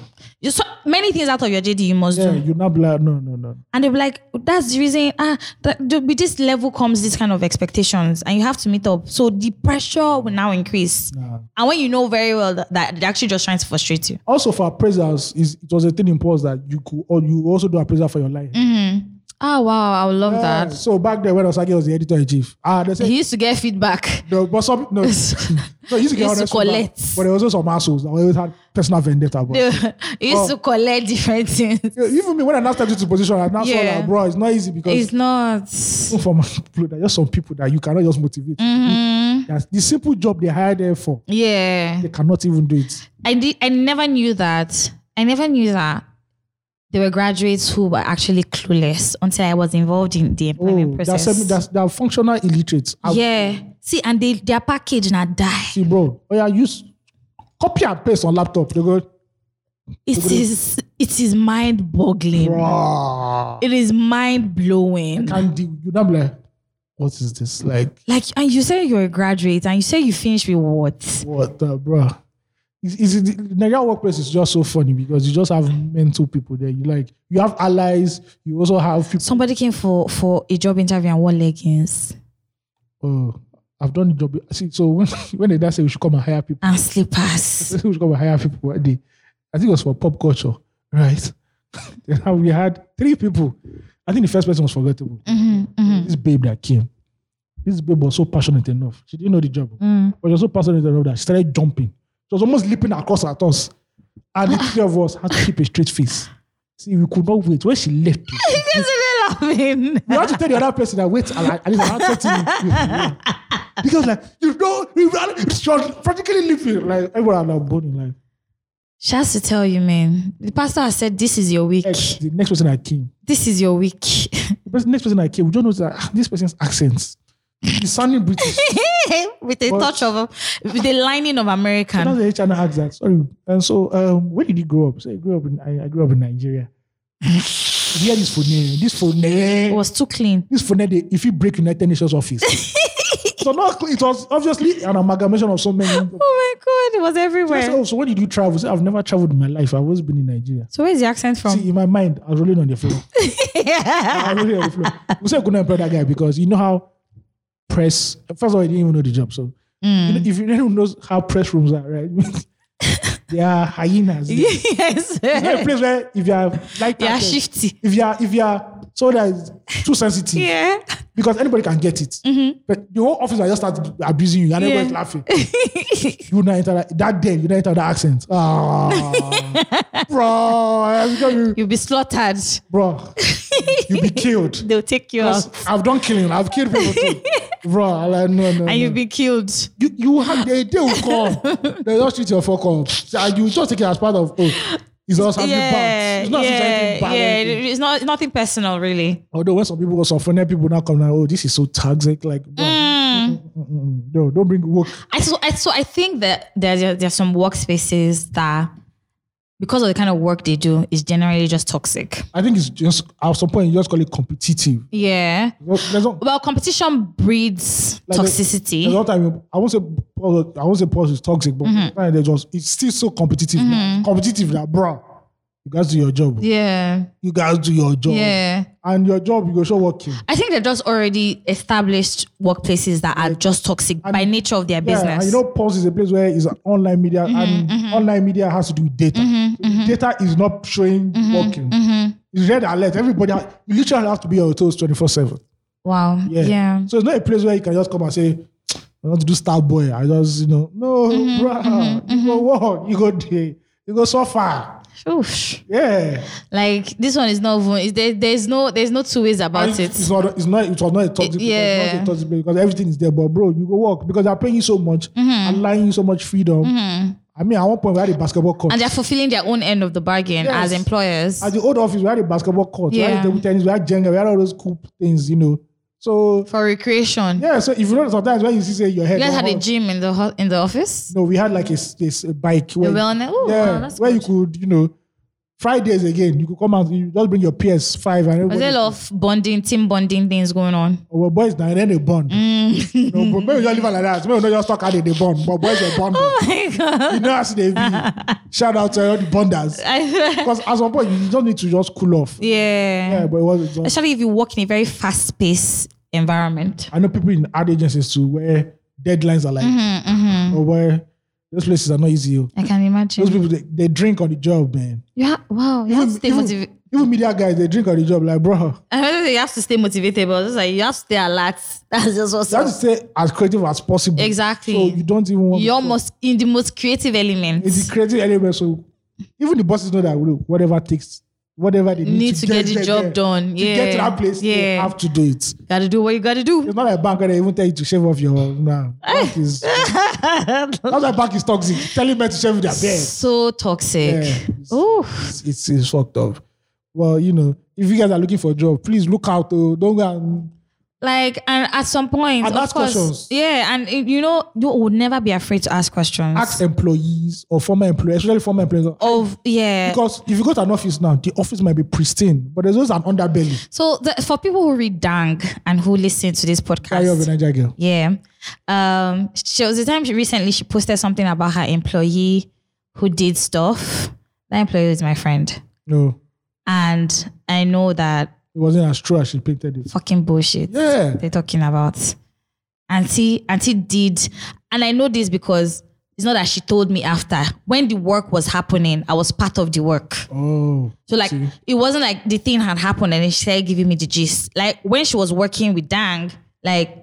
Speaker 1: You so many things out of your JD you must
Speaker 2: Yeah,
Speaker 1: do,
Speaker 2: you not be like, no, no, no.
Speaker 1: and they'll be like, "That's the reason." Ah, that the- with this level comes this kind of expectations, and you have to meet up. So the pressure will now increase, and when you know very well that, that they're actually just trying to frustrate you.
Speaker 2: Also for appraisals, is it was a thing in pause that you could or you also do appraisal for your life.
Speaker 1: Oh wow, I would love
Speaker 2: Yeah, So back then when Osage was the editor in chief, ah, they said
Speaker 1: He used to get feedback. [laughs]
Speaker 2: no, but some no, no you used to get
Speaker 1: Used to
Speaker 2: honest feedback,
Speaker 1: collect.
Speaker 2: but there was also some assholes that always had personal vendetta. But
Speaker 1: he used to collect different things.
Speaker 2: even me when I now stepped into the position, I now saw
Speaker 1: Yeah.
Speaker 2: that bro, it's not easy because
Speaker 1: It's not.
Speaker 2: even from people that just some people that you cannot just motivate.
Speaker 1: Mm.
Speaker 2: That's the simple job they hired them for,
Speaker 1: Mm-hmm. Yeah.
Speaker 2: they cannot even do it.
Speaker 1: I did. I never knew that. I never knew that there were graduates who were actually clueless until I was involved in the employment
Speaker 2: Oh, that's,
Speaker 1: process.
Speaker 2: semi- that's they are functional illiterates. I-
Speaker 1: yeah. See, and they their package now die.
Speaker 2: See, bro, oh yeah, use copy and paste on laptop. They go,
Speaker 1: It is it is mind boggling.
Speaker 2: "Bruh,
Speaker 1: It is mind blowing.
Speaker 2: can't deal. You know, I'm like, what is this? Like,
Speaker 1: Like, and you say you're a graduate, and you say you finished with what?
Speaker 2: what, the bro? Is, is it, the Nigerian workplace is just so funny because you just have mental people there. You like, you have allies. You also have people.
Speaker 1: Somebody came for for a job interview and wore leggings
Speaker 2: Oh, I've done the job. See, so when, [laughs] when they now say we should come and hire people. [laughs]
Speaker 1: and slippers.
Speaker 2: we should go and hire people one day. I think it was for pop culture, right? [laughs] Then we had three people. I think the first person was forgettable.
Speaker 1: Mm-hmm,
Speaker 2: This babe that came. This babe was so passionate enough. She didn't know the job, but she was so passionate enough that she started jumping. She was almost leaping across at us. And the three of us had to keep a straight face. See, we could not wait. When she left, we [laughs]
Speaker 1: laughing.
Speaker 2: had to tell the other person that wait, I like, at least I had something. Because like you know, we ran, she was practically leaping. Like everyone had like burning like.
Speaker 1: She has to tell you, man. The pastor has said, "This is your week.
Speaker 2: Next, the next person I came,
Speaker 1: This is your week."
Speaker 2: The person- next person I came, we don't know that ah, this person's accents. He's sounding British.
Speaker 1: [laughs] with a
Speaker 2: But-
Speaker 1: touch of, um, with the lining of
Speaker 2: That's
Speaker 1: American.
Speaker 2: the HR now asked that. Sorry. And so, um, where did he grow up? So I grew up in I, I grew up in Nigeria. you hear this phone, this phone,
Speaker 1: It was too clean.
Speaker 2: this phone. If you break United Nations office, So not it was obviously an amalgamation of so many.
Speaker 1: Oh my god, it was
Speaker 2: I said,
Speaker 1: everywhere.
Speaker 2: oh, so when did you travel? He said, I've never traveled in my life. I've always been in Nigeria.
Speaker 1: So where's the accent from? [laughs]
Speaker 2: See, in my mind, I was rolling on the floor. I was rolling on the floor. We said we couldn't employ that guy because you know how press. First of all, he didn't even know the job. So you know, if you don't know how press rooms are, right? they are hyenas. You
Speaker 1: yes.
Speaker 2: know, a place where if you are like
Speaker 1: Yeah, shifty.
Speaker 2: if you are if you are so that is too sensitive
Speaker 1: Yeah. Mm-hmm.
Speaker 2: because anybody can get it. But the whole office will just start abusing you and everybody's
Speaker 1: [laughs]
Speaker 2: laughing. you would not enter that, that day, you would not enter that accent.
Speaker 1: [laughs]
Speaker 2: Ah, bro, I'm gonna be-
Speaker 1: You'll be slaughtered.
Speaker 2: bro, you'll be killed.
Speaker 1: They'll take you out.
Speaker 2: I've done killing. I've killed people too. Bro, I'm like, no, no. no.
Speaker 1: And you'll be killed.
Speaker 2: you, you have, they, they will come. They just treat your fuck up. And you just take it as part of, oh, it's just having
Speaker 1: Yeah.
Speaker 2: bad. It's not such
Speaker 1: yeah.
Speaker 2: anything bad.
Speaker 1: yeah.
Speaker 2: anything.
Speaker 1: It's not nothing personal, really.
Speaker 2: Although when some people got some funny people now come like, oh, this is so toxic. Like, Mm, bro,
Speaker 1: Mm.
Speaker 2: mm-mm, no, don't bring woke.
Speaker 1: I so I so I think that there there- there are some workspaces that because of the kind of work they do is generally just toxic.
Speaker 2: I think it's just at some point you just call it competitive.
Speaker 1: Yeah.
Speaker 2: There's no-
Speaker 1: Well, competition breeds
Speaker 2: Like the-
Speaker 1: toxicity.
Speaker 2: there's no time you- I won't say pause- I won't say pause is toxic, but
Speaker 1: Mm-hmm.
Speaker 2: sometimes they just it's still so competitive. now. Competitive that bro, you guys do your job.
Speaker 1: yeah.
Speaker 2: You guys do your job.
Speaker 1: Yeah.
Speaker 2: And your job, you go show working.
Speaker 1: I think they're just already established workplaces that are just toxic by nature of their
Speaker 2: Yeah, and
Speaker 1: business. Mm-hmm,
Speaker 2: you know, Pulse is a place where it's an online media, and online media has to do with data. So Data is not showing
Speaker 1: Mm-hmm,
Speaker 2: working. It's red alert. Everybody, ha- you literally have to be on your toes 24 7.
Speaker 1: wow.
Speaker 2: Yeah.
Speaker 1: Yeah. Yeah.
Speaker 2: So it's not a place where you can just come and say, I want to do Star Boy. I just, you know, no,
Speaker 1: Mm-hmm,
Speaker 2: bruh, you go walk, you go there, you go so far.
Speaker 1: Oof.
Speaker 2: Yeah.
Speaker 1: Like this one is not even is there, there's no there's no two ways about
Speaker 2: And It's
Speaker 1: it.
Speaker 2: not, it's not, it was not a toxic, place,
Speaker 1: yeah.
Speaker 2: not a toxic place because everything is there. But bro, you go walk because they're paying you so much,
Speaker 1: Mm-hmm.
Speaker 2: allowing you so much freedom. I mean, at one point, we had a basketball court.
Speaker 1: And they're fulfilling their own end of the bargain
Speaker 2: Yes.
Speaker 1: as employers.
Speaker 2: At the old office, we had a basketball court, we had
Speaker 1: Yeah.
Speaker 2: a table tennis, we had Jenga, we had all those cool things, you know. So
Speaker 1: for recreation.
Speaker 2: yeah, so if you know sometimes when you see say your head,
Speaker 1: You guys had a
Speaker 2: hurts,
Speaker 1: gym in the ho- in the office.
Speaker 2: no, we had like a, s- this, a bike where,
Speaker 1: A wellness- oh,
Speaker 2: yeah,
Speaker 1: wow, that's
Speaker 2: where you could, you know, Fridays again, you could come out, you just bring your
Speaker 1: Was
Speaker 2: PS5 and
Speaker 1: there a
Speaker 2: everybody,
Speaker 1: lot of bonding, team bonding things going on? [laughs]
Speaker 2: oh, well, boys now and then they bond.
Speaker 1: Mm.
Speaker 2: You know, but maybe we just leave it like that. Maybe we not just talk how they, they bond, but boys they
Speaker 1: [laughs]
Speaker 2: bond.
Speaker 1: Oh my god!
Speaker 2: you know how they be. Shout out to all the
Speaker 1: [laughs]
Speaker 2: bonders.
Speaker 1: I-
Speaker 2: Because at some point you just need to just cool off.
Speaker 1: yeah.
Speaker 2: Yeah, but it was just
Speaker 1: especially if you work in a very fast-paced environment.
Speaker 2: I know people in ad agencies too where deadlines are like,
Speaker 1: Mm-hmm,
Speaker 2: or where those places are not easy. oh.
Speaker 1: I can imagine.
Speaker 2: Those people they, they drink on the job, man.
Speaker 1: You ha- wow, you have to stay motivated.
Speaker 2: even media guys they drink on the job, like bro.
Speaker 1: I don't think you have to stay motivated, but it's like you have to stay alert. [laughs] That's just what's
Speaker 2: You have to stay as creative as possible.
Speaker 1: Exactly.
Speaker 2: So you don't even want.
Speaker 1: You're most in the most creative element.
Speaker 2: it's the creative element. So even the bosses know that look, whatever takes, whatever they need,
Speaker 1: Need to get the
Speaker 2: there,
Speaker 1: job
Speaker 2: there.
Speaker 1: done.
Speaker 2: To get to
Speaker 1: Yeah.
Speaker 2: that place, they
Speaker 1: Yeah.
Speaker 2: have to do it.
Speaker 1: gotta do what you gotta do.
Speaker 2: It's not like bank where they even tell you to shave off your. Nah,
Speaker 1: [laughs]
Speaker 2: bank is, that's why bank is toxic. Telling men to shave their beard.
Speaker 1: So toxic.
Speaker 2: Yeah.
Speaker 1: Oh,
Speaker 2: it's, it's, it's fucked up. Well, you know, if you guys are looking for a job, please look out. Oh, don't go and
Speaker 1: like and at some point,
Speaker 2: And
Speaker 1: of
Speaker 2: ask
Speaker 1: course,
Speaker 2: questions.
Speaker 1: yeah, and it- you know, you would never be afraid to ask questions.
Speaker 2: ask employees or former employees, especially former employees.
Speaker 1: of yeah.
Speaker 2: Because if you go to an office now, the office might be pristine, but there's always an underbelly.
Speaker 1: So the, for people who read Dang and who listen to this
Speaker 2: Carry of a
Speaker 1: podcast,
Speaker 2: Niger girl.
Speaker 1: yeah, um, she was the time she recently she posted something about her employee who did stuff. That employee is my friend,
Speaker 2: No,
Speaker 1: and I know that
Speaker 2: it wasn't as true as she painted it.
Speaker 1: fucking bullshit
Speaker 2: Yeah.
Speaker 1: they're talking about. Auntie, Auntie did, and I know this because it's not that she told me after. When the work was happening, I was part of the work.
Speaker 2: Oh,
Speaker 1: So like
Speaker 2: See.
Speaker 1: it wasn't like the thing had happened and then she started giving me the gist. Like when she was working with Dang, like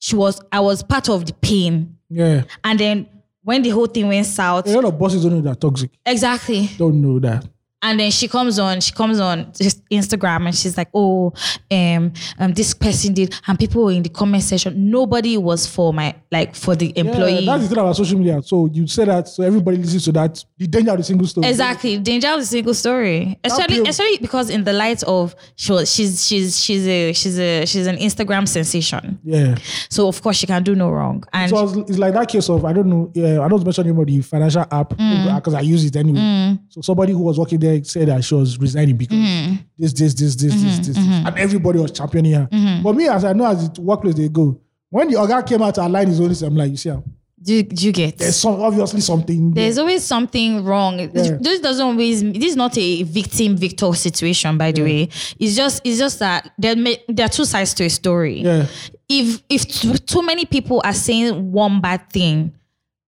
Speaker 1: she was I was part of the pain.
Speaker 2: yeah.
Speaker 1: And then when the whole thing went south,
Speaker 2: A lot of bosses don't know they're toxic.
Speaker 1: exactly.
Speaker 2: Don't know that.
Speaker 1: And then she comes on, she comes on just Instagram and she's like, oh, um, um, this person did, and people were in the comment section. Nobody was for my like for the employee.
Speaker 2: Yeah, that's the thing about social media. So you say that, so everybody listens to that. The danger of the single story.
Speaker 1: Exactly, danger of the single story, especially
Speaker 2: pure-
Speaker 1: especially because in the light of she was, she's she's she's a she's a she's an Instagram sensation.
Speaker 2: Yeah.
Speaker 1: So of course she can do no wrong. And
Speaker 2: So it's, it's like that case of I don't know. Yeah, I don't mention anymore the financial app
Speaker 1: Mm.
Speaker 2: because I use it anyway. So somebody who was working there said that she was resigning because
Speaker 1: Mm. Mm-hmm,
Speaker 2: this, this, this, this, this, this, this, and everybody was championing her. But me, as I know, as the workplace they go, When the organ came out to align his own, I'm like, you see, ah,
Speaker 1: Do you, do you get?
Speaker 2: there's some obviously something.
Speaker 1: There's always something wrong.
Speaker 2: Yeah.
Speaker 1: This doesn't always. This is not a victim victor situation, by the way. It's just it's just that there may, there are two sides to a story.
Speaker 2: yeah,
Speaker 1: If if too, too many people are saying one bad thing,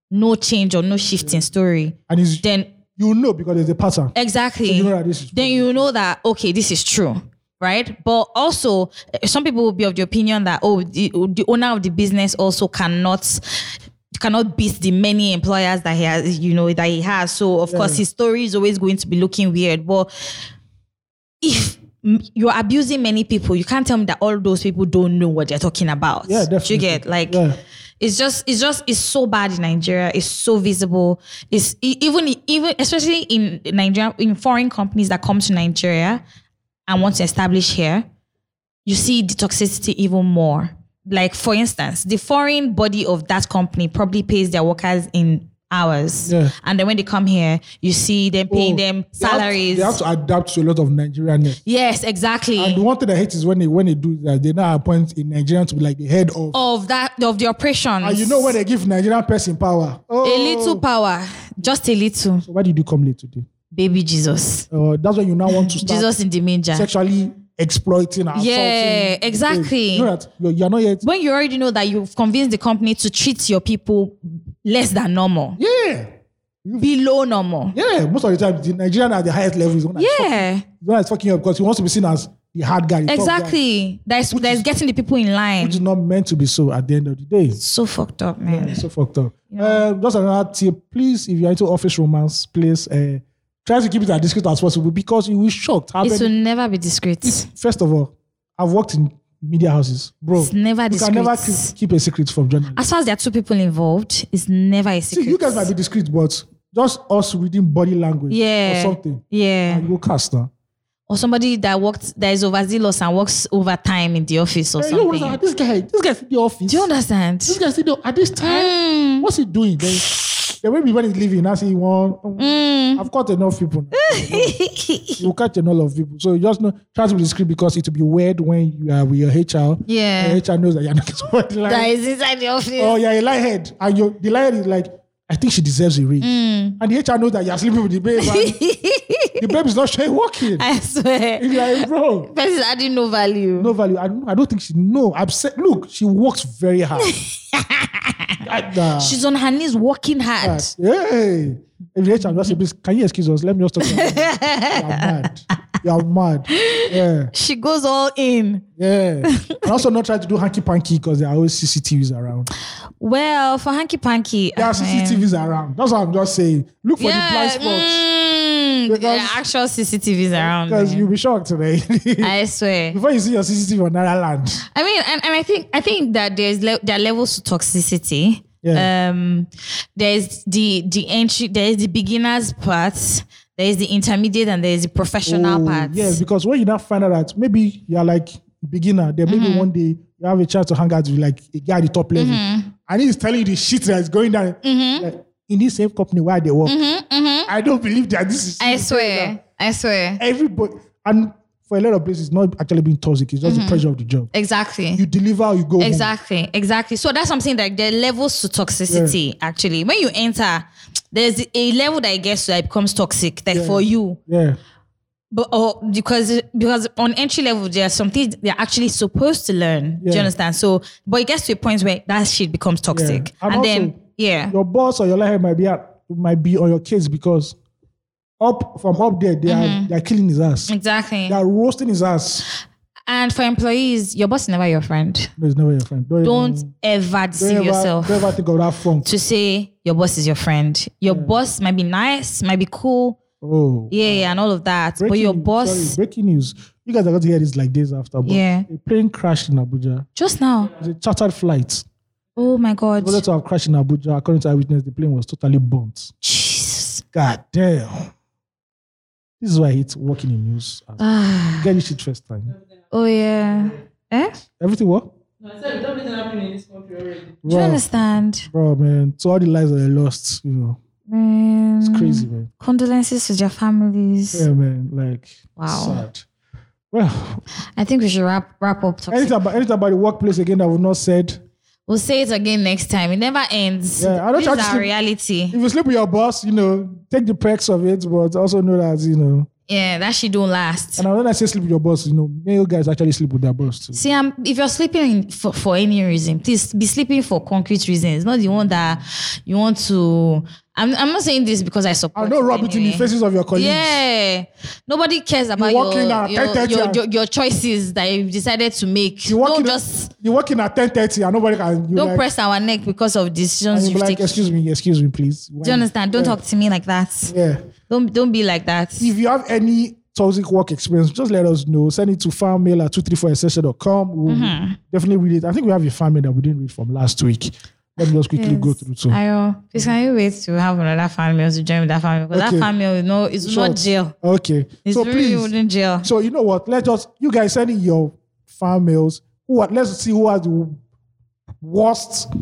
Speaker 1: no change or no shift in story,
Speaker 2: and it's,
Speaker 1: then
Speaker 2: you know because there's a pattern.
Speaker 1: exactly
Speaker 2: you know that this is
Speaker 1: then you know that okay this is true right but also eh, some people will be of the opinion that oh the, the owner of the business also cannot cannot beat the many employers that he has you know that he has so of course his story is always going to be looking weird but if m- you're abusing many people you can't tell me that all those people don't know what they're talking about
Speaker 2: Yeah,
Speaker 1: Do
Speaker 2: definitely.
Speaker 1: you get like
Speaker 2: Yeah.
Speaker 1: it's just it's just it's so bad in Nigeria. It's so visible. It's e- even even especially in Nigeria in foreign companies that come to Nigeria and want to establish here, you see the toxicity even more. Like for instance, the foreign body of that company probably pays their workers in hours,
Speaker 2: Yeah.
Speaker 1: and then when they come here, you see them paying
Speaker 2: Oh,
Speaker 1: them
Speaker 2: they have to-
Speaker 1: salaries.
Speaker 2: They have, to, adapt to a lot of Nigerian.
Speaker 1: yes, exactly.
Speaker 2: And the one thing I hate is when they when they do that, they now appoint a Nigerian to be like the head of.
Speaker 1: of that of the operations,
Speaker 2: And Ah, you know when they give Nigerian person power. Oh,
Speaker 1: a little power, just a little,
Speaker 2: So why did you come late today?
Speaker 1: baby Jesus.
Speaker 2: Uh, that's when you now want to start
Speaker 1: Jesus in the manger.
Speaker 2: sexually exploiting. and
Speaker 1: Yeah,
Speaker 2: assaulting the
Speaker 1: exactly.
Speaker 2: babe. You know that you're, you're not yet.
Speaker 1: When you already know that you've convinced the company to treat your people less than normal,
Speaker 2: Yeah,
Speaker 1: below normal.
Speaker 2: yeah. Most of the time, the Nigerian at the highest level is the one that's fucking-
Speaker 1: Yeah,
Speaker 2: the one that's fucking up because he wants to be seen as the hard guy. the tough guy,
Speaker 1: exactly. That's that's getting the people in line.
Speaker 2: Which is not meant to be so. At the end of the day,
Speaker 1: so fucked up, man.
Speaker 2: It's so fucked up. Um, just another tip, please, if you're into office romance, please uh, try to keep it as discreet as possible because you will be shocked. How
Speaker 1: It will
Speaker 2: many-
Speaker 1: never be discreet. It's
Speaker 2: first of all, I've worked in media houses, bro.
Speaker 1: never
Speaker 2: you can
Speaker 1: discreet.
Speaker 2: never keep, keep a secret from journalists.
Speaker 1: As far as there are two people involved, it's never a
Speaker 2: See,
Speaker 1: secret.
Speaker 2: you guys might be discreet, but just us reading body language
Speaker 1: Yeah.
Speaker 2: or something,
Speaker 1: yeah,
Speaker 2: and you go cast now.
Speaker 1: or somebody that worked that is overzealous and works overtime in the office or
Speaker 2: Hey, Eh, you
Speaker 1: something.
Speaker 2: know, this guy, this guy's in the office.
Speaker 1: Do you understand?
Speaker 2: This guy's in the at this time.
Speaker 1: Mm.
Speaker 2: What's he doing? Then, then when everybody's leaving, I see one.
Speaker 1: Mm. Hmm.
Speaker 2: I've got enough people. now. you catch a lot of people. So you just know, try to be discreet because it will be weird when you are with your HR.
Speaker 1: [laughs] Yeah.
Speaker 2: Your HR knows that you're not [laughs] somebody like,
Speaker 1: that is inside the office.
Speaker 2: Eh, oh, you're a lighthead. And your the lighthead is like, I think she deserves a raise.
Speaker 1: Mm.
Speaker 2: And the HR knows that you're sleeping with the
Speaker 1: [laughs]
Speaker 2: babe. And the babe is not showing
Speaker 1: [laughs]
Speaker 2: working.
Speaker 1: I swear.
Speaker 2: It's like, bro.
Speaker 1: Person is adding no value.
Speaker 2: no value. I don't, I don't think she no. I'm sa- look, she works very
Speaker 1: [laughs]
Speaker 2: hard. God, nah.
Speaker 1: She's on her knees working hard.
Speaker 2: hey, if you're HR, just say, please, can you excuse us? Let me just talk. to you." You're mad. You're mad. Yeah,
Speaker 1: She goes all in.
Speaker 2: yeah. And also not try to do hanky panky because there are always CCTVs around.
Speaker 1: Well, for hanky panky.
Speaker 2: There are
Speaker 1: ah, man.
Speaker 2: CCTVs around. That's what I'm just saying. Look for the
Speaker 1: Yeah,
Speaker 2: blind spots
Speaker 1: mm,
Speaker 2: Because-
Speaker 1: there are actual CCTVs around.
Speaker 2: because
Speaker 1: man.
Speaker 2: you'll be shocked today. [laughs]
Speaker 1: I swear.
Speaker 2: Before you see your CCTV on Nara land,
Speaker 1: I mean, and, and I think I think that there's le- there are levels to toxicity.
Speaker 2: Yeah.
Speaker 1: Um, there's the the entry. There is the beginners part. There is the intermediate, and there is the professional
Speaker 2: Oh,
Speaker 1: part.
Speaker 2: Yes, because when you now find out that maybe you're like beginner, then maybe
Speaker 1: Mm-hmm.
Speaker 2: one day you have a chance to hang out with like a guy at the top level,
Speaker 1: Mm-hmm.
Speaker 2: and he's telling you the shit that's going down like, in this same company where they work. I don't believe that this is.
Speaker 1: Mm-hmm. I swear. I swear.
Speaker 2: Everybody and for a lot of places, it's not actually being toxic. It's just the pressure of the job.
Speaker 1: Exactly.
Speaker 2: You deliver, you go. home.
Speaker 1: Mm-hmm. Exactly, exactly. So that's something that there are levels to toxicity. Actually, when you enter, there's a level that it gets to that becomes toxic, like for you.
Speaker 2: Yeah.
Speaker 1: But or because because on entry level, there are some things they're actually supposed to learn. Do you
Speaker 2: Yeah.
Speaker 1: understand? So, but it gets to a point where that shit becomes toxic, and,
Speaker 2: And
Speaker 1: then
Speaker 2: also,
Speaker 1: yeah,
Speaker 2: Your boss or your life might be at, might be on your case because up from up there, they
Speaker 1: Mm-hmm.
Speaker 2: are they are killing his ass.
Speaker 1: exactly.
Speaker 2: They are roasting his ass.
Speaker 1: And for employees, your boss is never your friend.
Speaker 2: No, it's never your friend. Don't,
Speaker 1: Don't
Speaker 2: even-
Speaker 1: ever
Speaker 2: don't
Speaker 1: deceive
Speaker 2: ever,
Speaker 1: yourself.
Speaker 2: Don't ever think of that funk.
Speaker 1: to say your boss is your friend. Your boss might be nice, might be cool,
Speaker 2: Oh.
Speaker 1: yeah, yeah, and all of that. but your
Speaker 2: news,
Speaker 1: boss,
Speaker 2: sorry, breaking news. You guys are going to hear this like days after. But
Speaker 1: Yeah.
Speaker 2: A plane crashed in Abuja.
Speaker 1: Just now.
Speaker 2: It's a chartered flight.
Speaker 1: Oh my
Speaker 2: It
Speaker 1: God.
Speaker 2: was to have crashed in Abuja. According to eyewitness, the plane was totally burnt.
Speaker 1: Jesus.
Speaker 2: God damn. This is why I hate working in news.
Speaker 1: Ah.
Speaker 2: Get this shit first time.
Speaker 1: Oh yeah. Eh?
Speaker 2: Everything what?
Speaker 4: No, I said everything happening in this country already.
Speaker 1: Do you
Speaker 2: Bro,
Speaker 1: understand?
Speaker 2: bro, man. So all the lives that I lost, you know.
Speaker 1: Man.
Speaker 2: It's crazy, man.
Speaker 1: Condolences to their families.
Speaker 2: Yeah, man. Like,
Speaker 1: Wow.
Speaker 2: sad. Well,
Speaker 1: I think we should wrap wrap up. Toxic.
Speaker 2: anything about, anything about the workplace again that we've not said.
Speaker 1: We'll say it again next time. It never ends.
Speaker 2: Yeah, I don't
Speaker 1: this
Speaker 2: try
Speaker 1: is
Speaker 2: to
Speaker 1: our
Speaker 2: sleep-
Speaker 1: reality.
Speaker 2: If you sleep with your boss, you know, take the perks of it, but also know that, you know.
Speaker 1: Yeah, that shit don't last.
Speaker 2: And when I say sleep with your boss, you know, male guys actually sleep with their boss too.
Speaker 1: See, um, if you're sleeping in- for, for any reason, please be sleeping for concrete reasons, not the one that you want to. I'm, I'm not saying this because I
Speaker 2: I'll
Speaker 1: support.
Speaker 2: not
Speaker 1: it
Speaker 2: rub it in the
Speaker 1: anyway.
Speaker 2: faces of your colleagues.
Speaker 1: Yeah, nobody cares about
Speaker 2: walk
Speaker 1: your
Speaker 2: in at
Speaker 1: your,
Speaker 2: 10:30
Speaker 1: your,
Speaker 2: and-
Speaker 1: your your choices that you've decided to make.
Speaker 2: You walk,
Speaker 1: Don't
Speaker 2: in,
Speaker 1: just
Speaker 2: you walk in at 10.30 and nobody can... You
Speaker 1: don't
Speaker 2: like,
Speaker 1: press our neck because of
Speaker 2: and
Speaker 1: decisions
Speaker 2: you
Speaker 1: you've
Speaker 2: be like,
Speaker 1: taken.
Speaker 2: excuse me, excuse me, please.
Speaker 1: Do you understand? Don't talk to me like that.
Speaker 2: Yeah.
Speaker 1: Don't don't be like that.
Speaker 2: If you have any toxic work experience, just let us know. Send it to fanmail at 234essential.com. We'll
Speaker 1: Mm-hmm.
Speaker 2: definitely read it. I think we have a fan mail that we didn't read from last week. Let me just quickly go through. So,
Speaker 1: Ayo, please can you wait to have another family to join with that family? Because
Speaker 2: Okay.
Speaker 1: that family, you know, it's
Speaker 2: Short.
Speaker 1: not jail.
Speaker 2: okay.
Speaker 1: It's
Speaker 2: so
Speaker 1: really
Speaker 2: please,
Speaker 1: wooden jail.
Speaker 2: So you know what? Let us you guys send in your fan mails. Who are, let's see who has the worst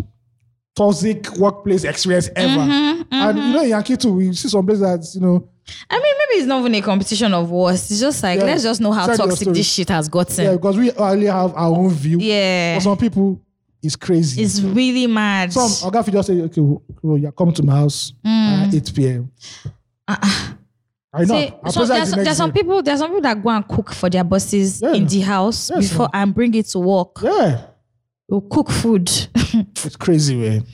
Speaker 2: toxic workplace experience ever.
Speaker 1: Mm-hmm,
Speaker 2: And you know, in Yankee too, we see some places that you know
Speaker 1: I mean, maybe it's not even a competition of worst. It's just like
Speaker 2: Yeah.
Speaker 1: let's just know how
Speaker 2: Send your
Speaker 1: toxic
Speaker 2: story.
Speaker 1: this shit has
Speaker 2: yeah,
Speaker 1: gotten.
Speaker 2: because we only have our own view.
Speaker 1: Yeah,
Speaker 2: For some people, it's crazy.
Speaker 1: it's really mad.
Speaker 2: some uh, Ogafi just say, okay, well, you come to my house at 8 p.m. I know.
Speaker 1: Hmm. Ah, See,
Speaker 2: I'll
Speaker 1: so
Speaker 2: present the
Speaker 1: there's,
Speaker 2: next
Speaker 1: there's some
Speaker 2: day.
Speaker 1: people there's some people that go and cook for their bosses
Speaker 2: Yeah.
Speaker 1: in the house
Speaker 2: Yes,
Speaker 1: before and bring it to work.
Speaker 2: Yeah,
Speaker 1: They'll cook food. [laughs]
Speaker 2: it's crazy, man.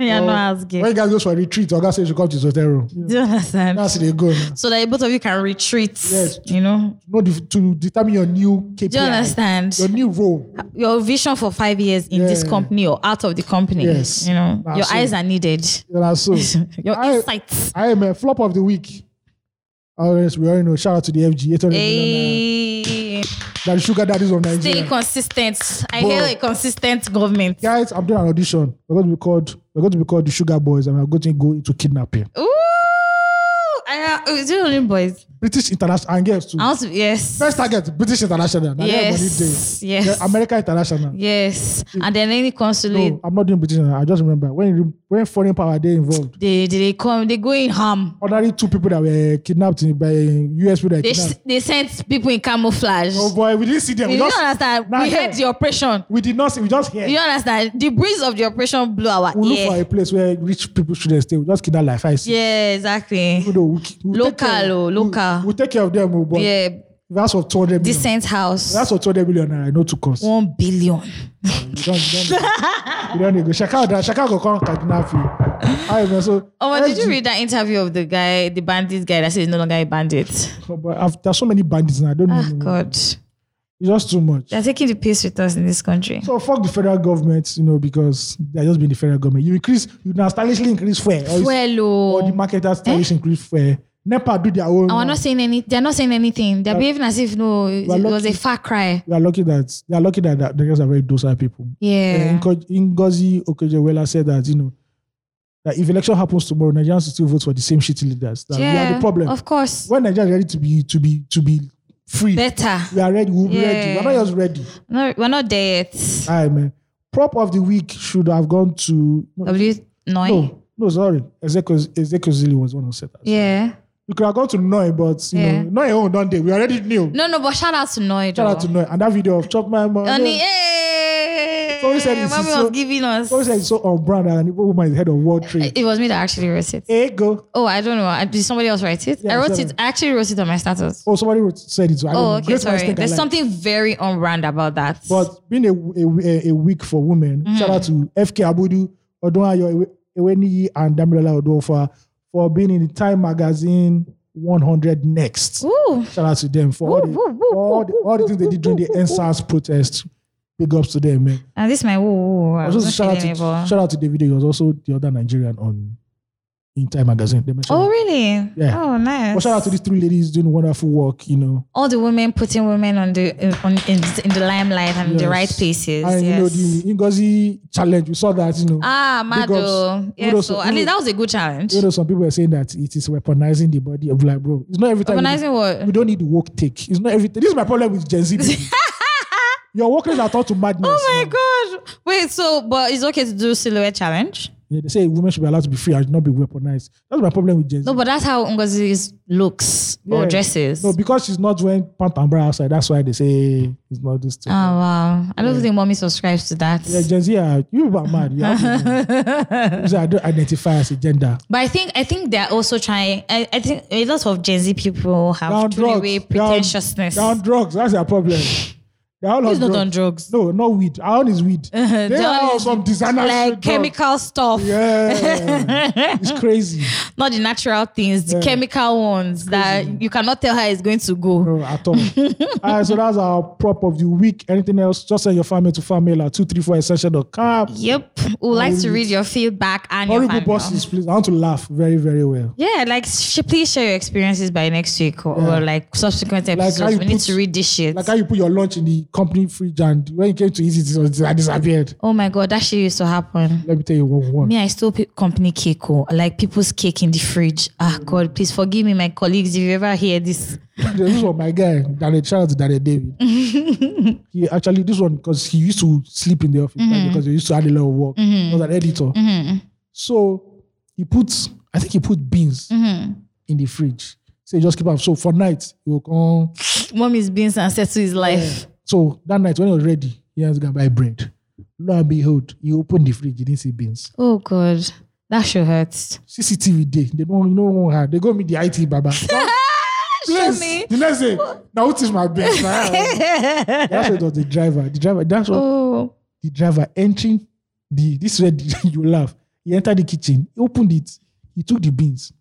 Speaker 1: yeah,
Speaker 2: Oh,
Speaker 1: no asking.
Speaker 2: When you guys go for a retreat, Oga says you come to his hotel room.
Speaker 1: Do you understand?
Speaker 2: That's they go. now.
Speaker 1: so that both of you can retreat.
Speaker 2: Yes.
Speaker 1: You know.
Speaker 2: No, def- to determine your new KPI.
Speaker 1: Do you understand?
Speaker 2: your new role.
Speaker 1: Your vision for five years in this
Speaker 2: Yeah.
Speaker 1: company or out of the company.
Speaker 2: Yes.
Speaker 1: You know,
Speaker 2: Nah,
Speaker 1: your
Speaker 2: so-
Speaker 1: eyes are needed. [laughs]
Speaker 2: You know, so
Speaker 1: Your
Speaker 2: I-
Speaker 1: insights.
Speaker 2: I am a flop of the week. Oh, yes, we already know. Shout out to the FG 800 million
Speaker 1: Hey.
Speaker 2: naira. That is sugar daddies of
Speaker 1: Stay
Speaker 2: Nigeria.
Speaker 1: consistent. I
Speaker 2: Bro.
Speaker 1: hear a consistent government.
Speaker 2: Guys, I'm doing an audition. We're going to be called. We're going to be called the Sugar Boys, and we're going to go into kidnapping.
Speaker 1: Ooh, I uh, is it only boys?
Speaker 2: British international and girls too.
Speaker 1: I want to, yes.
Speaker 2: First target British international. Na there money dey.
Speaker 1: yes. Yes.
Speaker 2: Yeah, America international.
Speaker 1: Yes. And then any consulate,
Speaker 2: No, I'm not doing British. International. I just remember when you- when foreign power they involved.
Speaker 1: they, they they come, they go in harm.
Speaker 2: Ordinary two people that were kidnapped in- by US people that
Speaker 1: They
Speaker 2: kidnapped.
Speaker 1: s- they sent people in camouflage.
Speaker 2: Oh boy, we didn't see them.
Speaker 1: you
Speaker 2: We,
Speaker 1: don't
Speaker 2: just,
Speaker 1: understand.
Speaker 2: Nah,
Speaker 1: we
Speaker 2: yeah.
Speaker 1: heard the operation.
Speaker 2: we did not see. We just hear.
Speaker 1: You understand? The breeze of the operation blew our
Speaker 2: we look for
Speaker 1: ear.
Speaker 2: a place where rich people shouldn't stay. We just kidnap like five. six
Speaker 1: Yeah, exactly.
Speaker 2: people, though. We, ki- we
Speaker 1: Local, oh,
Speaker 2: we-
Speaker 1: local.
Speaker 2: We, take care of them, oh, but
Speaker 1: Yeah,
Speaker 2: that's of 200 million.
Speaker 1: decent Oh. house.
Speaker 2: That's of 200 million naira, I know to cost. You
Speaker 1: one billion.
Speaker 2: don't, you don't, you don't go. Shaka, da- Shaka go come kidnap
Speaker 1: [laughs]
Speaker 2: you. I mean, so,
Speaker 1: Oh, but did you
Speaker 2: SG
Speaker 1: read that interview of the guy, the bandit guy that says he's no longer a bandit?
Speaker 2: Oh, but I've, there's so many bandits now. I don't
Speaker 1: Ah,
Speaker 2: know.
Speaker 1: God.
Speaker 2: It's just too much.
Speaker 1: They're taking the piss with us in this country.
Speaker 2: so fuck the federal government, you know, because they're just being the federal government. You increase, you now stylishly increase fare. Or, you- or the
Speaker 1: Fuelo.
Speaker 2: marketers stylishly increase fare. NEPA do their own.
Speaker 1: oh. And
Speaker 2: Uh,
Speaker 1: we're not saying any. They're not saying anything. They're behaving as if no, it
Speaker 2: we're
Speaker 1: was a
Speaker 2: lucky.
Speaker 1: far cry.
Speaker 2: we are lucky that they are lucky that, that the girls are very docile people.
Speaker 1: Yeah.
Speaker 2: Uh, Ngo- Ngozi Okejo-Iweala said that you know that if election happens tomorrow, Nigerians will still vote for the same shitty leaders. That uh, we are
Speaker 1: yeah.
Speaker 2: the problem.
Speaker 1: Of course.
Speaker 2: when Nigeria is ready to be to be to be free,
Speaker 1: Better.
Speaker 2: we are ready. We'll be ready.
Speaker 1: Yeah.
Speaker 2: We're not just ready.
Speaker 1: No, we're not there yet.
Speaker 2: Aye, man. Prop of the week should have gone to no,
Speaker 1: W nine.
Speaker 2: no, no, sorry. Ezekiel Zili was one who said that.
Speaker 1: Yeah.
Speaker 2: You could have gone to Noi, but you
Speaker 1: Yeah.
Speaker 2: know, Noi own done day. We already knew.
Speaker 1: No, no. But shout out to Noid.
Speaker 2: Shout out to Noi and that video of Chop My Money.
Speaker 1: Honey, hey.
Speaker 2: Somebody said it's
Speaker 1: Mommy
Speaker 2: so-
Speaker 1: was giving us.
Speaker 2: Always like so on brand and the woman is head of World Trade.
Speaker 1: It was me that actually wrote it.
Speaker 2: Ego.
Speaker 1: Oh, I don't know. I- Did somebody else write it?
Speaker 2: Eh. Yeah,
Speaker 1: I wrote
Speaker 2: sorry.
Speaker 1: it. I actually wrote it on my status.
Speaker 2: Oh, somebody wrote, said it. So I don't
Speaker 1: Oh,
Speaker 2: know.
Speaker 1: okay.
Speaker 2: Great minds
Speaker 1: sorry.
Speaker 2: think
Speaker 1: There's
Speaker 2: alike.
Speaker 1: something very on brand about that.
Speaker 2: But being a, a, a, a week for women,
Speaker 1: Mm-hmm.
Speaker 2: shout out to FK Abudu, Odunayo Eweniyi, and Damilola Odofa for being in the Time Magazine 100 Next.
Speaker 1: Ooh.
Speaker 2: Shout out to them for all the,
Speaker 1: Woo, woo, woo,
Speaker 2: all the, all the things they did during the NSAS protest. Big ups to them, man.
Speaker 1: And Ah, this my woo woo. I
Speaker 2: I was
Speaker 1: was
Speaker 2: also shout, out
Speaker 1: feeling
Speaker 2: to,
Speaker 1: it, but-
Speaker 2: shout out to David. He was also the other Nigerian on in Time Magazine. They mentioned
Speaker 1: Oh
Speaker 2: him.
Speaker 1: really?
Speaker 2: Yeah.
Speaker 1: Oh nice.
Speaker 2: But shout out to these three ladies doing wonderful work, you know.
Speaker 1: all the women putting women on the on in, in the limelight and in the
Speaker 2: Yes.
Speaker 1: right places. yes.
Speaker 2: And you know the Ngozi challenge, we saw that, you know.
Speaker 1: ah,
Speaker 2: Big ups.
Speaker 1: Mado. Yeah,
Speaker 2: Udo-
Speaker 1: so at
Speaker 2: Udo-
Speaker 1: least that was a good challenge.
Speaker 2: you know, some people are saying that it is weaponizing the body of like, bro. It's not every time. we-
Speaker 1: Organizing
Speaker 2: We,
Speaker 1: what?
Speaker 2: don't need woke take. It's not everything. This is my problem with Gen
Speaker 1: [laughs]
Speaker 2: Z. people. Your workers are taught to madness.
Speaker 1: Oh
Speaker 2: now.
Speaker 1: my god. Wait, so but it's okay to do silhouette challenge?
Speaker 2: You know, they say women should be allowed to be free and not be weaponized. That's my problem with Gen Z.
Speaker 1: No, but that's how Ngozi is- looks or
Speaker 2: Yeah.
Speaker 1: dresses.
Speaker 2: No, because she's not wearing pant and bra outside. That's why they say it's not this
Speaker 1: oh
Speaker 2: thing.
Speaker 1: wow! I don't think mommy subscribes to that.
Speaker 2: yeah, Gen Z, are, you people are mad. You have to
Speaker 1: [laughs]
Speaker 2: you say, I don't identify as a gender.
Speaker 1: But I think I think they're also trying. I, I think a lot of Gen Z people have
Speaker 2: They're on
Speaker 1: thrown
Speaker 2: drugs.
Speaker 1: away
Speaker 2: They're on-
Speaker 1: pretentiousness.
Speaker 2: They're on drugs. That's their problem. They're all
Speaker 1: Who's
Speaker 2: on
Speaker 1: not on
Speaker 2: drugs.
Speaker 1: drugs?
Speaker 2: No, not weed. Our own
Speaker 1: [laughs]
Speaker 2: is weed. they
Speaker 1: They're
Speaker 2: are
Speaker 1: on
Speaker 2: on some designer
Speaker 1: like
Speaker 2: shit drugs.
Speaker 1: chemical stuff,
Speaker 2: Yeah, it's crazy.
Speaker 1: not the natural things, the
Speaker 2: Yeah.
Speaker 1: chemical ones that you cannot tell how it's going to go.
Speaker 2: No, at
Speaker 1: [laughs]
Speaker 2: all. all right, so that's our prop of the week. Anything else? Just send your family to family at 234 essential.com.
Speaker 1: Yep. We would like to read your feedback and your
Speaker 2: Horrible
Speaker 1: fan mail.
Speaker 2: bosses, please. I want to laugh very, very well.
Speaker 1: Yeah, like sh- please share your experiences by next week or, or like subsequent
Speaker 2: how
Speaker 1: episodes.
Speaker 2: you
Speaker 1: we need
Speaker 2: put-
Speaker 1: to read this shit.
Speaker 2: Like how you put your lunch in the company fridge and when you came to eat it, it, it disappeared.
Speaker 1: oh my god, that shit used to happen.
Speaker 2: Let me tell you one.
Speaker 1: [laughs]
Speaker 2: one.
Speaker 1: Me, I stole pe- company cake, oh, like people's cake in the fridge. Ah, God, please forgive me, my colleagues, if you ever hear this.
Speaker 2: this was my guy, Daniel Charles, Daniel David. he actually this one because he used to sleep in the office like, because he used to have a lot of work. He was an editor, so he puts I think he put beans in the fridge. So he just keep up. So for night he will come.
Speaker 1: Mommy's beans and settle his life.
Speaker 2: So that night when he was ready, he has to go and buy bread. Lo and behold, he opened the fridge. He didn't see beans.
Speaker 1: Oh God, that should
Speaker 2: [laughs]
Speaker 1: hurt.
Speaker 2: CCTV day. They don't know her. They go meet the IT baba.
Speaker 1: [laughs] Show
Speaker 2: Yes.
Speaker 1: me.
Speaker 2: The next day, now what is my
Speaker 1: [laughs]
Speaker 2: best? that's why it was the driver. The driver. That's what
Speaker 1: Oh,
Speaker 2: the driver entering the [laughs] this way you laugh. He entered the kitchen, he opened it, he took the beans.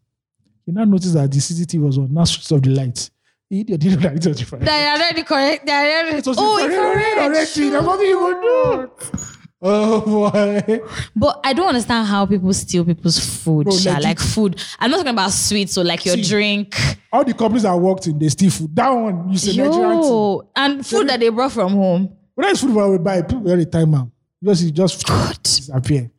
Speaker 2: He now noticed that the CCTV was on, now switched off the lights. He did did [laughs] it was fire.
Speaker 1: they are already correct. They are already.
Speaker 2: It was
Speaker 1: oh,
Speaker 2: infrared
Speaker 1: it's
Speaker 2: already.
Speaker 1: correct.
Speaker 2: There's nothing you could do.
Speaker 1: [laughs]
Speaker 2: Oh boy.
Speaker 1: But I don't understand how people steal people's food.
Speaker 2: Bro,
Speaker 1: sha.
Speaker 2: legit.
Speaker 1: Like food. I'm not talking about sweets or like your
Speaker 2: See.
Speaker 1: drink.
Speaker 2: All the companies I worked in, they steal food. That one, you say Nigerian thing.
Speaker 1: Yo, and food that they brought from home.
Speaker 2: When I food we buy, people every time, man. Because it just
Speaker 1: God.
Speaker 2: disappear.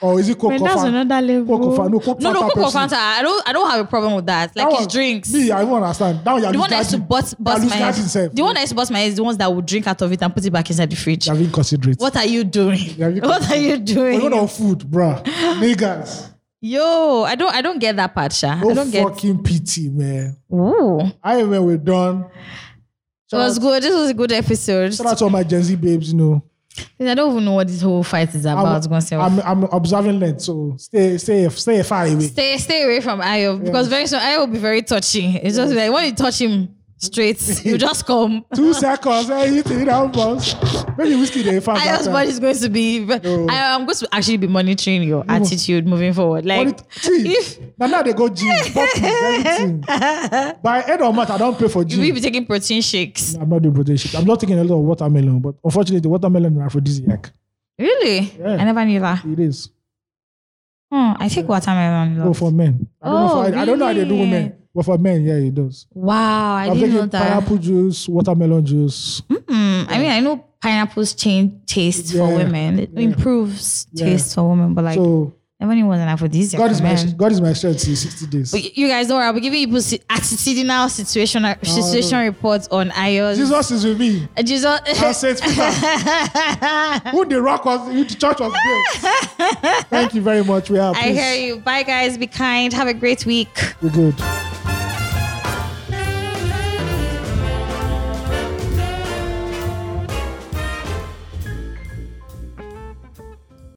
Speaker 2: Or is it Coke
Speaker 3: And that's another level.
Speaker 2: Coke no, Coke
Speaker 1: No, no,
Speaker 2: Fanta,
Speaker 1: Coke or
Speaker 2: Pepsi.
Speaker 1: Fanta. I don't, I don't have a problem with that. Like
Speaker 2: That
Speaker 1: it's
Speaker 2: one-
Speaker 1: drinks.
Speaker 2: Me, I don't understand. That one, you're
Speaker 1: the one that used to
Speaker 2: losing
Speaker 1: bust,
Speaker 2: you're
Speaker 1: bust my
Speaker 2: losing
Speaker 1: head.
Speaker 2: yourself.
Speaker 1: The one that used to bust my head is the ones that would drink out of it and put it back inside the fridge.
Speaker 2: You're being considerate.
Speaker 1: What are you doing? [laughs]
Speaker 2: Have you-
Speaker 1: What are you
Speaker 2: We're
Speaker 1: doing?
Speaker 2: on
Speaker 1: [laughs]
Speaker 2: food, bruh. Niggas.
Speaker 1: Yo, I don't, I don't get that part, Sha. I
Speaker 2: No
Speaker 1: don't get.
Speaker 2: fucking pity, man.
Speaker 1: Ooh, it
Speaker 2: I when we're done. Shout
Speaker 1: was
Speaker 2: out-
Speaker 1: good. This was a good episode.
Speaker 2: Shout out to all my Gen Z babes, you know.
Speaker 1: I don't even know what this whole fight is about.
Speaker 2: I'm,
Speaker 1: Gonself.
Speaker 2: I'm, I'm observing Lent, so stay stay stay far away.
Speaker 1: Stay stay away from Ayo because very soon Ayo will be very touchy. It's just like when you touch him
Speaker 2: [laughs]
Speaker 1: straight, you just come.
Speaker 2: Two seconds, hey, you think that boss? Maybe whiskey they found
Speaker 1: Ayo's
Speaker 2: that
Speaker 1: body
Speaker 2: time.
Speaker 1: is going to be. I, I'm going to actually be monitoring your attitude moving forward. Like
Speaker 2: Only- See,
Speaker 1: if
Speaker 2: now, now they
Speaker 1: [laughs]
Speaker 2: go gym. bottles, everything. By end of month, I don't pay for gym.
Speaker 1: we be taking protein shakes,
Speaker 2: I'm not doing protein shakes. I'm not taking a lot of watermelon, but unfortunately, the watermelon is aphrodisiac.
Speaker 1: really?
Speaker 2: Yeah.
Speaker 1: I never knew that.
Speaker 2: It is.
Speaker 1: Hmm, I take watermelon. a
Speaker 2: Oh,
Speaker 1: lot.
Speaker 2: for men. I don't, know,
Speaker 1: Oh,
Speaker 2: for, I don't know how they do
Speaker 1: really?
Speaker 2: women, but for men, yeah, it does.
Speaker 1: Wow, I
Speaker 2: am
Speaker 1: didn't
Speaker 2: taking
Speaker 1: know that.
Speaker 2: pineapple juice, watermelon juice.
Speaker 1: Hmm, I mean, I know pineapples change taste for
Speaker 2: Yeah.
Speaker 1: women. It improves taste for women, but like
Speaker 2: So
Speaker 1: never knew it was an aphrodisiac.
Speaker 2: God is my
Speaker 1: man.
Speaker 2: God is my strength in 60 days.
Speaker 1: But you guys don't worry, I'll be giving you posi- attitudinal situation uh, situation reports on IOS. Uh, Jesus.
Speaker 2: Jesus is
Speaker 1: [laughs]
Speaker 2: with me. As
Speaker 1: Jesus. [laughs]
Speaker 2: Saint Peter, who the rock was, who the church was
Speaker 1: [laughs]
Speaker 2: built. Thank you very much. We are.
Speaker 1: I
Speaker 2: pleased.
Speaker 1: hear you. Bye, guys. Be kind. Have a great week.
Speaker 2: We're good.